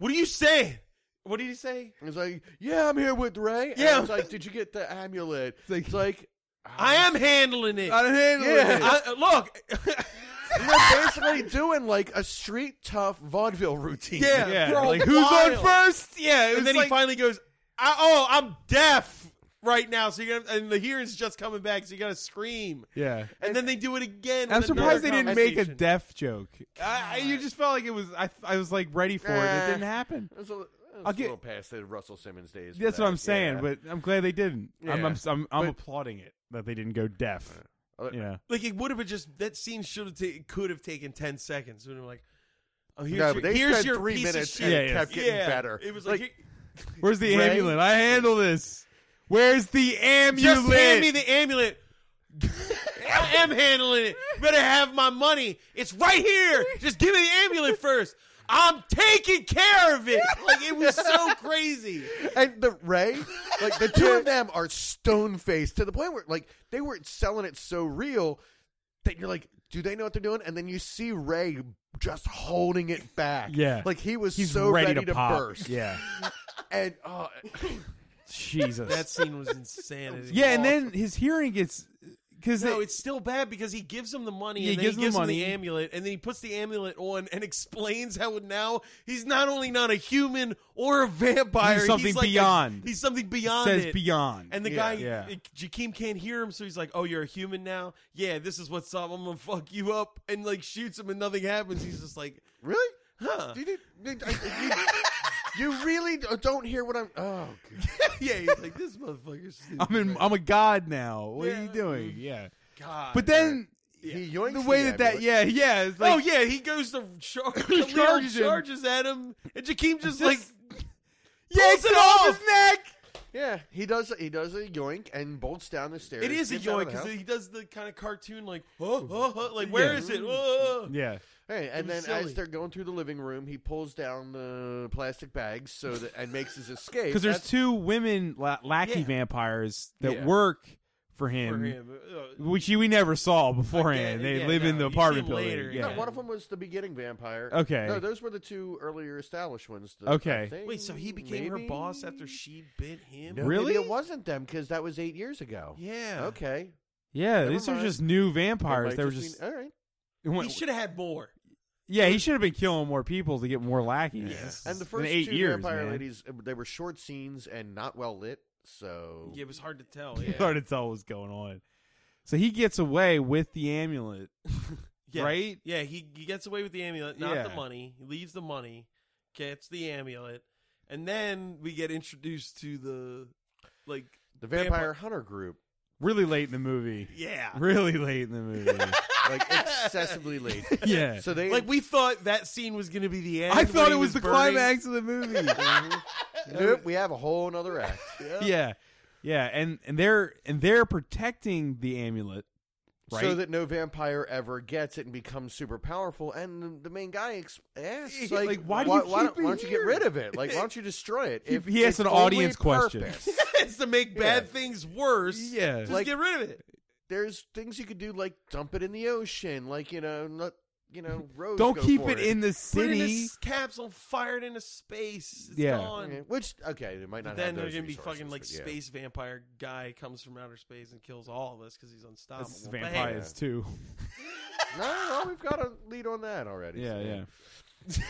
[SPEAKER 2] "What do you say? What did he say?
[SPEAKER 3] it's like yeah i'm here with ray And
[SPEAKER 2] Yeah.
[SPEAKER 3] it's like did you get the amulet it's
[SPEAKER 7] like-
[SPEAKER 3] like, it's like
[SPEAKER 2] I am handling it.
[SPEAKER 7] Ah. don't handle
[SPEAKER 3] Yeah.
[SPEAKER 2] I- uh, look,
[SPEAKER 3] we're basically doing like a street tough vaudeville routine
[SPEAKER 2] yeah,
[SPEAKER 7] Yeah,
[SPEAKER 2] for a
[SPEAKER 7] like who's on
[SPEAKER 2] while.
[SPEAKER 7] first? Yeah, it was
[SPEAKER 2] And then
[SPEAKER 7] like,
[SPEAKER 2] he finally goes, I, "Oh, I'm deaf right now." So you got and the hearing's just coming back, so you got to scream.
[SPEAKER 7] yeah.
[SPEAKER 2] And then they do it again.
[SPEAKER 7] I'm
[SPEAKER 2] with
[SPEAKER 7] surprised they
[SPEAKER 2] another
[SPEAKER 7] didn't make a
[SPEAKER 2] conversation.
[SPEAKER 7] deaf joke. I, I, you just felt like it was. I, I was like ready for it. and It
[SPEAKER 3] Nah.
[SPEAKER 7] didn't happen.
[SPEAKER 3] It was a, it was
[SPEAKER 7] I'll
[SPEAKER 3] a
[SPEAKER 7] get-
[SPEAKER 3] little past the Russell Simmons days. for
[SPEAKER 7] That's what
[SPEAKER 3] that,
[SPEAKER 7] I'm saying.
[SPEAKER 3] yeah.
[SPEAKER 7] But I'm glad they didn't. I'm,
[SPEAKER 3] Yeah.
[SPEAKER 7] I'm, I'm, I'm
[SPEAKER 3] But-
[SPEAKER 7] applauding it that they didn't go deaf.
[SPEAKER 3] Uh,
[SPEAKER 7] Yeah.
[SPEAKER 2] Like it would have been just that scene should have ta- could have taken ten seconds. Would have been like, oh, here's
[SPEAKER 3] no,
[SPEAKER 2] your,
[SPEAKER 3] but they
[SPEAKER 2] here's
[SPEAKER 3] spent
[SPEAKER 2] your
[SPEAKER 3] three
[SPEAKER 2] piece of
[SPEAKER 3] minutes
[SPEAKER 2] shit.
[SPEAKER 7] Yeah,
[SPEAKER 3] and it
[SPEAKER 7] yeah.
[SPEAKER 3] kept getting
[SPEAKER 2] Yeah.
[SPEAKER 3] better.
[SPEAKER 2] It was like, "Here-
[SPEAKER 7] Where's the
[SPEAKER 3] Ray?
[SPEAKER 7] amulet? I handle this. Where's the amulet?
[SPEAKER 2] just hand me the amulet. I am handling it. Better have my money. It's right here. Just give me the amulet first. I'm taking care of it. Like it was so crazy.
[SPEAKER 3] and the Ray, like the two of them are stone faced to the point where like they were selling it so real that you're like, do they know what they're doing? And then you see Ray just holding it back.
[SPEAKER 7] Yeah.
[SPEAKER 3] like he was
[SPEAKER 7] He's
[SPEAKER 3] so
[SPEAKER 7] ready, to, pop.
[SPEAKER 3] burst.
[SPEAKER 7] Yeah.
[SPEAKER 3] and uh,
[SPEAKER 7] Jesus.
[SPEAKER 2] That scene was insanity.
[SPEAKER 7] yeah, and then his hearing gets because
[SPEAKER 2] No, it's still bad because he gives him the money
[SPEAKER 7] Yeah,
[SPEAKER 2] and
[SPEAKER 7] he
[SPEAKER 2] then
[SPEAKER 7] gives
[SPEAKER 2] he
[SPEAKER 7] him
[SPEAKER 2] gives
[SPEAKER 7] the
[SPEAKER 2] him
[SPEAKER 7] money.
[SPEAKER 2] the amulet and then he puts the amulet on and explains how now he's not only not a human or a vampire,
[SPEAKER 7] He's something
[SPEAKER 2] like a-
[SPEAKER 7] beyond.
[SPEAKER 2] he's something beyond.
[SPEAKER 7] says
[SPEAKER 2] it.
[SPEAKER 7] beyond.
[SPEAKER 2] And the
[SPEAKER 3] Yeah.
[SPEAKER 2] guy,
[SPEAKER 7] Yeah.
[SPEAKER 2] it- Jakeem can't hear him, so he's like, "Oh, you're a human now. Yeah, this is what's up. I'm gonna fuck you up," and like shoots him, and nothing happens. He's just like,
[SPEAKER 3] really,
[SPEAKER 2] "Huh?
[SPEAKER 3] Did you, did- I- you, you really don't hear what I'm? Oh, God.
[SPEAKER 2] yeah." He's like, "This motherfucker's stupid."
[SPEAKER 7] I'm in, I'm a god now. What are
[SPEAKER 2] Yeah. Mm-hmm.
[SPEAKER 7] you doing? Yeah.
[SPEAKER 2] God.
[SPEAKER 7] But then
[SPEAKER 3] he yoinks
[SPEAKER 7] the way that that
[SPEAKER 3] amulet.
[SPEAKER 7] yeah yeah it's like
[SPEAKER 2] oh yeah, he goes to char-
[SPEAKER 7] charges
[SPEAKER 2] charges,
[SPEAKER 7] him.
[SPEAKER 2] charges at him, and Jakeem just,
[SPEAKER 7] Just-
[SPEAKER 2] like
[SPEAKER 7] yanks
[SPEAKER 2] pulls it
[SPEAKER 7] it off
[SPEAKER 2] off.
[SPEAKER 7] his neck.
[SPEAKER 3] Yeah, he does. He does a yoink and bolts down the stairs.
[SPEAKER 2] It is a
[SPEAKER 3] gets out
[SPEAKER 2] yoink
[SPEAKER 3] of the
[SPEAKER 2] because
[SPEAKER 3] house.
[SPEAKER 2] he does the kind of cartoon like, huh, huh, huh, like where
[SPEAKER 7] Yeah.
[SPEAKER 2] is
[SPEAKER 7] Mm-hmm.
[SPEAKER 2] it? Whoa.
[SPEAKER 7] Yeah.
[SPEAKER 3] Hey, and
[SPEAKER 2] It
[SPEAKER 3] then
[SPEAKER 2] was silly.
[SPEAKER 3] as they're going through the living room, he pulls down the plastic bags so that and makes his escape.
[SPEAKER 7] Because there's
[SPEAKER 3] That's-
[SPEAKER 7] two women la- lackey
[SPEAKER 2] Yeah.
[SPEAKER 7] vampires that
[SPEAKER 3] Yeah.
[SPEAKER 7] work for him,
[SPEAKER 2] For him. Uh,
[SPEAKER 7] which we never saw beforehand.
[SPEAKER 2] Again,
[SPEAKER 7] they
[SPEAKER 2] yeah,
[SPEAKER 7] live in
[SPEAKER 2] no,
[SPEAKER 7] the
[SPEAKER 2] you see
[SPEAKER 7] apartment
[SPEAKER 2] them
[SPEAKER 7] building.
[SPEAKER 2] later,
[SPEAKER 7] Yeah.
[SPEAKER 3] No, one of them was the beginning vampire.
[SPEAKER 7] Okay.
[SPEAKER 3] No, those were the two earlier established ones. The-
[SPEAKER 7] Okay.
[SPEAKER 3] I think,
[SPEAKER 2] Uh, Wait, so he became her
[SPEAKER 3] maybe?
[SPEAKER 2] boss after she bit him?
[SPEAKER 3] No,
[SPEAKER 7] Really?
[SPEAKER 3] Maybe it wasn't them because that was eight years ago.
[SPEAKER 2] Yeah.
[SPEAKER 3] Okay.
[SPEAKER 7] Yeah,
[SPEAKER 3] Never
[SPEAKER 7] these are
[SPEAKER 3] mind.
[SPEAKER 7] just new vampires.
[SPEAKER 3] Might
[SPEAKER 7] They were just
[SPEAKER 3] mean- all right.
[SPEAKER 7] it went-
[SPEAKER 2] He should have had more.
[SPEAKER 7] yeah. He should have been killing more people to get more lackeys.
[SPEAKER 2] Yes.
[SPEAKER 3] And the
[SPEAKER 7] It's
[SPEAKER 3] first
[SPEAKER 7] been eight
[SPEAKER 3] two
[SPEAKER 7] years,
[SPEAKER 3] vampire
[SPEAKER 7] man.
[SPEAKER 3] ladies, uh, they were short scenes and not well lit. So
[SPEAKER 2] Yeah, it was hard to tell.
[SPEAKER 3] Oh,
[SPEAKER 7] It's
[SPEAKER 2] Yeah.
[SPEAKER 7] hard to tell what's going on. So he gets away with the amulet.
[SPEAKER 2] Yeah.
[SPEAKER 7] Right?
[SPEAKER 2] Yeah, he, he gets away with the amulet, not
[SPEAKER 7] Yeah.
[SPEAKER 2] the money. He leaves the money, gets the amulet, and then we get introduced to the, like,
[SPEAKER 3] the vampire
[SPEAKER 2] Vampi-
[SPEAKER 3] hunter group,
[SPEAKER 7] Really late in the movie.
[SPEAKER 2] yeah.
[SPEAKER 7] Really late in the movie.
[SPEAKER 3] like excessively late.
[SPEAKER 7] yeah.
[SPEAKER 3] So they
[SPEAKER 2] Like, we thought that scene was going to be the end.
[SPEAKER 7] I thought
[SPEAKER 2] when
[SPEAKER 7] it
[SPEAKER 2] he
[SPEAKER 7] was the
[SPEAKER 2] burning.
[SPEAKER 7] climax of the movie.
[SPEAKER 3] Nope, we have a whole nother act.
[SPEAKER 7] yeah. Yeah, and and they're and they're protecting the amulet, right?
[SPEAKER 3] so that no vampire ever gets it and becomes super powerful. And the, the main guy ex- asks, like,
[SPEAKER 7] Like, why do you
[SPEAKER 3] why,
[SPEAKER 7] keep
[SPEAKER 3] don't,
[SPEAKER 7] it
[SPEAKER 3] why don't you get
[SPEAKER 7] here?
[SPEAKER 3] rid of it? Like, why don't you destroy it?
[SPEAKER 7] He-
[SPEAKER 3] If
[SPEAKER 7] he asks
[SPEAKER 3] its
[SPEAKER 7] an audience
[SPEAKER 3] only
[SPEAKER 7] question.
[SPEAKER 3] purpose-
[SPEAKER 2] it's to make bad
[SPEAKER 3] Yeah.
[SPEAKER 2] things worse.
[SPEAKER 7] Yeah.
[SPEAKER 2] just
[SPEAKER 3] Like-
[SPEAKER 2] get rid of it.
[SPEAKER 3] There's things you could do, like dump it in the ocean, like you know, not you know, Rose
[SPEAKER 7] Don't
[SPEAKER 3] go
[SPEAKER 7] keep
[SPEAKER 3] for
[SPEAKER 7] it in the
[SPEAKER 2] Put it in a
[SPEAKER 7] city.
[SPEAKER 2] s- capsule, fired into space. It's
[SPEAKER 7] Yeah.
[SPEAKER 2] gone.
[SPEAKER 3] Okay, Which okay, they might not.
[SPEAKER 2] then
[SPEAKER 3] have
[SPEAKER 2] they're
[SPEAKER 3] those
[SPEAKER 2] gonna be
[SPEAKER 3] resources,
[SPEAKER 2] fucking like
[SPEAKER 3] but yeah.
[SPEAKER 2] space vampire guy comes from outer space and kills all of us because he's unstoppable.
[SPEAKER 3] um,
[SPEAKER 7] This is
[SPEAKER 2] But hey,
[SPEAKER 7] vampires too.
[SPEAKER 3] No, no, no, we've got a lead on that already.
[SPEAKER 7] Yeah,
[SPEAKER 3] so-
[SPEAKER 7] yeah.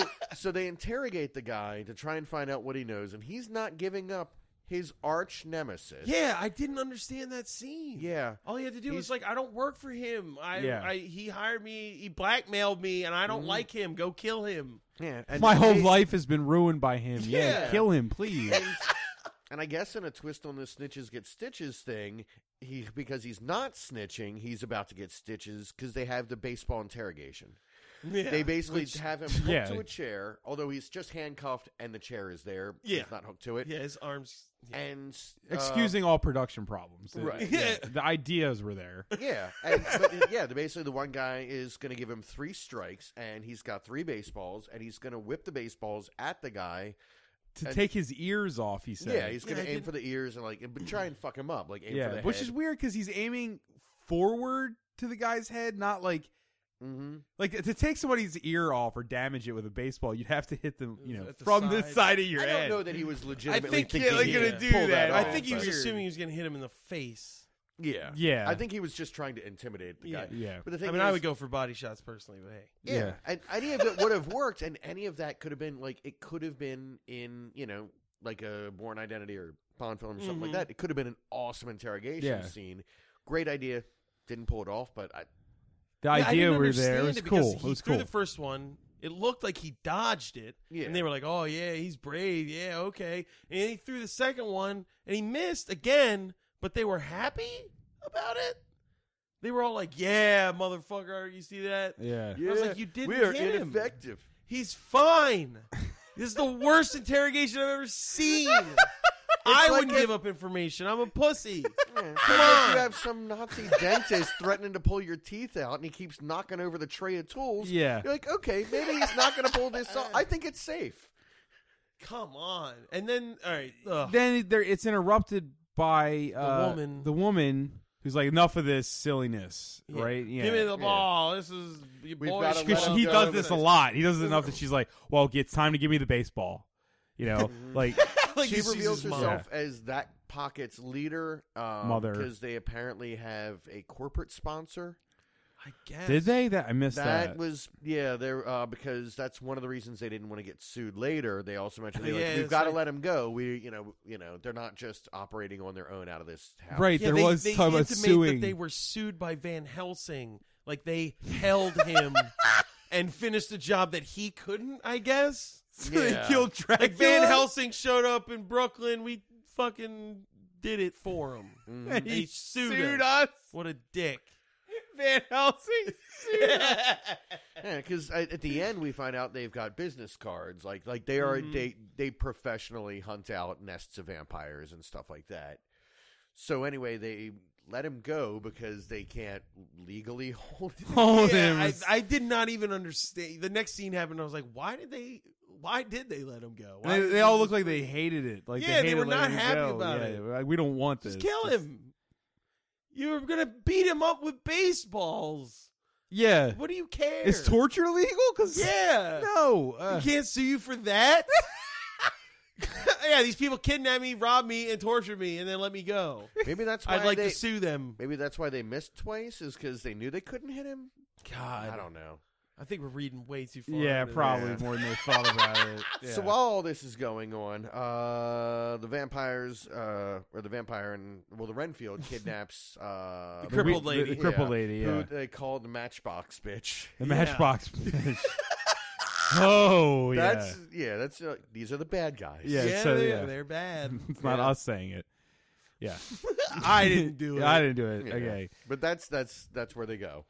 [SPEAKER 3] so so they interrogate the guy to try and find out what he knows, and he's not giving up his arch nemesis.
[SPEAKER 2] yeah, I didn't understand that scene.
[SPEAKER 3] Yeah.
[SPEAKER 2] All he had to do was
[SPEAKER 3] He's-
[SPEAKER 2] like, I don't work for him. I,
[SPEAKER 7] Yeah. Mm-hmm.
[SPEAKER 2] I he hired me. He blackmailed me, and I don't like him. Go kill him.
[SPEAKER 3] Yeah. And
[SPEAKER 7] My whole
[SPEAKER 3] they-
[SPEAKER 7] life has been ruined by him. Yeah,
[SPEAKER 3] Yeah.
[SPEAKER 7] kill him, please.
[SPEAKER 3] And, uh, and I guess in a twist on the snitches get stitches thing, he because he's not snitching, he's about to get stitches because they have the baseball interrogation.
[SPEAKER 2] Yeah.
[SPEAKER 3] they basically have him hooked
[SPEAKER 7] yeah.
[SPEAKER 3] to a chair, although he's just handcuffed and the chair is there.
[SPEAKER 2] Yeah.
[SPEAKER 3] He's not hooked to it.
[SPEAKER 2] yeah, his arms. Yeah.
[SPEAKER 3] And uh,
[SPEAKER 7] Excusing all production problems.
[SPEAKER 3] Right.
[SPEAKER 7] Yeah, the ideas were there.
[SPEAKER 3] Yeah, and, but, yeah. The, basically, the one guy is going to give him three strikes, and he's got three baseballs, and he's going to whip the baseballs at the guy.
[SPEAKER 7] To
[SPEAKER 3] And-
[SPEAKER 7] take his ears off, he said.
[SPEAKER 3] yeah, he's going
[SPEAKER 2] Yeah,
[SPEAKER 3] to
[SPEAKER 2] I
[SPEAKER 3] aim
[SPEAKER 2] did-
[SPEAKER 3] for the ears and like, and- but try and fuck him up, like aim for
[SPEAKER 7] yeah,
[SPEAKER 3] the
[SPEAKER 7] which is weird because he's aiming forward to the guy's head, not like
[SPEAKER 3] hmm
[SPEAKER 7] like to take somebody's ear off or damage it with a baseball. You'd have to hit them, you know,
[SPEAKER 2] At the
[SPEAKER 7] from the
[SPEAKER 2] side.
[SPEAKER 7] side of your
[SPEAKER 3] I
[SPEAKER 7] head.
[SPEAKER 3] don't know that he was
[SPEAKER 2] I
[SPEAKER 3] legitimately
[SPEAKER 2] think
[SPEAKER 3] thinking
[SPEAKER 2] yeah, like,
[SPEAKER 3] he
[SPEAKER 2] gonna
[SPEAKER 3] could
[SPEAKER 2] do
[SPEAKER 3] pull
[SPEAKER 2] that. I
[SPEAKER 3] off,
[SPEAKER 2] think he was
[SPEAKER 3] but-
[SPEAKER 2] assuming he was gonna hit him in the face.
[SPEAKER 3] Yeah,
[SPEAKER 7] Yeah.
[SPEAKER 3] I think he was just trying to intimidate the
[SPEAKER 2] Yeah.
[SPEAKER 3] guy.
[SPEAKER 7] Yeah.
[SPEAKER 3] but the
[SPEAKER 2] I
[SPEAKER 3] thing
[SPEAKER 2] mean,
[SPEAKER 3] is,
[SPEAKER 2] I would go for body shots personally, but hey.
[SPEAKER 3] Yeah.
[SPEAKER 7] Yeah.
[SPEAKER 3] And any of it would have worked, and any of that could have been like it could have been in you know like a Born Identity or Bond film or something like
[SPEAKER 2] Mhm.
[SPEAKER 3] that. It could have been an awesome interrogation
[SPEAKER 7] Yeah.
[SPEAKER 3] scene. Great idea. Didn't pull it off, but I,
[SPEAKER 7] the
[SPEAKER 2] Yeah, I
[SPEAKER 7] idea
[SPEAKER 2] didn't
[SPEAKER 7] were there. It
[SPEAKER 2] understand
[SPEAKER 7] was
[SPEAKER 2] because
[SPEAKER 7] cool. It
[SPEAKER 2] He
[SPEAKER 7] was
[SPEAKER 2] threw
[SPEAKER 7] cool.
[SPEAKER 2] the first one. It looked like he dodged it.
[SPEAKER 3] Yeah.
[SPEAKER 2] And they were like, oh, yeah, he's brave. Yeah, okay. And he threw the second one and he missed again, but they were happy about it. They were all like, yeah, motherfucker, you see that?
[SPEAKER 7] yeah.
[SPEAKER 2] I was like, you didn't
[SPEAKER 3] We are
[SPEAKER 2] hit him.
[SPEAKER 3] ineffective.
[SPEAKER 2] He's fine. this is the worst interrogation I've ever seen. I
[SPEAKER 3] like
[SPEAKER 2] wouldn't
[SPEAKER 3] if-
[SPEAKER 2] give up information. I'm a pussy.
[SPEAKER 3] Come on. You have some Nazi dentist threatening to pull your teeth out, and he keeps knocking over the tray of tools.
[SPEAKER 7] Yeah.
[SPEAKER 3] You're like, okay, maybe he's not going to pull this off. I think it's safe.
[SPEAKER 2] Come on. And then, all right. Ugh.
[SPEAKER 7] Then there, it's interrupted by uh,
[SPEAKER 2] woman.
[SPEAKER 7] The woman who's like, "Enough of this silliness,
[SPEAKER 2] Yeah.
[SPEAKER 7] right?" Yeah.
[SPEAKER 2] Give me the ball. This is your
[SPEAKER 3] We've
[SPEAKER 2] boy.
[SPEAKER 3] gotta let
[SPEAKER 7] because
[SPEAKER 3] him
[SPEAKER 7] he
[SPEAKER 3] go
[SPEAKER 7] does
[SPEAKER 3] over
[SPEAKER 7] this a
[SPEAKER 3] there.
[SPEAKER 7] lot. He does it enough that she's like, "Well, it's time to give me the baseball," you know, like
[SPEAKER 2] Like
[SPEAKER 3] she
[SPEAKER 2] he's- he's
[SPEAKER 3] reveals
[SPEAKER 2] his mom.
[SPEAKER 3] herself as that pocket's leader, um,
[SPEAKER 7] Mother.
[SPEAKER 3] because they apparently have a corporate sponsor.
[SPEAKER 2] I guess.
[SPEAKER 7] Did they? That I missed
[SPEAKER 3] That,
[SPEAKER 7] that.
[SPEAKER 3] was yeah, there uh, because that's one of the reasons they didn't want to get sued later. They also mentioned they
[SPEAKER 2] Yeah,
[SPEAKER 3] like, we've
[SPEAKER 2] it's
[SPEAKER 3] got to
[SPEAKER 2] like-
[SPEAKER 3] let him go. We you know you know they're not just operating on their own out of this house.
[SPEAKER 7] right.
[SPEAKER 2] Yeah,
[SPEAKER 7] there
[SPEAKER 2] they,
[SPEAKER 7] was
[SPEAKER 2] they
[SPEAKER 7] talking about
[SPEAKER 2] intimate
[SPEAKER 7] suing.
[SPEAKER 2] That they were sued by Van Helsing. Like they held him and finished a job that he couldn't. I guess.
[SPEAKER 7] So they
[SPEAKER 3] Yeah.
[SPEAKER 7] killed Dracula.
[SPEAKER 2] Like Van Helsing showed up in Brooklyn. We fucking did it for him.
[SPEAKER 7] And
[SPEAKER 2] They
[SPEAKER 7] he
[SPEAKER 2] Mm-hmm. sued
[SPEAKER 7] sued
[SPEAKER 2] him.
[SPEAKER 7] us.
[SPEAKER 2] What a dick.
[SPEAKER 7] Van Helsing sued us.
[SPEAKER 3] Yeah, because at the end we find out they've got business cards. Like like they
[SPEAKER 2] Mm-hmm.
[SPEAKER 3] are they they professionally hunt out nests of vampires and stuff like that. So anyway, they let him go because they can't legally hold him.
[SPEAKER 7] Hold
[SPEAKER 2] Yeah,
[SPEAKER 7] him.
[SPEAKER 2] I, I did not even understand. The next scene happened. I was like, why did they? Why did they let him go? Why
[SPEAKER 7] they,
[SPEAKER 2] did
[SPEAKER 7] they all look like they hated it. Like
[SPEAKER 2] Yeah, they
[SPEAKER 7] hated
[SPEAKER 2] were not
[SPEAKER 7] letting him
[SPEAKER 2] happy
[SPEAKER 7] go.
[SPEAKER 2] about
[SPEAKER 7] Yeah,
[SPEAKER 2] it.
[SPEAKER 7] Like we don't want this.
[SPEAKER 2] Just kill him. You were gonna beat him up with baseballs.
[SPEAKER 7] Yeah,
[SPEAKER 2] What do you care?
[SPEAKER 7] is torture legal? Because
[SPEAKER 2] Yeah.
[SPEAKER 7] no.
[SPEAKER 2] I
[SPEAKER 7] uh,
[SPEAKER 2] can't sue you for that. yeah, these people kidnap me, rob me, and torture me, and then let me go.
[SPEAKER 3] Maybe that's why
[SPEAKER 2] I'd like
[SPEAKER 3] they,
[SPEAKER 2] to sue them.
[SPEAKER 3] Maybe that's why they missed twice is because they knew they couldn't hit him.
[SPEAKER 2] God,
[SPEAKER 3] I don't know.
[SPEAKER 2] I think we're reading way too far.
[SPEAKER 7] yeah,
[SPEAKER 2] into this.
[SPEAKER 7] probably
[SPEAKER 3] Yeah.
[SPEAKER 7] more than they thought about it.
[SPEAKER 3] So
[SPEAKER 7] Yeah.
[SPEAKER 3] while all this is going on, uh, the vampires, uh, or the vampire and well, the Renfield kidnaps uh,
[SPEAKER 2] The crippled
[SPEAKER 7] we-
[SPEAKER 2] lady.
[SPEAKER 7] the crippled lady,
[SPEAKER 3] who
[SPEAKER 7] yeah.
[SPEAKER 3] they called the Matchbox bitch.
[SPEAKER 7] The Matchbox. oh yeah,
[SPEAKER 3] That's yeah. That's uh, these are the bad guys.
[SPEAKER 7] Yeah,
[SPEAKER 2] Yeah,
[SPEAKER 7] so,
[SPEAKER 2] they,
[SPEAKER 7] yeah.
[SPEAKER 2] they're bad.
[SPEAKER 7] it's not
[SPEAKER 3] yeah.
[SPEAKER 7] us saying it. Yeah,
[SPEAKER 2] I didn't do it.
[SPEAKER 7] I didn't do it.
[SPEAKER 3] Yeah.
[SPEAKER 7] Okay,
[SPEAKER 3] but that's that's that's where they go.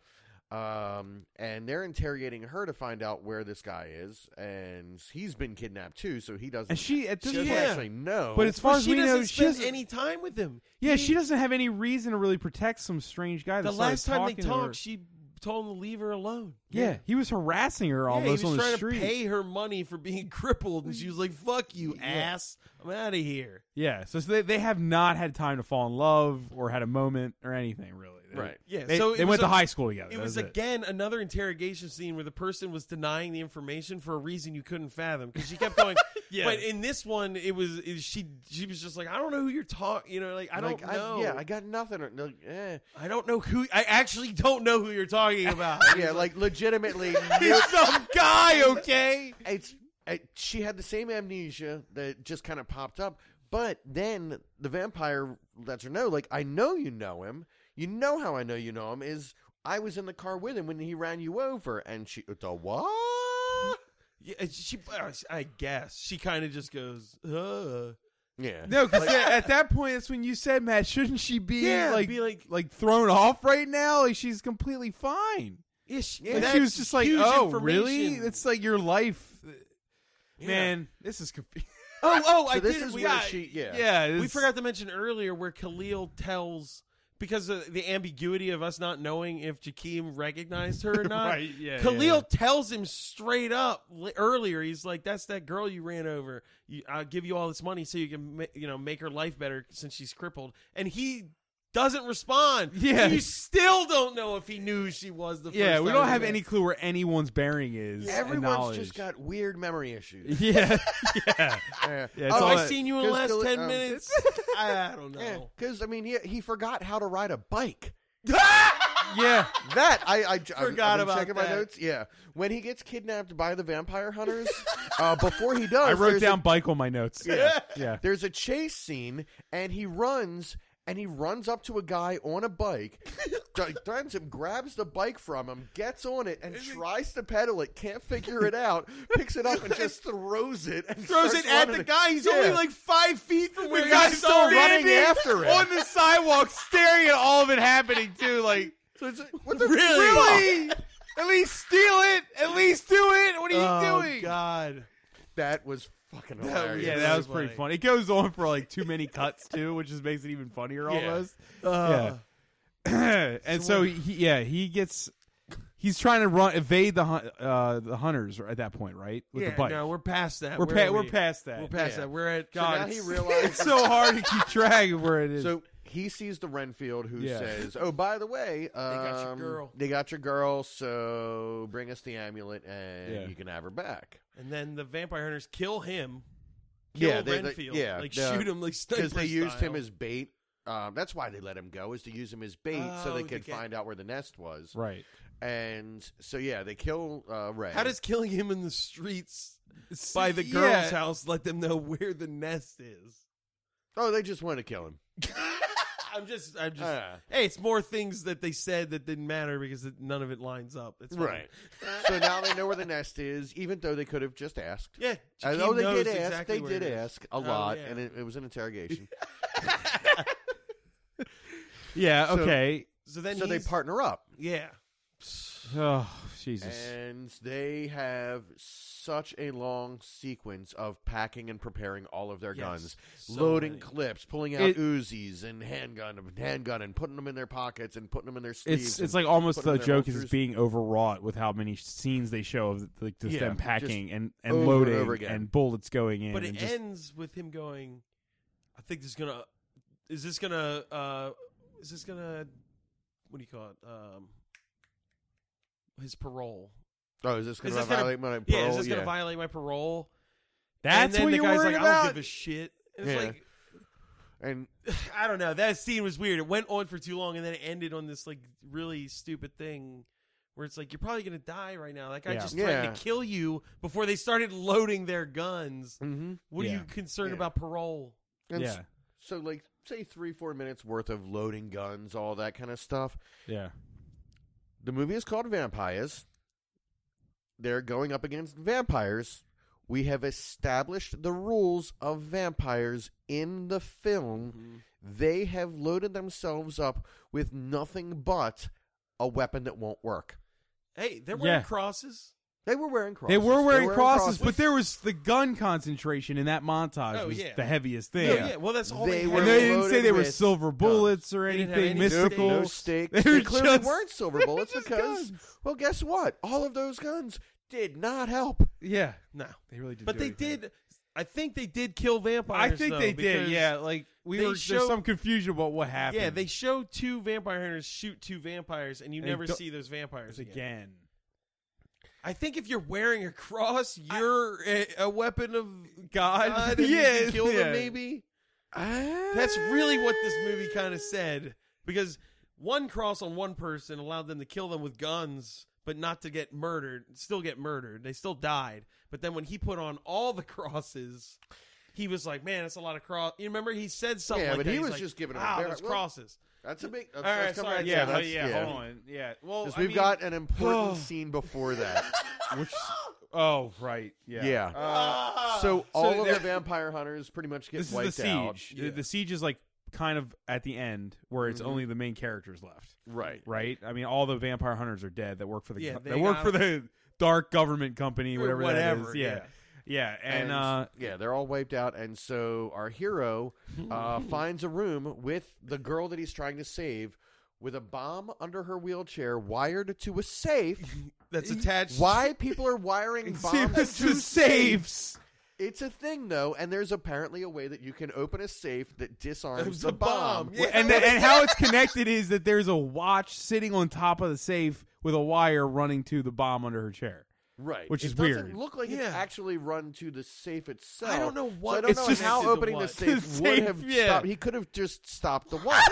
[SPEAKER 3] Um, and they're interrogating her to find out where this guy is, and he's been kidnapped too, so he doesn't.
[SPEAKER 7] And she at this
[SPEAKER 3] doesn't
[SPEAKER 7] point,
[SPEAKER 2] Yeah.
[SPEAKER 3] actually know.
[SPEAKER 7] but as far
[SPEAKER 2] Well,
[SPEAKER 7] as
[SPEAKER 2] she
[SPEAKER 7] we
[SPEAKER 2] doesn't
[SPEAKER 7] know, she
[SPEAKER 2] spend
[SPEAKER 7] doesn't,
[SPEAKER 2] any time with him.
[SPEAKER 7] yeah,
[SPEAKER 2] He-
[SPEAKER 7] she doesn't have any reason to really protect some strange guy.
[SPEAKER 2] The
[SPEAKER 7] That
[SPEAKER 2] last
[SPEAKER 7] started
[SPEAKER 2] time they
[SPEAKER 7] talking to her.
[SPEAKER 2] talked, she told him to leave her alone.
[SPEAKER 7] yeah, he was harassing her
[SPEAKER 2] Yeah,
[SPEAKER 7] almost
[SPEAKER 2] he was
[SPEAKER 7] on
[SPEAKER 2] trying
[SPEAKER 7] the street.
[SPEAKER 2] to pay her money for being crippled, and she was like, "Fuck you, ass! I'm out of here."
[SPEAKER 7] Yeah, so, so they they have not had time to fall in love or had a moment or anything really. They-
[SPEAKER 3] Right.
[SPEAKER 2] Yeah,
[SPEAKER 7] They,
[SPEAKER 2] so it
[SPEAKER 7] they went
[SPEAKER 2] was
[SPEAKER 7] to
[SPEAKER 2] a-
[SPEAKER 7] high school together.
[SPEAKER 2] It was
[SPEAKER 7] That
[SPEAKER 2] again another interrogation scene where the person was denying the information for a reason you couldn't fathom because she kept going.
[SPEAKER 7] Yeah.
[SPEAKER 2] But in this one, it was it, she she was just like, "I don't know who you're talking. You know, like I
[SPEAKER 3] like,
[SPEAKER 2] don't know.
[SPEAKER 3] yeah, I got nothing. Or, like, eh.
[SPEAKER 2] I don't know who. I actually don't know who you're talking about.
[SPEAKER 3] Yeah, like legitimately,
[SPEAKER 2] He's some guy, okay?
[SPEAKER 3] it's it, she had the same amnesia that just kind of popped up. But then the vampire lets her know, like, I know you know him. You know how I know you know him is I was in the car with him when he ran you over, and she the what?
[SPEAKER 2] Yeah, she. uh, I guess she kind of just goes, "Uh."
[SPEAKER 3] Yeah,
[SPEAKER 7] No, because at that point, that's when you said, Matt, shouldn't she be
[SPEAKER 2] Yeah,
[SPEAKER 7] like,
[SPEAKER 2] be like-
[SPEAKER 7] thrown off right now? Like she's completely fine.
[SPEAKER 2] Yeah, she,
[SPEAKER 7] And she was just like, oh, really? It's like your life, man. This is confusing.
[SPEAKER 2] oh, oh,
[SPEAKER 3] So
[SPEAKER 2] I
[SPEAKER 3] this
[SPEAKER 2] did.
[SPEAKER 3] is
[SPEAKER 2] we,
[SPEAKER 3] where
[SPEAKER 2] I-
[SPEAKER 3] she, yeah,
[SPEAKER 7] yeah,
[SPEAKER 2] we
[SPEAKER 7] it's-
[SPEAKER 2] forgot to mention earlier where Khalil tells because of the ambiguity of us not knowing if Jakeem recognized her or not.
[SPEAKER 7] Right, yeah,
[SPEAKER 2] Khalil
[SPEAKER 7] yeah.
[SPEAKER 2] tells him straight up li- earlier. He's like, "That's that girl you ran over. You, I'll give you all this money so you can ma- you know make her life better since she's crippled." And he. Doesn't respond.
[SPEAKER 7] Yeah.
[SPEAKER 2] you still don't know if he knew she was the.
[SPEAKER 7] Yeah,
[SPEAKER 2] first
[SPEAKER 7] we
[SPEAKER 2] time
[SPEAKER 7] don't
[SPEAKER 2] he
[SPEAKER 7] have
[SPEAKER 2] met.
[SPEAKER 7] any clue where anyone's bearing is. and
[SPEAKER 3] Everyone's just
[SPEAKER 7] knowledge.
[SPEAKER 3] got weird memory issues.
[SPEAKER 7] Yeah, yeah.
[SPEAKER 3] yeah,
[SPEAKER 7] Yeah, it's
[SPEAKER 2] Oh,
[SPEAKER 7] all
[SPEAKER 2] I
[SPEAKER 7] that-
[SPEAKER 2] seen you in the last
[SPEAKER 3] Just-
[SPEAKER 2] ten
[SPEAKER 3] um,
[SPEAKER 2] minutes. I don't know.
[SPEAKER 3] because I mean, he he forgot how to ride a bike.
[SPEAKER 7] yeah.
[SPEAKER 3] That I, I forgot
[SPEAKER 2] Forgot about
[SPEAKER 3] checking my
[SPEAKER 2] that.
[SPEAKER 3] notes. Yeah, when he gets kidnapped by the vampire hunters, uh, before he does,
[SPEAKER 7] I wrote
[SPEAKER 3] there's a-
[SPEAKER 7] down bike on my notes.
[SPEAKER 3] Yeah.
[SPEAKER 7] yeah.
[SPEAKER 3] there's a chase scene, and he runs, and he runs up to a guy on a bike, th- threatens him, grabs the bike from him, gets on it, and tries to pedal it. Can't figure it out. Picks it up and just throws it. And
[SPEAKER 2] Throws it
[SPEAKER 3] starts
[SPEAKER 2] at
[SPEAKER 3] running.
[SPEAKER 2] the guy. He's
[SPEAKER 3] Yeah.
[SPEAKER 2] only like five feet from where
[SPEAKER 7] The
[SPEAKER 2] he
[SPEAKER 7] guy's
[SPEAKER 2] was
[SPEAKER 7] still
[SPEAKER 2] already-
[SPEAKER 3] running
[SPEAKER 7] standing
[SPEAKER 3] after it.
[SPEAKER 7] on the sidewalk, staring at all of it happening too. Like,
[SPEAKER 3] So it's like, what the
[SPEAKER 7] really? at least steal it. At least do it. What are you
[SPEAKER 2] Oh,
[SPEAKER 7] doing?
[SPEAKER 2] God.
[SPEAKER 3] That was fucking
[SPEAKER 2] was-
[SPEAKER 3] hilarious.
[SPEAKER 7] Yeah,
[SPEAKER 2] It's
[SPEAKER 7] that
[SPEAKER 2] so
[SPEAKER 7] was pretty
[SPEAKER 2] funny.
[SPEAKER 7] funny. It goes on for like too many cuts too, which just makes it even funnier
[SPEAKER 2] Yeah.
[SPEAKER 7] almost.
[SPEAKER 2] Uh,
[SPEAKER 7] yeah. and so he, yeah, he gets. He's trying to run evade the hun- uh, the hunters at that point, right? With the bike,
[SPEAKER 2] no, we're past that.
[SPEAKER 7] we're
[SPEAKER 2] Where
[SPEAKER 7] pa-
[SPEAKER 2] are
[SPEAKER 7] we're
[SPEAKER 2] we?
[SPEAKER 7] past that.
[SPEAKER 2] We're past
[SPEAKER 3] Yeah.
[SPEAKER 2] that. We're at
[SPEAKER 3] So
[SPEAKER 2] God.
[SPEAKER 3] now he
[SPEAKER 2] it's-
[SPEAKER 3] realizes.
[SPEAKER 7] it's so hard to keep track of where it is.
[SPEAKER 3] So he sees the Renfield who
[SPEAKER 7] Yeah.
[SPEAKER 3] says, "Oh, by the way, um,
[SPEAKER 2] got your girl.
[SPEAKER 3] They got your girl. So bring us the amulet, and
[SPEAKER 7] Yeah.
[SPEAKER 3] you can have her back."
[SPEAKER 2] and then the vampire hunters kill him. Kill
[SPEAKER 3] Yeah, they- they-
[SPEAKER 2] Renfield.
[SPEAKER 3] yeah,
[SPEAKER 2] like
[SPEAKER 3] the-
[SPEAKER 2] shoot him like sniper
[SPEAKER 3] Because they used him
[SPEAKER 2] style.
[SPEAKER 3] as bait. Um, that's why they let him go is to use him as bait so
[SPEAKER 2] Oh,
[SPEAKER 3] they
[SPEAKER 2] to
[SPEAKER 3] could
[SPEAKER 2] get-
[SPEAKER 3] find out where the nest was.
[SPEAKER 7] right,
[SPEAKER 3] And so yeah, they kill uh, Ray.
[SPEAKER 2] How does killing him in the streets by the girl's
[SPEAKER 7] yeah.
[SPEAKER 2] house let them know where the nest is?
[SPEAKER 3] oh they just want to kill him?
[SPEAKER 2] I'm just, I'm just.
[SPEAKER 3] Ah.
[SPEAKER 2] hey, it's more things that they said that didn't matter because it, none of it lines up. It's fine.
[SPEAKER 3] so now they know where the nest is, even though they could have just asked.
[SPEAKER 2] Yeah.
[SPEAKER 3] I
[SPEAKER 2] Jakeem
[SPEAKER 3] know Uh, oh, they
[SPEAKER 2] knows
[SPEAKER 3] did ask.
[SPEAKER 2] exactly
[SPEAKER 3] they
[SPEAKER 2] where it
[SPEAKER 3] did
[SPEAKER 2] is.
[SPEAKER 3] ask a
[SPEAKER 2] Oh,
[SPEAKER 3] lot,
[SPEAKER 2] yeah.
[SPEAKER 3] and it, it was an interrogation.
[SPEAKER 7] yeah,
[SPEAKER 3] So-
[SPEAKER 7] okay.
[SPEAKER 2] So then,
[SPEAKER 3] so they
[SPEAKER 2] he's-
[SPEAKER 3] partner up.
[SPEAKER 2] Yeah.
[SPEAKER 7] Oh Jesus!
[SPEAKER 3] And they have such a long sequence of packing and preparing all of their
[SPEAKER 2] Yes,
[SPEAKER 3] guns,
[SPEAKER 2] so
[SPEAKER 3] loading
[SPEAKER 2] many.
[SPEAKER 3] clips, pulling out
[SPEAKER 7] It-
[SPEAKER 3] Uzis and handgun and handgun and putting them in their pockets and putting them in their sleeves.
[SPEAKER 7] It's
[SPEAKER 3] and
[SPEAKER 7] it's like almost
[SPEAKER 3] putting
[SPEAKER 7] the
[SPEAKER 3] them in their
[SPEAKER 7] joke is it's
[SPEAKER 3] holsters.
[SPEAKER 7] being overwrought with how many scenes they show of like just
[SPEAKER 3] Yeah,
[SPEAKER 7] them
[SPEAKER 3] just
[SPEAKER 7] packing and
[SPEAKER 3] over
[SPEAKER 7] and
[SPEAKER 3] and
[SPEAKER 7] loading
[SPEAKER 3] over again.
[SPEAKER 7] and bullets going in.
[SPEAKER 2] But
[SPEAKER 7] and
[SPEAKER 2] it
[SPEAKER 7] just,
[SPEAKER 2] ends with him going, I think this is going to, is this going to, uh, is this going to, what do you call it? Um, his parole.
[SPEAKER 3] Oh, is this going to
[SPEAKER 2] this gonna-
[SPEAKER 3] violate my parole?
[SPEAKER 2] yeah, is this going to violate my parole? and
[SPEAKER 7] that's
[SPEAKER 2] then
[SPEAKER 7] what
[SPEAKER 2] the
[SPEAKER 7] you're
[SPEAKER 2] guy's
[SPEAKER 7] worried
[SPEAKER 2] like, I
[SPEAKER 7] about.
[SPEAKER 2] don't give a shit. And it's
[SPEAKER 3] Yeah.
[SPEAKER 2] like,
[SPEAKER 3] and
[SPEAKER 2] I don't know. That scene was weird. It went on for too long, and then it ended on this like really stupid thing where it's like you're probably gonna die right now. That guy
[SPEAKER 7] Yeah.
[SPEAKER 2] just threatened
[SPEAKER 3] Yeah.
[SPEAKER 2] to kill you before they started loading their guns.
[SPEAKER 3] mhm.
[SPEAKER 2] What are
[SPEAKER 7] Mm-hmm. Yeah.
[SPEAKER 2] you concerned
[SPEAKER 3] Yeah.
[SPEAKER 2] about parole?
[SPEAKER 3] And
[SPEAKER 7] yeah,
[SPEAKER 3] s- So, like, say three, four minutes worth of loading guns, all that kind of stuff.
[SPEAKER 7] yeah,
[SPEAKER 3] The movie is called Vampires. They're going up against vampires. We have established the rules of vampires in the
[SPEAKER 7] Mm-hmm.
[SPEAKER 3] film. They have loaded themselves up with nothing but a weapon that won't work.
[SPEAKER 2] Hey, they're wearing
[SPEAKER 7] Yeah.
[SPEAKER 2] crosses.
[SPEAKER 3] They were wearing crosses.
[SPEAKER 7] They were wearing crosses, but there was the gun concentration in that montage
[SPEAKER 2] Oh,
[SPEAKER 7] was
[SPEAKER 2] yeah.
[SPEAKER 7] the heaviest
[SPEAKER 2] No,
[SPEAKER 7] thing.
[SPEAKER 2] yeah. Well, that's all they,
[SPEAKER 3] They
[SPEAKER 2] had.
[SPEAKER 3] were
[SPEAKER 7] And they didn't say
[SPEAKER 3] loaded
[SPEAKER 7] they were
[SPEAKER 3] with
[SPEAKER 7] silver bullets or
[SPEAKER 2] They didn't have
[SPEAKER 7] anything
[SPEAKER 2] any stakes.
[SPEAKER 7] mystical.
[SPEAKER 3] no stakes.
[SPEAKER 7] They
[SPEAKER 3] They,
[SPEAKER 7] were
[SPEAKER 3] clearly
[SPEAKER 7] just-
[SPEAKER 3] weren't silver
[SPEAKER 7] they were
[SPEAKER 3] bullets
[SPEAKER 7] just
[SPEAKER 3] because,
[SPEAKER 7] guns.
[SPEAKER 3] well, guess what? All of those guns did not help.
[SPEAKER 7] Yeah,
[SPEAKER 2] no,
[SPEAKER 7] they really did.
[SPEAKER 2] but they did. I think they did kill vampires.
[SPEAKER 7] I think
[SPEAKER 2] though,
[SPEAKER 7] they did.
[SPEAKER 2] because-
[SPEAKER 7] Yeah, like we
[SPEAKER 2] they
[SPEAKER 7] were.
[SPEAKER 2] showed-
[SPEAKER 7] there's some confusion about what happened.
[SPEAKER 2] Yeah, they show two vampire hunters shoot two vampires, and you
[SPEAKER 7] And
[SPEAKER 2] never
[SPEAKER 7] don't-
[SPEAKER 2] see those vampires again.
[SPEAKER 7] again.
[SPEAKER 2] I think if you're wearing a cross, you're a a weapon of
[SPEAKER 7] God,
[SPEAKER 2] God. and Uh, you
[SPEAKER 7] yeah,
[SPEAKER 2] can kill
[SPEAKER 7] yeah. Ah.
[SPEAKER 2] them maybe. That's really what this movie kind of said because one cross on one person allowed them to kill them with guns, but not to get murdered. Still get murdered. They still died. But then when he put on all the crosses, he was like, "Man, that's a lot of cross." You remember he said something
[SPEAKER 3] Yeah,
[SPEAKER 2] like
[SPEAKER 3] but
[SPEAKER 2] that.
[SPEAKER 3] he
[SPEAKER 2] He's
[SPEAKER 3] was
[SPEAKER 2] like,
[SPEAKER 3] just giving him a
[SPEAKER 2] "Wow,
[SPEAKER 3] bare-
[SPEAKER 2] those
[SPEAKER 3] well,
[SPEAKER 2] crosses."
[SPEAKER 3] That's a big. That's,
[SPEAKER 2] All right,
[SPEAKER 3] that's come
[SPEAKER 2] sorry,
[SPEAKER 3] back to
[SPEAKER 7] Yeah,
[SPEAKER 3] that.
[SPEAKER 7] but
[SPEAKER 3] That's-
[SPEAKER 7] yeah, Hold on. Yeah. Well,
[SPEAKER 3] 'Cause
[SPEAKER 7] I
[SPEAKER 3] we've
[SPEAKER 7] mean,
[SPEAKER 3] got an important scene before that.
[SPEAKER 7] Which, oh, right. Yeah.
[SPEAKER 3] Yeah.
[SPEAKER 7] Uh,
[SPEAKER 3] so all of
[SPEAKER 7] they're-
[SPEAKER 3] the vampire hunters pretty much get
[SPEAKER 7] this
[SPEAKER 3] wiped
[SPEAKER 7] is the
[SPEAKER 3] out.
[SPEAKER 7] siege. The, the siege is like kind of at the end where it's only the main characters left.
[SPEAKER 3] Right.
[SPEAKER 7] Right. I mean, all the vampire hunters are dead that work for the
[SPEAKER 2] Yeah,
[SPEAKER 7] they
[SPEAKER 2] they
[SPEAKER 7] work
[SPEAKER 2] got-
[SPEAKER 7] for the dark government company,
[SPEAKER 2] Or
[SPEAKER 7] whatever. that
[SPEAKER 2] whatever,
[SPEAKER 7] is. Yeah. Yeah. And, uh,
[SPEAKER 3] yeah, they're all wiped out, and so our hero uh, finds a room with the girl that he's trying to save, with a bomb under her wheelchair, wired to a safe.
[SPEAKER 2] That's attached.
[SPEAKER 3] Why people are wiring bombs
[SPEAKER 7] Seems
[SPEAKER 3] to
[SPEAKER 7] to saves.
[SPEAKER 3] It's a thing though, and there's apparently a way that you can open a safe that disarms
[SPEAKER 2] It's
[SPEAKER 3] the
[SPEAKER 2] a bomb.
[SPEAKER 3] bomb.
[SPEAKER 2] Yeah.
[SPEAKER 7] and the, and how it's connected is that there's a watch sitting on top of the safe with a wire running to the bomb under her chair.
[SPEAKER 3] Right,
[SPEAKER 7] Which
[SPEAKER 3] it
[SPEAKER 7] is
[SPEAKER 3] doesn't
[SPEAKER 7] weird.
[SPEAKER 3] Look like
[SPEAKER 2] Yeah.
[SPEAKER 3] it's actually run to the safe itself.
[SPEAKER 2] I don't know
[SPEAKER 3] so
[SPEAKER 2] what
[SPEAKER 3] I don't
[SPEAKER 7] it's
[SPEAKER 3] know
[SPEAKER 7] just-
[SPEAKER 3] how
[SPEAKER 2] connected to
[SPEAKER 3] opening the
[SPEAKER 2] what.
[SPEAKER 3] safe
[SPEAKER 7] The
[SPEAKER 3] would
[SPEAKER 7] safe,
[SPEAKER 3] have
[SPEAKER 7] yeah.
[SPEAKER 3] stopped. He could have just stopped the watch.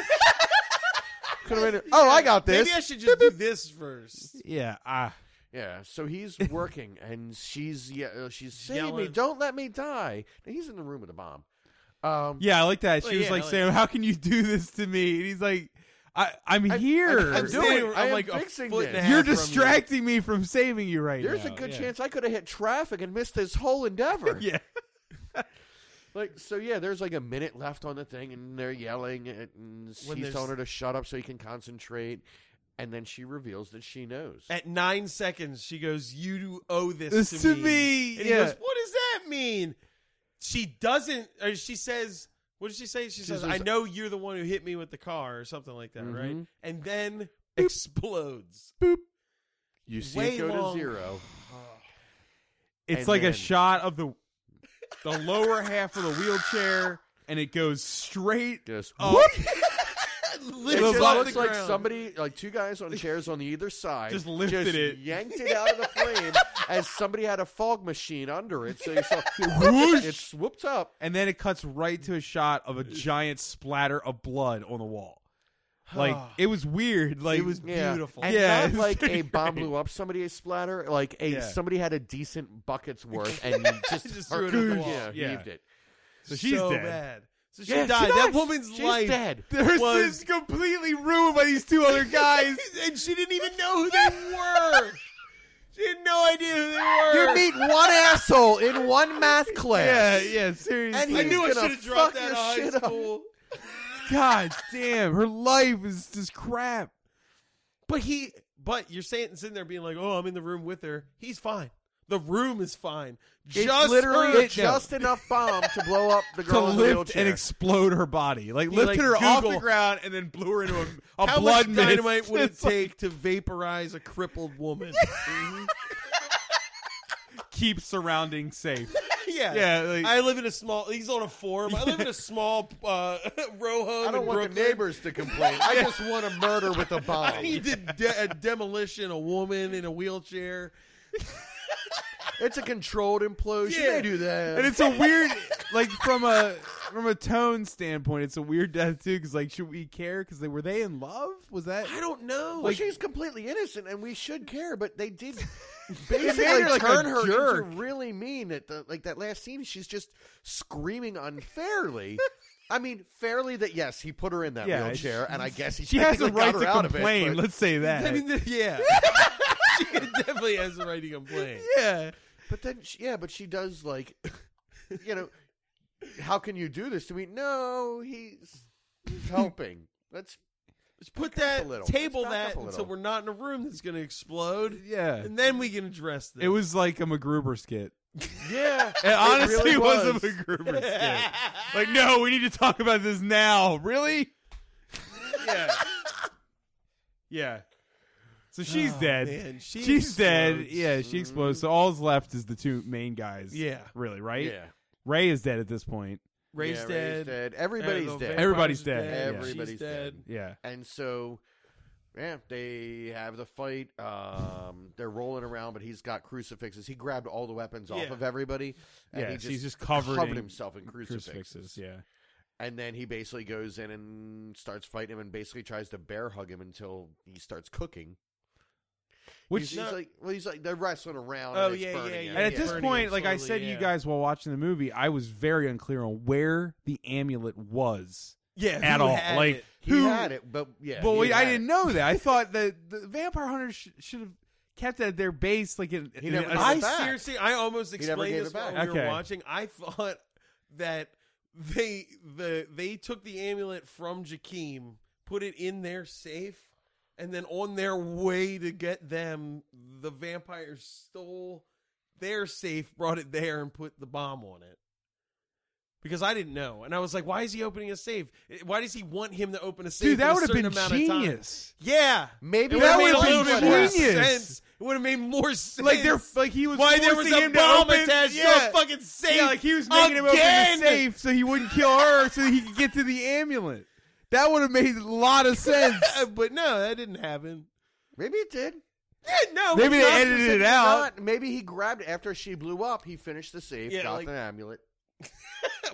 [SPEAKER 3] could have been. Oh, I got this.
[SPEAKER 2] Maybe I should just do this first.
[SPEAKER 7] Yeah, I,
[SPEAKER 3] Yeah, so he's working, and she's yeah, uh, she's save me,
[SPEAKER 2] Yelling.
[SPEAKER 3] don't let me die. And he's in the room with a bomb. Um,
[SPEAKER 7] yeah, I like that. She
[SPEAKER 2] Well,
[SPEAKER 7] was
[SPEAKER 2] yeah,
[SPEAKER 7] like,
[SPEAKER 2] like-
[SPEAKER 7] "Sam, how can you do this to me?" And he's like, I, "I'm
[SPEAKER 3] I-
[SPEAKER 7] here.
[SPEAKER 3] I- I'm doing-
[SPEAKER 2] Standing-
[SPEAKER 3] I am
[SPEAKER 2] like a
[SPEAKER 3] fixing
[SPEAKER 2] foot and a
[SPEAKER 3] this.
[SPEAKER 2] half
[SPEAKER 7] You're
[SPEAKER 2] from you.
[SPEAKER 7] distracting me from saving you right
[SPEAKER 3] there's
[SPEAKER 7] now."
[SPEAKER 3] a good
[SPEAKER 7] Yeah.
[SPEAKER 3] chance I could have hit traffic and missed this whole endeavor.
[SPEAKER 7] Yeah,
[SPEAKER 3] Like so, yeah. There's like a minute left on the thing, and they're yelling, and
[SPEAKER 2] When
[SPEAKER 3] he's
[SPEAKER 2] there's-
[SPEAKER 3] telling her to shut up so he can concentrate. And then she reveals that she knows.
[SPEAKER 2] At nine seconds, she goes, "You owe this,
[SPEAKER 7] This to me,
[SPEAKER 2] And
[SPEAKER 7] yeah.
[SPEAKER 2] he goes, "What does that mean?" She doesn't. Or she says, "What did she say?" She, says,
[SPEAKER 3] says-
[SPEAKER 2] "I know you're the one who hit me with the car," or something like that, right?
[SPEAKER 3] Mhm.
[SPEAKER 2] And then explodes.
[SPEAKER 3] You see
[SPEAKER 2] way
[SPEAKER 3] it go
[SPEAKER 2] long.
[SPEAKER 3] to zero.
[SPEAKER 7] it's
[SPEAKER 3] And
[SPEAKER 7] like a
[SPEAKER 3] then-
[SPEAKER 7] shot of the the lower half of the wheelchair, and it goes straight.
[SPEAKER 3] Just
[SPEAKER 7] What?
[SPEAKER 3] It
[SPEAKER 2] Lifts
[SPEAKER 3] just
[SPEAKER 2] off
[SPEAKER 3] looks
[SPEAKER 2] the
[SPEAKER 3] like
[SPEAKER 2] ground.
[SPEAKER 3] somebody, like two guys on chairs on either side,
[SPEAKER 7] Just lifted it.
[SPEAKER 3] yanked it out of the flame as somebody had a fog machine under it. So you saw
[SPEAKER 7] Whoosh!
[SPEAKER 3] it swooped up.
[SPEAKER 7] and then it cuts right to a shot of a giant splatter of blood on the wall. Like it was weird. Like
[SPEAKER 2] It was
[SPEAKER 3] Yeah.
[SPEAKER 2] beautiful.
[SPEAKER 3] And
[SPEAKER 7] Yeah,
[SPEAKER 3] not
[SPEAKER 7] it's
[SPEAKER 3] like a
[SPEAKER 7] pretty
[SPEAKER 3] bomb
[SPEAKER 7] great.
[SPEAKER 3] blew up somebody a splatter. Like a
[SPEAKER 7] Yeah.
[SPEAKER 3] somebody had a decent bucket's worth and just,
[SPEAKER 2] Just
[SPEAKER 3] her-
[SPEAKER 2] threw it at the wall.
[SPEAKER 3] yeah,
[SPEAKER 7] Yeah.
[SPEAKER 3] heaved it.
[SPEAKER 7] so she's
[SPEAKER 2] so
[SPEAKER 7] dead.
[SPEAKER 2] bad. So she
[SPEAKER 3] Yeah, she
[SPEAKER 2] died. that
[SPEAKER 3] dies.
[SPEAKER 2] woman's
[SPEAKER 3] She's
[SPEAKER 2] life
[SPEAKER 3] dead.
[SPEAKER 7] Their
[SPEAKER 2] was-
[SPEAKER 7] is completely ruined by these two other guys.
[SPEAKER 2] and she didn't even know who they were. She had no idea who they were.
[SPEAKER 3] You meet one asshole in one math
[SPEAKER 7] yeah,
[SPEAKER 3] class.
[SPEAKER 7] yeah, seriously.
[SPEAKER 3] And
[SPEAKER 2] I
[SPEAKER 3] he's
[SPEAKER 2] knew I
[SPEAKER 3] gonna
[SPEAKER 2] should have dropped
[SPEAKER 3] fuck
[SPEAKER 2] that
[SPEAKER 3] your
[SPEAKER 2] in high
[SPEAKER 3] shit up.
[SPEAKER 2] school.
[SPEAKER 7] God damn, her life is just crap.
[SPEAKER 2] But he, but you're saying sitting there being like, "Oh, I'm in the room with her. He's fine. The room is fine.
[SPEAKER 3] It's
[SPEAKER 2] just
[SPEAKER 3] literally
[SPEAKER 2] her.
[SPEAKER 3] just enough bomb to blow up the
[SPEAKER 7] To
[SPEAKER 3] girl in the
[SPEAKER 7] lift
[SPEAKER 3] wheelchair.
[SPEAKER 7] and explode her body, like
[SPEAKER 2] He,
[SPEAKER 7] lifted
[SPEAKER 2] like,
[SPEAKER 7] her off the
[SPEAKER 2] Google-
[SPEAKER 7] ground and then blew her into a, a
[SPEAKER 2] How
[SPEAKER 7] blood
[SPEAKER 2] much dynamite
[SPEAKER 7] mist.
[SPEAKER 2] would it
[SPEAKER 7] It's like,
[SPEAKER 2] take to vaporize a crippled woman?
[SPEAKER 7] keep surrounding safe.
[SPEAKER 2] yeah,
[SPEAKER 7] Yeah, like-
[SPEAKER 2] I live in a small. He's on a form. I live in a small uh, row home.
[SPEAKER 3] I don't
[SPEAKER 2] in
[SPEAKER 3] want
[SPEAKER 2] Brooklyn.
[SPEAKER 3] the neighbors to complain. I just want a murder with a bomb.
[SPEAKER 2] I need to de- demolition a woman in a wheelchair.
[SPEAKER 3] It's a controlled implosion.
[SPEAKER 2] Yeah.
[SPEAKER 3] They do that.
[SPEAKER 7] and it's a weird like from a from a tone standpoint it's a weird death too because like should we care because they were they in love was that
[SPEAKER 2] I don't know.
[SPEAKER 3] well, she's completely innocent, and we should care. But they did
[SPEAKER 7] made
[SPEAKER 3] basically
[SPEAKER 7] her like a
[SPEAKER 3] turn her
[SPEAKER 7] jerk.
[SPEAKER 3] into really mean. At the, like that last scene, she's just screaming unfairly. I mean, fairly that yes, he put her in that
[SPEAKER 7] Yeah,
[SPEAKER 3] wheelchair, and I guess he
[SPEAKER 7] she has
[SPEAKER 3] technically
[SPEAKER 7] a right
[SPEAKER 3] got her
[SPEAKER 7] to
[SPEAKER 3] out
[SPEAKER 7] complain
[SPEAKER 3] Of it, but-
[SPEAKER 7] let's say that
[SPEAKER 2] I mean, the- yeah, she definitely has the right to complain.
[SPEAKER 7] yeah
[SPEAKER 3] But then, she, yeah, but she does like, you know, how can you do this to me? No, he's, he's helping. Let's
[SPEAKER 2] Just put
[SPEAKER 3] a
[SPEAKER 2] that
[SPEAKER 3] little.
[SPEAKER 2] table
[SPEAKER 3] Let's back
[SPEAKER 2] that
[SPEAKER 3] up a
[SPEAKER 2] until
[SPEAKER 3] little.
[SPEAKER 2] we're not in a room that's going to explode,
[SPEAKER 7] Yeah.
[SPEAKER 2] and then we can address this.
[SPEAKER 7] It was like a MacGruber skit.
[SPEAKER 3] Yeah.
[SPEAKER 7] It honestly
[SPEAKER 3] really
[SPEAKER 7] was.
[SPEAKER 3] was.
[SPEAKER 7] a MacGruber skit. Like, no, we need to talk about this now. Really?
[SPEAKER 2] yeah.
[SPEAKER 7] Yeah. So she's dead.
[SPEAKER 2] Oh, Man, she
[SPEAKER 7] she's dead.
[SPEAKER 2] explodes.
[SPEAKER 7] Yeah, she explodes. So all's left is the two main guys.
[SPEAKER 2] Yeah.
[SPEAKER 7] Really, right?
[SPEAKER 3] Yeah.
[SPEAKER 7] Ray is dead at this point.
[SPEAKER 2] Ray's
[SPEAKER 3] Yeah,
[SPEAKER 2] dead.
[SPEAKER 3] Ray's dead. Everybody's
[SPEAKER 2] Uh, the
[SPEAKER 3] dead.
[SPEAKER 2] vampires
[SPEAKER 7] Everybody's
[SPEAKER 2] are
[SPEAKER 7] dead.
[SPEAKER 2] dead.
[SPEAKER 3] Everybody's
[SPEAKER 2] She's
[SPEAKER 3] dead.
[SPEAKER 7] Yeah.
[SPEAKER 3] And so, yeah, they have the fight. Um, they're rolling around, but he's got crucifixes. He grabbed all the weapons off
[SPEAKER 2] Yeah.
[SPEAKER 3] of everybody. And
[SPEAKER 7] yeah.
[SPEAKER 3] he
[SPEAKER 7] she's just covered, in
[SPEAKER 3] himself in crucifixes.
[SPEAKER 7] crucifixes. Yeah.
[SPEAKER 3] And then he basically goes in and starts fighting him, and basically tries to bear hug him until he starts cooking.
[SPEAKER 7] Which
[SPEAKER 3] he's, he's like, well, he's like they're wrestling around.
[SPEAKER 2] Oh,
[SPEAKER 3] and it's
[SPEAKER 2] yeah,
[SPEAKER 3] burning
[SPEAKER 2] yeah,
[SPEAKER 3] him.
[SPEAKER 2] yeah.
[SPEAKER 7] And at
[SPEAKER 2] Yeah.
[SPEAKER 7] this
[SPEAKER 2] Burning
[SPEAKER 7] point,
[SPEAKER 2] him
[SPEAKER 7] like I
[SPEAKER 2] slowly,
[SPEAKER 7] said to you
[SPEAKER 2] yeah.
[SPEAKER 7] guys while watching the movie, I was very unclear on where the amulet was
[SPEAKER 2] Yeah.
[SPEAKER 7] at
[SPEAKER 2] who
[SPEAKER 7] all.
[SPEAKER 2] had
[SPEAKER 7] Like
[SPEAKER 2] it?
[SPEAKER 3] he
[SPEAKER 7] who?
[SPEAKER 3] had it, but yeah,
[SPEAKER 7] but
[SPEAKER 3] he
[SPEAKER 7] wait, I
[SPEAKER 3] had it.
[SPEAKER 7] didn't know that. I thought that the vampire hunters sh- should have kept it at their base. Like in,
[SPEAKER 3] He
[SPEAKER 7] in
[SPEAKER 3] never
[SPEAKER 7] a-
[SPEAKER 3] did
[SPEAKER 2] I
[SPEAKER 3] back.
[SPEAKER 2] seriously, I almost
[SPEAKER 3] never
[SPEAKER 2] explained
[SPEAKER 3] gave
[SPEAKER 2] this
[SPEAKER 3] it back.
[SPEAKER 2] while we
[SPEAKER 7] Okay.
[SPEAKER 2] were watching. I thought that they the they took the amulet from Jakeem, put it in their safe, and then on their way to get them, the vampires stole their safe, brought it there, and put the bomb on it. Because I didn't know, and I was like, "Why is he opening a safe? Why does he want him to open a safe?"
[SPEAKER 7] dude, that
[SPEAKER 2] would have
[SPEAKER 7] been
[SPEAKER 2] Time?
[SPEAKER 7] genius.
[SPEAKER 2] Yeah,
[SPEAKER 3] Maybe
[SPEAKER 2] it
[SPEAKER 7] That
[SPEAKER 2] would have made
[SPEAKER 7] would've
[SPEAKER 2] a little
[SPEAKER 7] been
[SPEAKER 2] bit more
[SPEAKER 7] genius.
[SPEAKER 2] sense. It would have made more sense.
[SPEAKER 7] Like they're like he was
[SPEAKER 2] Why there was
[SPEAKER 7] forcing
[SPEAKER 2] a
[SPEAKER 7] him to
[SPEAKER 2] bomb
[SPEAKER 7] open-
[SPEAKER 2] attached to
[SPEAKER 7] yeah.
[SPEAKER 2] a fucking safe?
[SPEAKER 7] Yeah, like he was making him open
[SPEAKER 2] again!
[SPEAKER 7] the safe so he wouldn't kill her, so he could get to the amulet. That would have made a lot of sense.
[SPEAKER 2] but no, that didn't happen.
[SPEAKER 3] Maybe it did.
[SPEAKER 2] Yeah, no,
[SPEAKER 7] Maybe they
[SPEAKER 2] it's not
[SPEAKER 7] edited
[SPEAKER 2] specific-
[SPEAKER 7] it out.
[SPEAKER 3] Not- maybe he grabbed it after she blew up. He finished the safe,
[SPEAKER 2] Yeah,
[SPEAKER 3] got
[SPEAKER 2] like-
[SPEAKER 3] the amulet.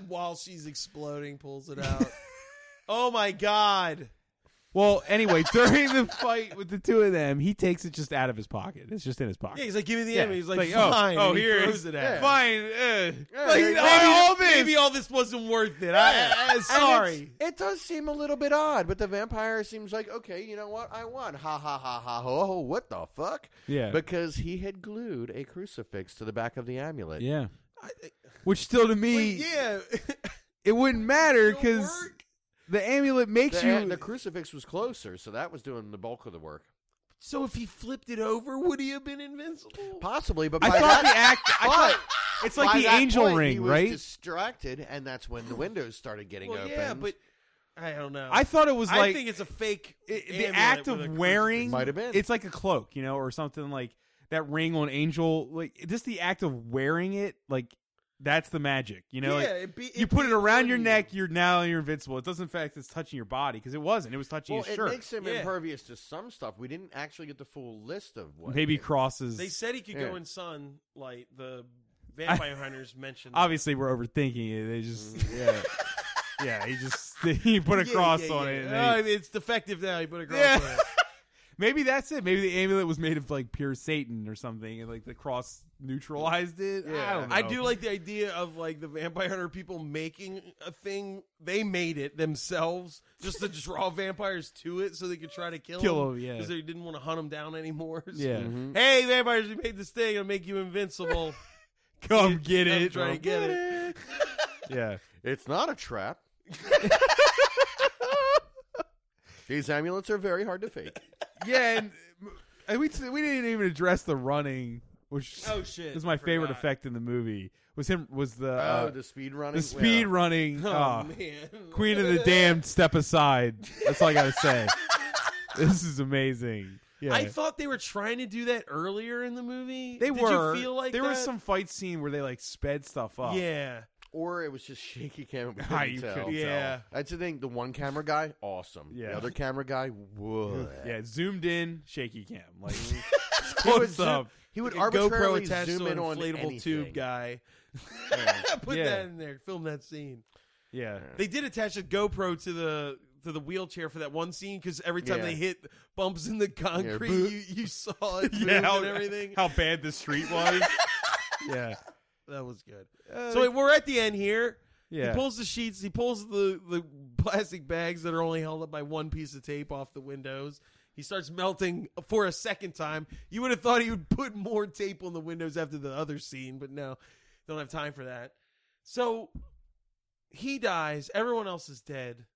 [SPEAKER 2] while she's exploding. Pulls it out. oh my god!
[SPEAKER 7] Well, anyway, during the fight with the two of them, he takes it just out of his pocket. It's just in his pocket.
[SPEAKER 2] Yeah, he's like, give me the
[SPEAKER 7] Yeah,
[SPEAKER 2] enemy. He's like,
[SPEAKER 7] like, oh,
[SPEAKER 2] fine.
[SPEAKER 7] oh,
[SPEAKER 2] and he
[SPEAKER 7] here
[SPEAKER 2] throws
[SPEAKER 7] is-
[SPEAKER 2] it at.
[SPEAKER 3] yeah.
[SPEAKER 2] him.
[SPEAKER 7] Fine. Uh,
[SPEAKER 3] Like,
[SPEAKER 2] Maybe,
[SPEAKER 7] all this.
[SPEAKER 2] maybe all this wasn't worth it. I- I, I,
[SPEAKER 3] And
[SPEAKER 2] sorry.
[SPEAKER 3] it's- It does seem a little bit odd, but the vampire seems like, okay, you know what? I won. Ha ha ha ha ho ho. What the fuck?
[SPEAKER 7] Yeah.
[SPEAKER 3] Because he had glued a crucifix to the back of the amulet.
[SPEAKER 7] yeah.
[SPEAKER 2] I- I-
[SPEAKER 7] Which still to me,
[SPEAKER 2] wait, yeah,
[SPEAKER 7] it wouldn't matter
[SPEAKER 2] It'll
[SPEAKER 7] because
[SPEAKER 2] work.
[SPEAKER 7] the amulet makes
[SPEAKER 3] The,
[SPEAKER 7] you.
[SPEAKER 3] the crucifix was closer, so that was doing the bulk of the work.
[SPEAKER 2] So if he flipped it over, would he have been invincible?
[SPEAKER 3] Possibly, but
[SPEAKER 7] I
[SPEAKER 3] by
[SPEAKER 7] thought
[SPEAKER 3] that,
[SPEAKER 7] the act. I thought it's like
[SPEAKER 3] by
[SPEAKER 7] the
[SPEAKER 3] that
[SPEAKER 7] angel
[SPEAKER 3] point, he
[SPEAKER 7] ring,
[SPEAKER 3] was
[SPEAKER 7] right?
[SPEAKER 3] Distracted, and that's when the windows started getting
[SPEAKER 2] Well,
[SPEAKER 3] open.
[SPEAKER 2] yeah, but I don't know.
[SPEAKER 7] I thought it was
[SPEAKER 2] I
[SPEAKER 7] like
[SPEAKER 2] think it's a fake.
[SPEAKER 7] it- the
[SPEAKER 2] amulet
[SPEAKER 7] act
[SPEAKER 2] with a
[SPEAKER 7] of
[SPEAKER 2] crucifix.
[SPEAKER 7] wearing.
[SPEAKER 3] Might have been.
[SPEAKER 7] It's like a cloak, you know, or something like that ring on angel. Like just the act of wearing it, like that's the magic, you know. like,
[SPEAKER 2] yeah, it be,
[SPEAKER 7] you put it around your neck, you're now you're invincible. It doesn't affect it's touching your body because it wasn't. It was touching
[SPEAKER 3] well,
[SPEAKER 7] his
[SPEAKER 3] it
[SPEAKER 7] shirt.
[SPEAKER 3] makes him
[SPEAKER 2] Yeah.
[SPEAKER 3] impervious to some stuff. We didn't actually get the full list of what.
[SPEAKER 7] Maybe
[SPEAKER 3] it-
[SPEAKER 7] crosses.
[SPEAKER 2] They said he could
[SPEAKER 3] Yeah.
[SPEAKER 2] go in sunlight. The vampire hunters mentioned. that.
[SPEAKER 7] Obviously, we're overthinking it. They just Mm, yeah, yeah. He just he put a
[SPEAKER 2] Yeah,
[SPEAKER 7] cross
[SPEAKER 2] yeah,
[SPEAKER 7] on
[SPEAKER 2] yeah.
[SPEAKER 7] it. and
[SPEAKER 2] No,
[SPEAKER 7] they-
[SPEAKER 2] I mean, it's defective now. He put a cross
[SPEAKER 7] Yeah.
[SPEAKER 2] on it.
[SPEAKER 7] maybe that's it. Maybe the amulet was made of like pure Satan or something, and like the cross neutralized it. I don't know.
[SPEAKER 2] I do like the idea of like the vampire hunter people making a thing. They made it themselves just to draw vampires to it so they could try to kill
[SPEAKER 7] Kill
[SPEAKER 2] them,
[SPEAKER 7] them, yeah.
[SPEAKER 2] because they didn't want to hunt them down anymore. So,
[SPEAKER 7] Yeah,
[SPEAKER 2] Hey, vampires! We made this thing. It'll make you invincible.
[SPEAKER 7] come get
[SPEAKER 2] I'm
[SPEAKER 7] it.
[SPEAKER 2] trying to get
[SPEAKER 7] Come
[SPEAKER 2] it.
[SPEAKER 7] get it. Yeah,
[SPEAKER 3] It's not a trap. These amulets are very hard to fake.
[SPEAKER 7] yeah. And, and we we didn't even address the running, which
[SPEAKER 2] Oh, shit.
[SPEAKER 7] was my
[SPEAKER 2] I
[SPEAKER 7] favorite
[SPEAKER 2] forgot.
[SPEAKER 7] effect in the movie. Was him was the
[SPEAKER 3] Oh,
[SPEAKER 7] uh,
[SPEAKER 3] the speed running.
[SPEAKER 7] the speed
[SPEAKER 3] Yeah.
[SPEAKER 7] running.
[SPEAKER 2] Oh,
[SPEAKER 7] ah.
[SPEAKER 2] man,
[SPEAKER 7] Queen of the Damned, step aside. That's all I gotta say. this is amazing. Yeah,
[SPEAKER 2] I thought they were trying to do that earlier in the movie.
[SPEAKER 7] they
[SPEAKER 2] Did
[SPEAKER 7] were.
[SPEAKER 2] You feel like
[SPEAKER 7] there
[SPEAKER 2] that?
[SPEAKER 7] was some fight scene where they like sped stuff up.
[SPEAKER 2] Yeah.
[SPEAKER 3] Or it was just shaky camera. We
[SPEAKER 7] Ah, you
[SPEAKER 3] couldn't tell.
[SPEAKER 7] couldn't
[SPEAKER 2] Yeah.
[SPEAKER 3] That's the thing. The one camera guy, awesome.
[SPEAKER 7] Yeah.
[SPEAKER 3] The other camera guy, whoa.
[SPEAKER 7] yeah, zoomed in, shaky cam, like
[SPEAKER 3] He would,
[SPEAKER 7] close
[SPEAKER 3] zoom,
[SPEAKER 7] up.
[SPEAKER 3] he would
[SPEAKER 2] Like a GoPro
[SPEAKER 3] arbitrarily
[SPEAKER 2] attached
[SPEAKER 3] zoom
[SPEAKER 2] to an
[SPEAKER 3] in on
[SPEAKER 2] inflatable
[SPEAKER 3] anything.
[SPEAKER 2] tube guy. Put
[SPEAKER 7] Yeah.
[SPEAKER 2] that in there. Film that scene.
[SPEAKER 7] Yeah,
[SPEAKER 2] They did attach a GoPro to the to the wheelchair for that one scene because every time
[SPEAKER 3] Yeah.
[SPEAKER 2] they hit bumps in the concrete,
[SPEAKER 3] boop.
[SPEAKER 2] you, you saw it move
[SPEAKER 7] yeah, how,
[SPEAKER 2] and everything.
[SPEAKER 7] how bad the street was. yeah,
[SPEAKER 2] that was good.
[SPEAKER 7] Uh,
[SPEAKER 2] so wait, we're at the end here.
[SPEAKER 7] yeah.
[SPEAKER 2] He pulls the sheets. He pulls the the plastic bags that are only held up by one piece of tape off the windows. He starts melting for a second time. You would have thought he would put more tape on the windows after the other scene, but no, don't have time for that. So he dies. Everyone else is dead,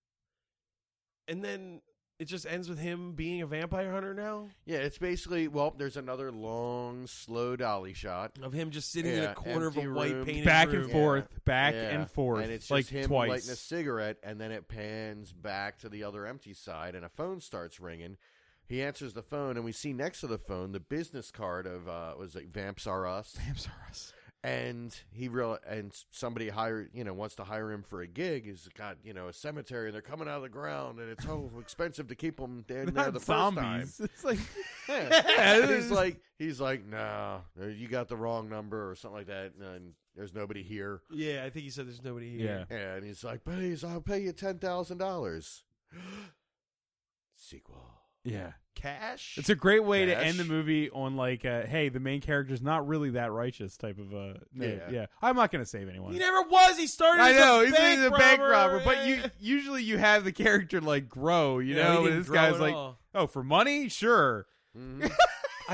[SPEAKER 2] and then it just ends with him being a vampire hunter now
[SPEAKER 3] Yeah, it's basically well. There's another long, slow dolly shot.
[SPEAKER 2] of him just sitting in
[SPEAKER 3] Yeah,
[SPEAKER 2] a corner of a
[SPEAKER 3] empty
[SPEAKER 2] white
[SPEAKER 3] room.
[SPEAKER 2] painted
[SPEAKER 7] back
[SPEAKER 2] room.
[SPEAKER 7] and forth, back
[SPEAKER 3] Yeah.
[SPEAKER 7] and forth,
[SPEAKER 3] and it's
[SPEAKER 7] like
[SPEAKER 3] just him
[SPEAKER 7] twice.
[SPEAKER 3] lighting a cigarette, and then it pans back to the other empty side, and a phone starts ringing. He answers the phone, and we see next to the phone the business card of uh, was it Vamps Are Us,
[SPEAKER 7] Vamps are us.
[SPEAKER 3] and he real and somebody hire you know wants to hire him for a gig. He's got you know a cemetery, and they're coming out of the ground, and it's so expensive to keep them there,
[SPEAKER 7] They're
[SPEAKER 3] there
[SPEAKER 7] not
[SPEAKER 3] the first time.
[SPEAKER 7] zombies. It's like
[SPEAKER 3] Yeah.
[SPEAKER 7] Yeah,
[SPEAKER 3] And
[SPEAKER 7] this
[SPEAKER 3] he's
[SPEAKER 7] is-
[SPEAKER 3] like, he's like, no, you got the wrong number or something like that, and there's nobody here.
[SPEAKER 2] Yeah, I think he said there's nobody here.
[SPEAKER 7] yeah.
[SPEAKER 3] And he's like, please, I'll pay you ten thousand dollars. Sequel.
[SPEAKER 7] Yeah.
[SPEAKER 2] Cash?
[SPEAKER 7] It's a great way to
[SPEAKER 3] Cash.
[SPEAKER 7] end the movie on like, uh, hey, the main character's not really that righteous type of. Uh, yeah.
[SPEAKER 3] Yeah.
[SPEAKER 7] yeah, I'm not gonna save anyone.
[SPEAKER 2] he never was. He started
[SPEAKER 7] I
[SPEAKER 2] as
[SPEAKER 7] know
[SPEAKER 2] a
[SPEAKER 7] he's,
[SPEAKER 2] bank
[SPEAKER 7] he's a bank robber,
[SPEAKER 2] Yeah.
[SPEAKER 7] but you usually you have the character like grow, you
[SPEAKER 2] Yeah, he
[SPEAKER 7] know. and
[SPEAKER 2] didn't
[SPEAKER 7] this
[SPEAKER 2] grow
[SPEAKER 7] guy's
[SPEAKER 2] at
[SPEAKER 7] like,
[SPEAKER 2] all.
[SPEAKER 7] oh, for money, sure.
[SPEAKER 2] Mm-hmm.
[SPEAKER 3] Mhm.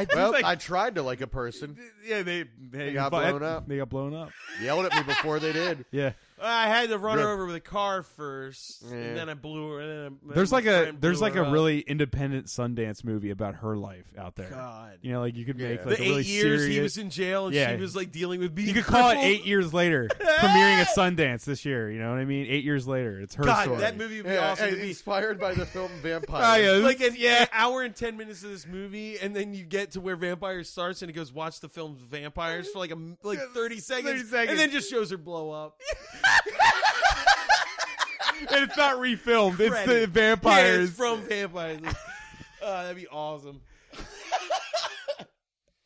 [SPEAKER 7] I
[SPEAKER 3] well,
[SPEAKER 7] like,
[SPEAKER 3] I tried to like a person.
[SPEAKER 7] yeah, they they,
[SPEAKER 3] got
[SPEAKER 7] fu-
[SPEAKER 3] blown up.
[SPEAKER 7] They got blown up.
[SPEAKER 3] Yelled at me before they did.
[SPEAKER 7] Yeah,
[SPEAKER 2] I had to run her
[SPEAKER 3] Rip.
[SPEAKER 2] over with a car first,
[SPEAKER 3] Yeah.
[SPEAKER 2] and then I blew her. And then I- then
[SPEAKER 7] there's
[SPEAKER 2] my
[SPEAKER 7] like a
[SPEAKER 2] friend
[SPEAKER 7] there's
[SPEAKER 2] blew
[SPEAKER 7] like
[SPEAKER 2] her
[SPEAKER 7] a
[SPEAKER 2] up.
[SPEAKER 7] really independent Sundance movie about her life out there.
[SPEAKER 2] God.
[SPEAKER 7] You know, like you could make
[SPEAKER 3] Yeah.
[SPEAKER 7] like
[SPEAKER 2] the
[SPEAKER 7] a
[SPEAKER 2] eight
[SPEAKER 7] really
[SPEAKER 2] years
[SPEAKER 7] serious.
[SPEAKER 2] he was in jail, and
[SPEAKER 7] Yeah.
[SPEAKER 2] she was like dealing with being.
[SPEAKER 7] you could call it
[SPEAKER 2] crippled.
[SPEAKER 7] eight years later, premiering at Sundance this year. You know what I mean? Eight years later, it's her
[SPEAKER 2] God,
[SPEAKER 7] story.
[SPEAKER 2] that movie would be
[SPEAKER 3] Yeah,
[SPEAKER 2] awesome.
[SPEAKER 3] and
[SPEAKER 2] To be
[SPEAKER 3] inspired by the film
[SPEAKER 7] Oh,
[SPEAKER 3] Vampire.
[SPEAKER 7] yeah, this-
[SPEAKER 2] like an yeah. hour and ten minutes of this movie, and then you get to where vampires starts, and it goes watch the film Vampires for like a m- like thirty seconds,
[SPEAKER 7] 30 seconds.
[SPEAKER 2] and then just shows her blow up.
[SPEAKER 7] and it's not refilmed. It's the
[SPEAKER 2] Credit. Yeah,
[SPEAKER 7] vampires
[SPEAKER 2] it's from Vampires. Uh, that'd be awesome.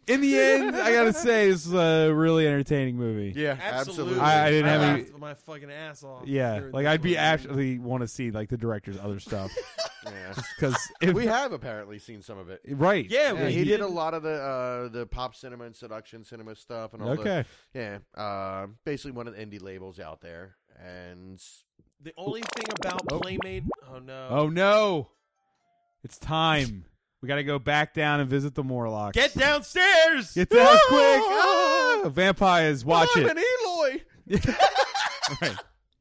[SPEAKER 7] in the end, I gotta say, this is a really entertaining movie.
[SPEAKER 3] yeah,
[SPEAKER 2] Absolutely,
[SPEAKER 3] absolutely.
[SPEAKER 7] I- I didn't have any-
[SPEAKER 2] laughed my fucking ass off.
[SPEAKER 7] Yeah,
[SPEAKER 2] during
[SPEAKER 7] like
[SPEAKER 2] this
[SPEAKER 7] I'd be
[SPEAKER 2] one.
[SPEAKER 7] actually want to see like the director's other stuff
[SPEAKER 3] Yeah.
[SPEAKER 7] because if
[SPEAKER 3] We have apparently seen some of it.
[SPEAKER 7] right,
[SPEAKER 2] Yeah,
[SPEAKER 3] Yeah,
[SPEAKER 2] we-
[SPEAKER 3] he, did a lot of the uh, the pop cinema and seduction cinema stuff and all the
[SPEAKER 7] Okay,
[SPEAKER 3] Yeah, uh, basically one of the indie labels out there, and
[SPEAKER 2] The only thing about Playmate, oh no,
[SPEAKER 7] oh no, it's time. We gotta go back down and visit the Morlocks.
[SPEAKER 2] get downstairs.
[SPEAKER 7] Get down quick! Ah, vampires, watch it.
[SPEAKER 3] Eloy.
[SPEAKER 7] Right.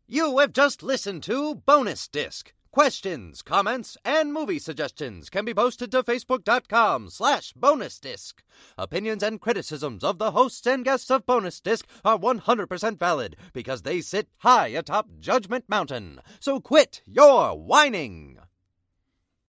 [SPEAKER 1] You have just listened to Bonus Disc. Questions, comments, and movie suggestions can be posted to facebook.com slash bonus disc. Opinions and criticisms of the hosts and guests of Bonus Disc are 100% valid because they sit high atop Judgment Mountain. So quit your whining.